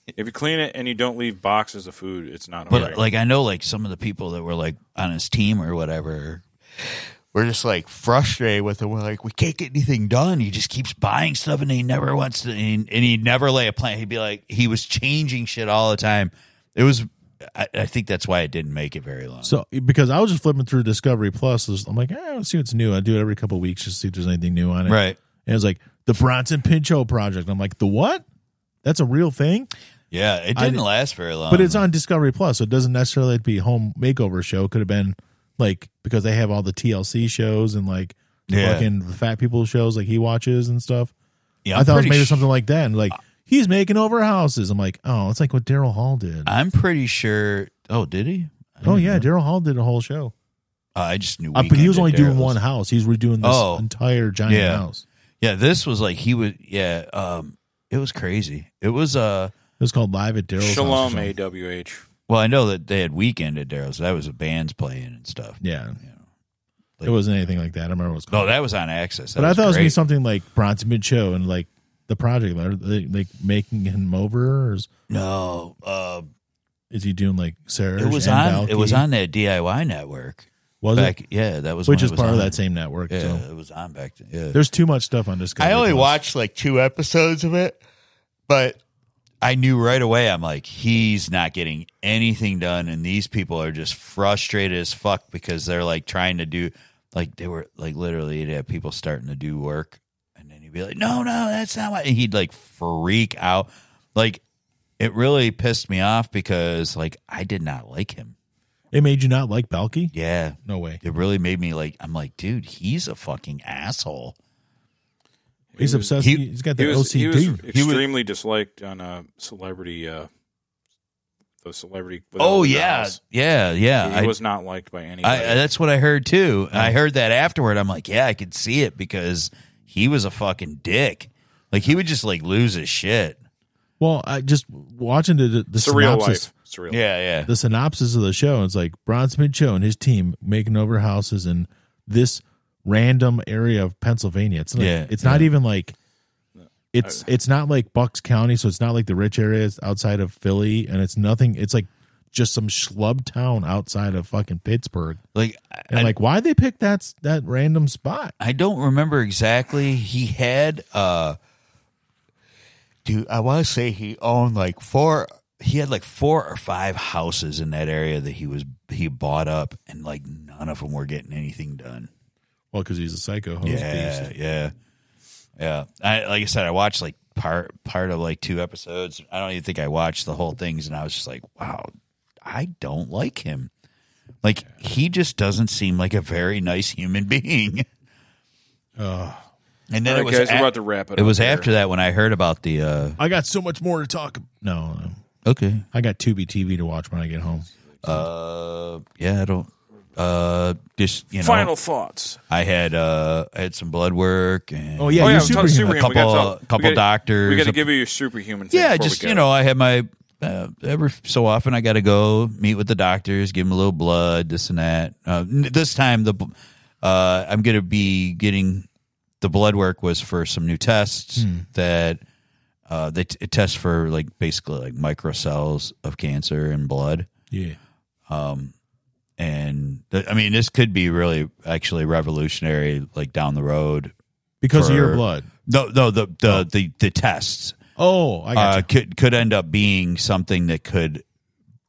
Speaker 3: if you clean it and you don't leave boxes of food, it's not.
Speaker 5: But
Speaker 3: okay.
Speaker 5: like I know like some of the people that were like on his team or whatever were just like frustrated with it. We're like, we can't get anything done. He just keeps buying stuff and he never wants to and, and he'd never lay a plan. He'd be like he was changing shit all the time. It was I, I think that's why it didn't make it very long.
Speaker 4: So because I was just flipping through Discovery Plus, just- I'm like, eh, let's see what's new. I do it every couple of weeks just to see if there's anything new on it.
Speaker 5: right.
Speaker 4: And it was like the Bronson Pinchot project. I'm like, the what? That's a real thing,
Speaker 5: Yeah. It
Speaker 4: I
Speaker 5: didn't
Speaker 4: did-
Speaker 5: last very long.
Speaker 4: but it's on Discovery Plus, so it doesn't necessarily have to be a home makeover show. It Could have been like because they have all the TLC shows and like the
Speaker 5: Yeah.
Speaker 4: fucking the fat people shows like he watches and stuff.
Speaker 5: Yeah,
Speaker 4: I
Speaker 5: I'm
Speaker 4: thought it was
Speaker 5: pretty Uh,
Speaker 4: maybe
Speaker 5: su-
Speaker 4: something like that. And like he's making over houses. I'm like, oh, it's like what Daryl Hall did.
Speaker 5: I'm pretty sure oh, did he? I
Speaker 4: oh
Speaker 5: didn't
Speaker 4: yeah,
Speaker 5: know.
Speaker 4: Daryl Hall did a whole show,
Speaker 5: Oh, I just knew
Speaker 4: Uh, but he
Speaker 5: Weekend
Speaker 4: was
Speaker 5: at
Speaker 4: only doing
Speaker 5: Daryl's.
Speaker 4: one house. He's redoing this
Speaker 5: Oh.
Speaker 4: entire giant
Speaker 5: Yeah.
Speaker 4: house.
Speaker 5: Yeah, this was like he was yeah, um it was crazy. It was uh
Speaker 4: It was called Live at Daryl's. House or
Speaker 3: Shalom,
Speaker 4: something.
Speaker 3: AWH.
Speaker 5: Well, I know that they had weekend at Daryl's. That was the bands playing and stuff.
Speaker 4: Yeah,
Speaker 5: You know.
Speaker 4: it wasn't anything like that. I remember what it was called.
Speaker 5: No, that was on Access. That
Speaker 4: but I thought it was gonna
Speaker 5: great.
Speaker 4: be something like Bronson Pinchot and like the project, like, like, like making him over, or is,
Speaker 5: No, uh,
Speaker 4: is he doing like Sarah?
Speaker 5: it was on. It was on that DIY network.
Speaker 4: Was
Speaker 5: back,
Speaker 4: it?
Speaker 5: Yeah, that was
Speaker 4: Which
Speaker 5: when
Speaker 4: is
Speaker 5: it was
Speaker 4: part of
Speaker 5: on.
Speaker 4: that same network.
Speaker 5: Yeah,
Speaker 4: So
Speaker 5: it was on back then. Yeah.
Speaker 4: there's too much stuff on Discovery.
Speaker 5: I only
Speaker 4: Plus.
Speaker 5: watched like two episodes of it, but I knew right away. I'm like, he's not getting anything done, and these people are just frustrated as fuck because they're like trying to do, like they were like literally he'd have people starting to do work, and then he'd be like, no, no, that's not what, and he'd like freak out. Like it really pissed me off because like I did not like him.
Speaker 4: It made you not like Balky.
Speaker 5: Yeah,
Speaker 4: No way.
Speaker 5: it really made me like. I'm like, dude, he's a fucking asshole.
Speaker 4: He's obsessed.
Speaker 5: he-
Speaker 4: He, has got the
Speaker 3: He was,
Speaker 4: OCD.
Speaker 3: he was
Speaker 5: He was-
Speaker 3: extremely disliked on a celebrity, uh, the celebrity. without
Speaker 5: Oh
Speaker 3: the
Speaker 5: yeah,
Speaker 3: eyes.
Speaker 5: yeah, yeah.
Speaker 3: he
Speaker 5: I-
Speaker 3: was not liked by anybody.
Speaker 5: I, I- that's what I heard too. And I heard that afterward. I'm like, yeah, I could see it because he was a fucking dick. Like he would just like lose his shit.
Speaker 4: well, I just watching the the, the
Speaker 3: Surreal
Speaker 4: synopsis.
Speaker 3: life. Surreal.
Speaker 5: Yeah,
Speaker 4: the synopsis of the show. It's like Bronson Pinchot and his team making over houses in this random area of Pennsylvania. It's like,
Speaker 5: Yeah,
Speaker 4: it's not even like it's it's not like Bucks County, so it's not like the rich areas outside of Philly, and it's nothing. It's like just some schlub town outside of fucking Pittsburgh.
Speaker 5: Like I,
Speaker 4: And
Speaker 5: I-
Speaker 4: like, why they pick that s- that random spot?
Speaker 5: I don't remember exactly. He had uh dude, I want to say he owned like four he had like four or five houses in that area that he was he bought up and like none of them were getting anything done.
Speaker 4: Well, because he's a psycho host
Speaker 5: yeah,
Speaker 4: beast.
Speaker 5: Yeah, yeah, I like I said, I watched like part part of like two episodes. I don't even think I watched the whole things, and I was just like, wow, I don't like him. Like he just doesn't seem like a very nice human *laughs* being. and
Speaker 3: All
Speaker 5: then it
Speaker 3: right,
Speaker 5: was
Speaker 3: guys, we're
Speaker 5: a-
Speaker 3: about to wrap it.
Speaker 5: it
Speaker 3: up
Speaker 5: was
Speaker 3: here.
Speaker 5: after that when I heard about the. uh
Speaker 4: I got so much more to talk. No, no.
Speaker 5: Okay.
Speaker 4: I got Tubi TV to watch when I get home.
Speaker 5: Uh, yeah, I don't. Uh, just you know,
Speaker 3: final thoughts.
Speaker 5: I had uh, I had some blood work and
Speaker 4: Oh, yeah,
Speaker 3: oh,
Speaker 4: you're
Speaker 3: yeah,
Speaker 4: superhuman.
Speaker 5: a couple couple
Speaker 3: we gotta,
Speaker 5: doctors,
Speaker 3: We got to
Speaker 5: a-
Speaker 3: give you your superhuman. Thing
Speaker 5: Yeah,
Speaker 3: before we
Speaker 5: just
Speaker 3: go.
Speaker 5: you know, I have my uh, every so often I got to go meet with the doctors, give them a little blood, this and that. Uh, n- this time the uh, I'm going to be getting the blood work was for some new tests
Speaker 3: Hmm.
Speaker 5: that uh, they t- test for like basically like microcells of cancer in blood.
Speaker 4: Yeah,
Speaker 5: Um, and th- I mean, this could be really actually revolutionary, like down the road.
Speaker 4: because of your
Speaker 5: For-
Speaker 4: blood.
Speaker 5: No, no, the
Speaker 3: Oh.
Speaker 5: the the, the tests
Speaker 4: Oh, I got
Speaker 5: uh, could could end up being something that could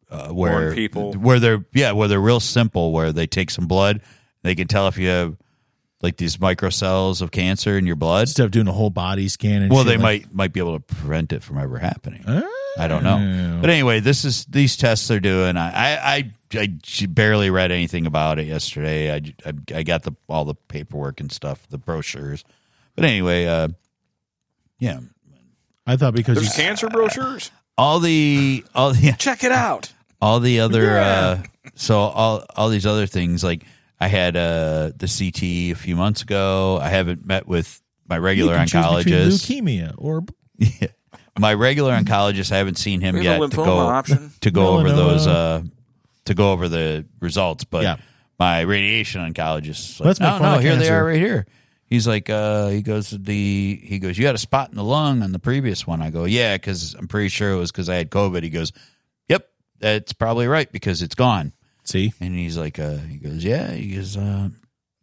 Speaker 5: uh, where
Speaker 3: Warn people.
Speaker 5: where they're yeah where they're real simple where they take some blood they can tell if you have like these microcells of cancer in your blood.
Speaker 4: instead of doing a whole body scan. And
Speaker 5: Well,
Speaker 4: shit
Speaker 5: they
Speaker 4: like-
Speaker 5: might might be able to prevent it from ever happening.
Speaker 4: Ah.
Speaker 5: I don't know. But anyway, this is these tests they're doing. I I, I, I j- barely read anything about it yesterday. I, j- I- I got the all the paperwork and stuff, the brochures. But anyway, uh, yeah,
Speaker 4: I thought because
Speaker 3: There's
Speaker 4: you,
Speaker 3: cancer brochures.
Speaker 5: all the all *laughs* the
Speaker 3: Check it out.
Speaker 5: all the other
Speaker 3: Yeah.
Speaker 5: uh, so all all these other things like I had uh, the CT a few months ago. I haven't met with my
Speaker 4: you
Speaker 5: regular
Speaker 4: can choose between
Speaker 5: oncologist.
Speaker 4: leukemia or
Speaker 5: my regular oncologist i haven't seen him
Speaker 3: We
Speaker 5: yet
Speaker 3: have a
Speaker 5: to
Speaker 3: lymphoma
Speaker 5: go
Speaker 3: option.
Speaker 5: *laughs* to go over
Speaker 4: Melanoma.
Speaker 5: those uh to go over the results but
Speaker 4: Yeah.
Speaker 5: my radiation oncologist is like,
Speaker 4: Let's make
Speaker 5: no,
Speaker 4: fun
Speaker 5: no,
Speaker 4: of
Speaker 5: here they
Speaker 4: cancer."
Speaker 5: are right here he's like uh he goes to the he goes you had a spot in the lung on the previous one i go yeah because i'm pretty sure it was because i had covid he goes yep that's probably right because it's gone
Speaker 4: see
Speaker 5: and he's like, uh, he goes, yeah. He goes, uh,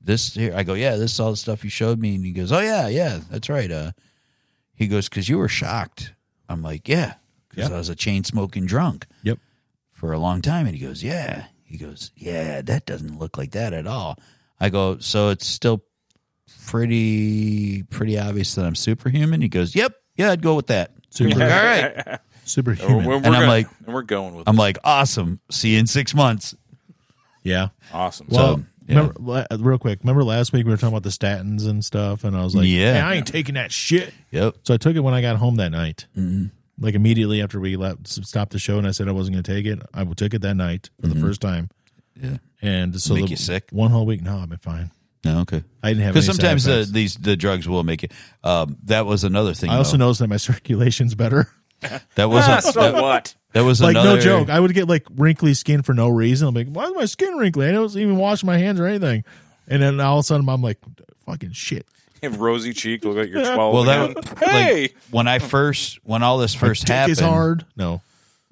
Speaker 5: this here. I go, yeah. This is all the stuff you showed me. And he goes, oh yeah, yeah, that's right. Uh, he goes, because you were shocked. I'm like, yeah, because
Speaker 4: Yeah.
Speaker 5: I was a chain smoking drunk.
Speaker 4: Yep.
Speaker 5: For a long time, and he goes, yeah. He goes, yeah. That doesn't look like that at all. I go, so it's still pretty pretty obvious that I'm superhuman. He goes, yep, yeah. I'd go with that. So
Speaker 4: Super-
Speaker 5: all right.
Speaker 3: We're,
Speaker 4: superhuman.
Speaker 3: we're
Speaker 5: I'm
Speaker 3: gonna-
Speaker 5: like-
Speaker 3: and we're going with
Speaker 5: I'm like, awesome. See you in six months.
Speaker 4: yeah.
Speaker 3: it. awesome.
Speaker 4: Well,
Speaker 5: So,
Speaker 4: remember, la- real quick. Remember last week we were talking about the statins and stuff, and I was like,
Speaker 5: Yeah.
Speaker 4: "Hey, I ain't taking that shit."
Speaker 5: Yep.
Speaker 4: So I took it when I got home that night.
Speaker 5: Mm-hmm.
Speaker 4: Like immediately after we left, stopped the show, and I said I wasn't going to take it. I took it that night for the first time.
Speaker 5: Mm-hmm. Yeah.
Speaker 4: And so
Speaker 5: Make
Speaker 4: the-
Speaker 5: you sick?
Speaker 4: One whole week. No, I've been fine.
Speaker 5: No, okay.
Speaker 4: I didn't have
Speaker 5: because
Speaker 4: any side
Speaker 5: sometimes the,
Speaker 4: effects.
Speaker 5: these the drugs will make it. Um, that was another thing.
Speaker 4: I also
Speaker 5: though.
Speaker 4: noticed that my *laughs* circulation's better.
Speaker 5: that was
Speaker 3: Ah,
Speaker 5: a,
Speaker 3: so
Speaker 5: that,
Speaker 3: what?
Speaker 5: that was
Speaker 4: like
Speaker 5: another,
Speaker 4: no joke, I would get like wrinkly skin for no reason. I'm like, why is my skin wrinkly? I don't even wash my hands or anything. And then all of a sudden, I'm like, fucking shit.
Speaker 3: You have rosy cheek. Look like you're 12.
Speaker 5: well, that
Speaker 3: again.
Speaker 5: was-
Speaker 3: hey,
Speaker 5: like, when I first when all this first
Speaker 4: Dick
Speaker 5: happened,
Speaker 4: is hard. No,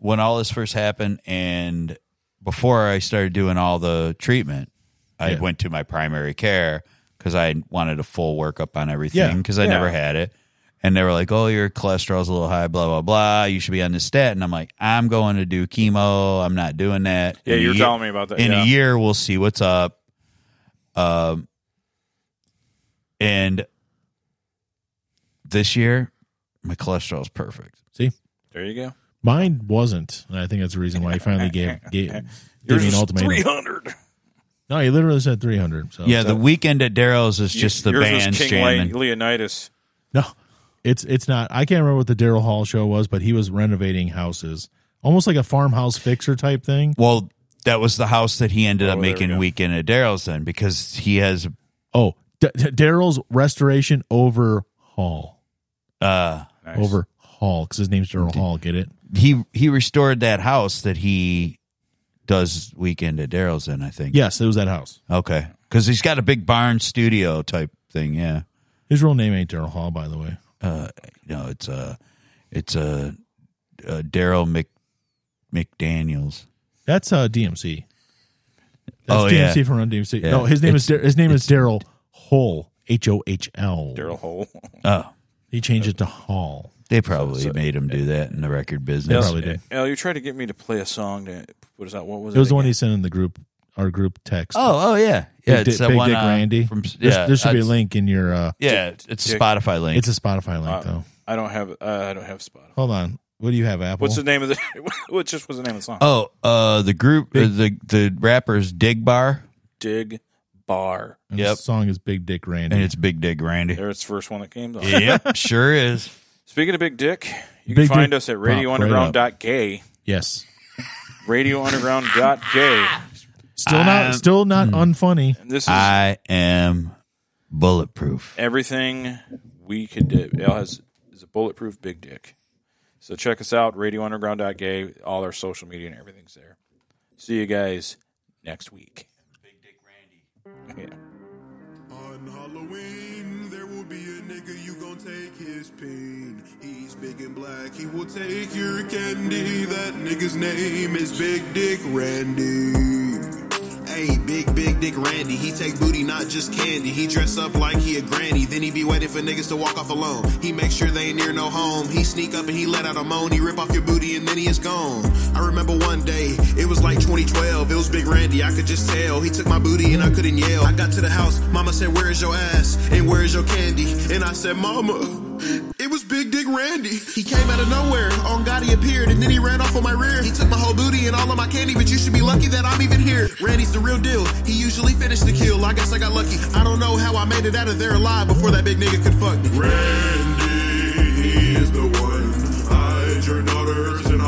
Speaker 5: when all this first happened, and before I started doing all the treatment, I
Speaker 4: Yeah.
Speaker 5: went to my primary care because I wanted a full workup on everything
Speaker 4: Yeah.
Speaker 5: because I
Speaker 3: Yeah.
Speaker 5: never had it. And they were like, "Oh, your cholesterol's a little high, blah blah blah. You should be on this statin." I'm like, "I'm going to do chemo. I'm not doing that."
Speaker 3: yeah,
Speaker 5: In a
Speaker 3: you were
Speaker 5: year-
Speaker 3: telling me about that.
Speaker 5: in
Speaker 3: yeah.
Speaker 5: a year we'll see what's up um and this year my cholesterol's perfect
Speaker 4: see,
Speaker 3: There you go.
Speaker 4: mine wasn't, and I think that's the reason why he finally gave gave, gave
Speaker 3: Yours
Speaker 4: me an
Speaker 3: is
Speaker 4: ultimatum.
Speaker 3: 300.
Speaker 4: No, he literally said 300. So
Speaker 5: yeah the weekend at daryl's is just the
Speaker 3: Oh, Yours
Speaker 5: band
Speaker 3: was King Le-
Speaker 5: jamming
Speaker 3: Leonidas.
Speaker 4: No, it's it's not. I can't remember what the Daryl Hall show was, but he was renovating houses, almost like a farmhouse fixer type thing.
Speaker 5: well that was the house that he ended up
Speaker 3: Oh, there we
Speaker 5: making
Speaker 3: go.
Speaker 5: weekend at daryl's then because he has
Speaker 4: Oh, D- D- Daryl's restoration overhaul,
Speaker 5: uh
Speaker 3: Nice.
Speaker 4: overhaul, because his name's Daryl Hall. Get it?
Speaker 5: he he restored that house that he does weekend at daryl's in i think
Speaker 4: Yes, it was that house.
Speaker 5: okay because he's got a big barn studio type thing yeah
Speaker 4: His real name ain't Daryl Hall, by the way.
Speaker 5: uh no it's uh it's uh, uh daryl Mc, mcdaniels
Speaker 4: That's uh, DMC. That's
Speaker 5: Oh,
Speaker 4: DMC
Speaker 5: yeah.
Speaker 4: from Run DMC.
Speaker 5: Yeah.
Speaker 4: No, his name is
Speaker 5: It's-
Speaker 4: Dar- his name is Daryl Hall. H O H L.
Speaker 3: Daryl Hole. *laughs*
Speaker 5: oh
Speaker 4: He changed it to Hall.
Speaker 5: they probably made him do that in the record business
Speaker 4: probably did.
Speaker 3: Al, you tried to get me to play a song. To, what is that? What was it?
Speaker 4: It was the one
Speaker 3: again?
Speaker 4: he sent in the group, our group text.
Speaker 5: oh oh yeah
Speaker 4: Big
Speaker 5: yeah
Speaker 4: Dick,
Speaker 5: that
Speaker 4: Big
Speaker 5: one,
Speaker 4: Dick
Speaker 5: uh,
Speaker 4: Randy.
Speaker 5: from
Speaker 4: There's-
Speaker 5: yeah
Speaker 4: there should be a
Speaker 5: that's-
Speaker 4: link in your. Uh,
Speaker 5: yeah it's a
Speaker 3: Dick-
Speaker 5: spotify link
Speaker 4: it's a Spotify link
Speaker 3: Uh,
Speaker 4: though.
Speaker 3: I don't have. Uh, I don't have Spotify.
Speaker 4: Hold on. What do you have, Apple?
Speaker 3: What's the name of the? *laughs* What just was the name of the song?
Speaker 5: oh uh the group uh,
Speaker 4: Big-
Speaker 5: the the rappers dig bar
Speaker 3: Dig Bar.
Speaker 4: And
Speaker 5: Yep.
Speaker 4: this song is Big Dick Randy.
Speaker 5: and it's big dig randy
Speaker 3: There, it's the first one that came. Up.
Speaker 5: yep sure is
Speaker 3: *laughs* Speaking of Big Dick, you
Speaker 4: Big
Speaker 3: can find
Speaker 4: Dick
Speaker 3: us at
Speaker 4: popped right
Speaker 3: radiounderground.gay.
Speaker 4: yes.
Speaker 3: Radiounderground.gay.
Speaker 4: *laughs* Still not
Speaker 5: I'm- mm.
Speaker 4: still not unfunny.
Speaker 3: And this is
Speaker 5: i am bulletproof
Speaker 3: everything we could do. Al has is a bulletproof big dick. So check us out, radiounderground.gay. All our social media and everything's there. See you guys next week. Big Dick Randy. *laughs* Yeah.
Speaker 6: On Halloween, there will be a nigga you gon' take his pain. He's big and black, he will take your candy. That nigga's name is Big Dick Randy. Hey, big, big dick Randy. He take booty, not just candy. He dress up like he a granny. Then he be waiting for niggas to walk off alone. He make sure they ain't near no home. He sneak up and he let out a moan. He rip off your booty and then he is gone. I remember one day, it was like 2012. It was big Randy. I could just tell. He took my booty and I couldn't yell. I got to the house. Mama said, Where is your ass? And where is your candy? And I said, Mama. It was Big Dick Randy. He came out of nowhere. On God, he appeared, and then he ran off on my rear. He took my whole booty and all of my candy, but you should be lucky that I'm even here. Randy's the real deal. He usually finished the kill. I guess I got lucky. I don't know how I made it out of there alive before that big nigga could fuck me.
Speaker 7: Randy, he is the one. Hide your daughters and hide.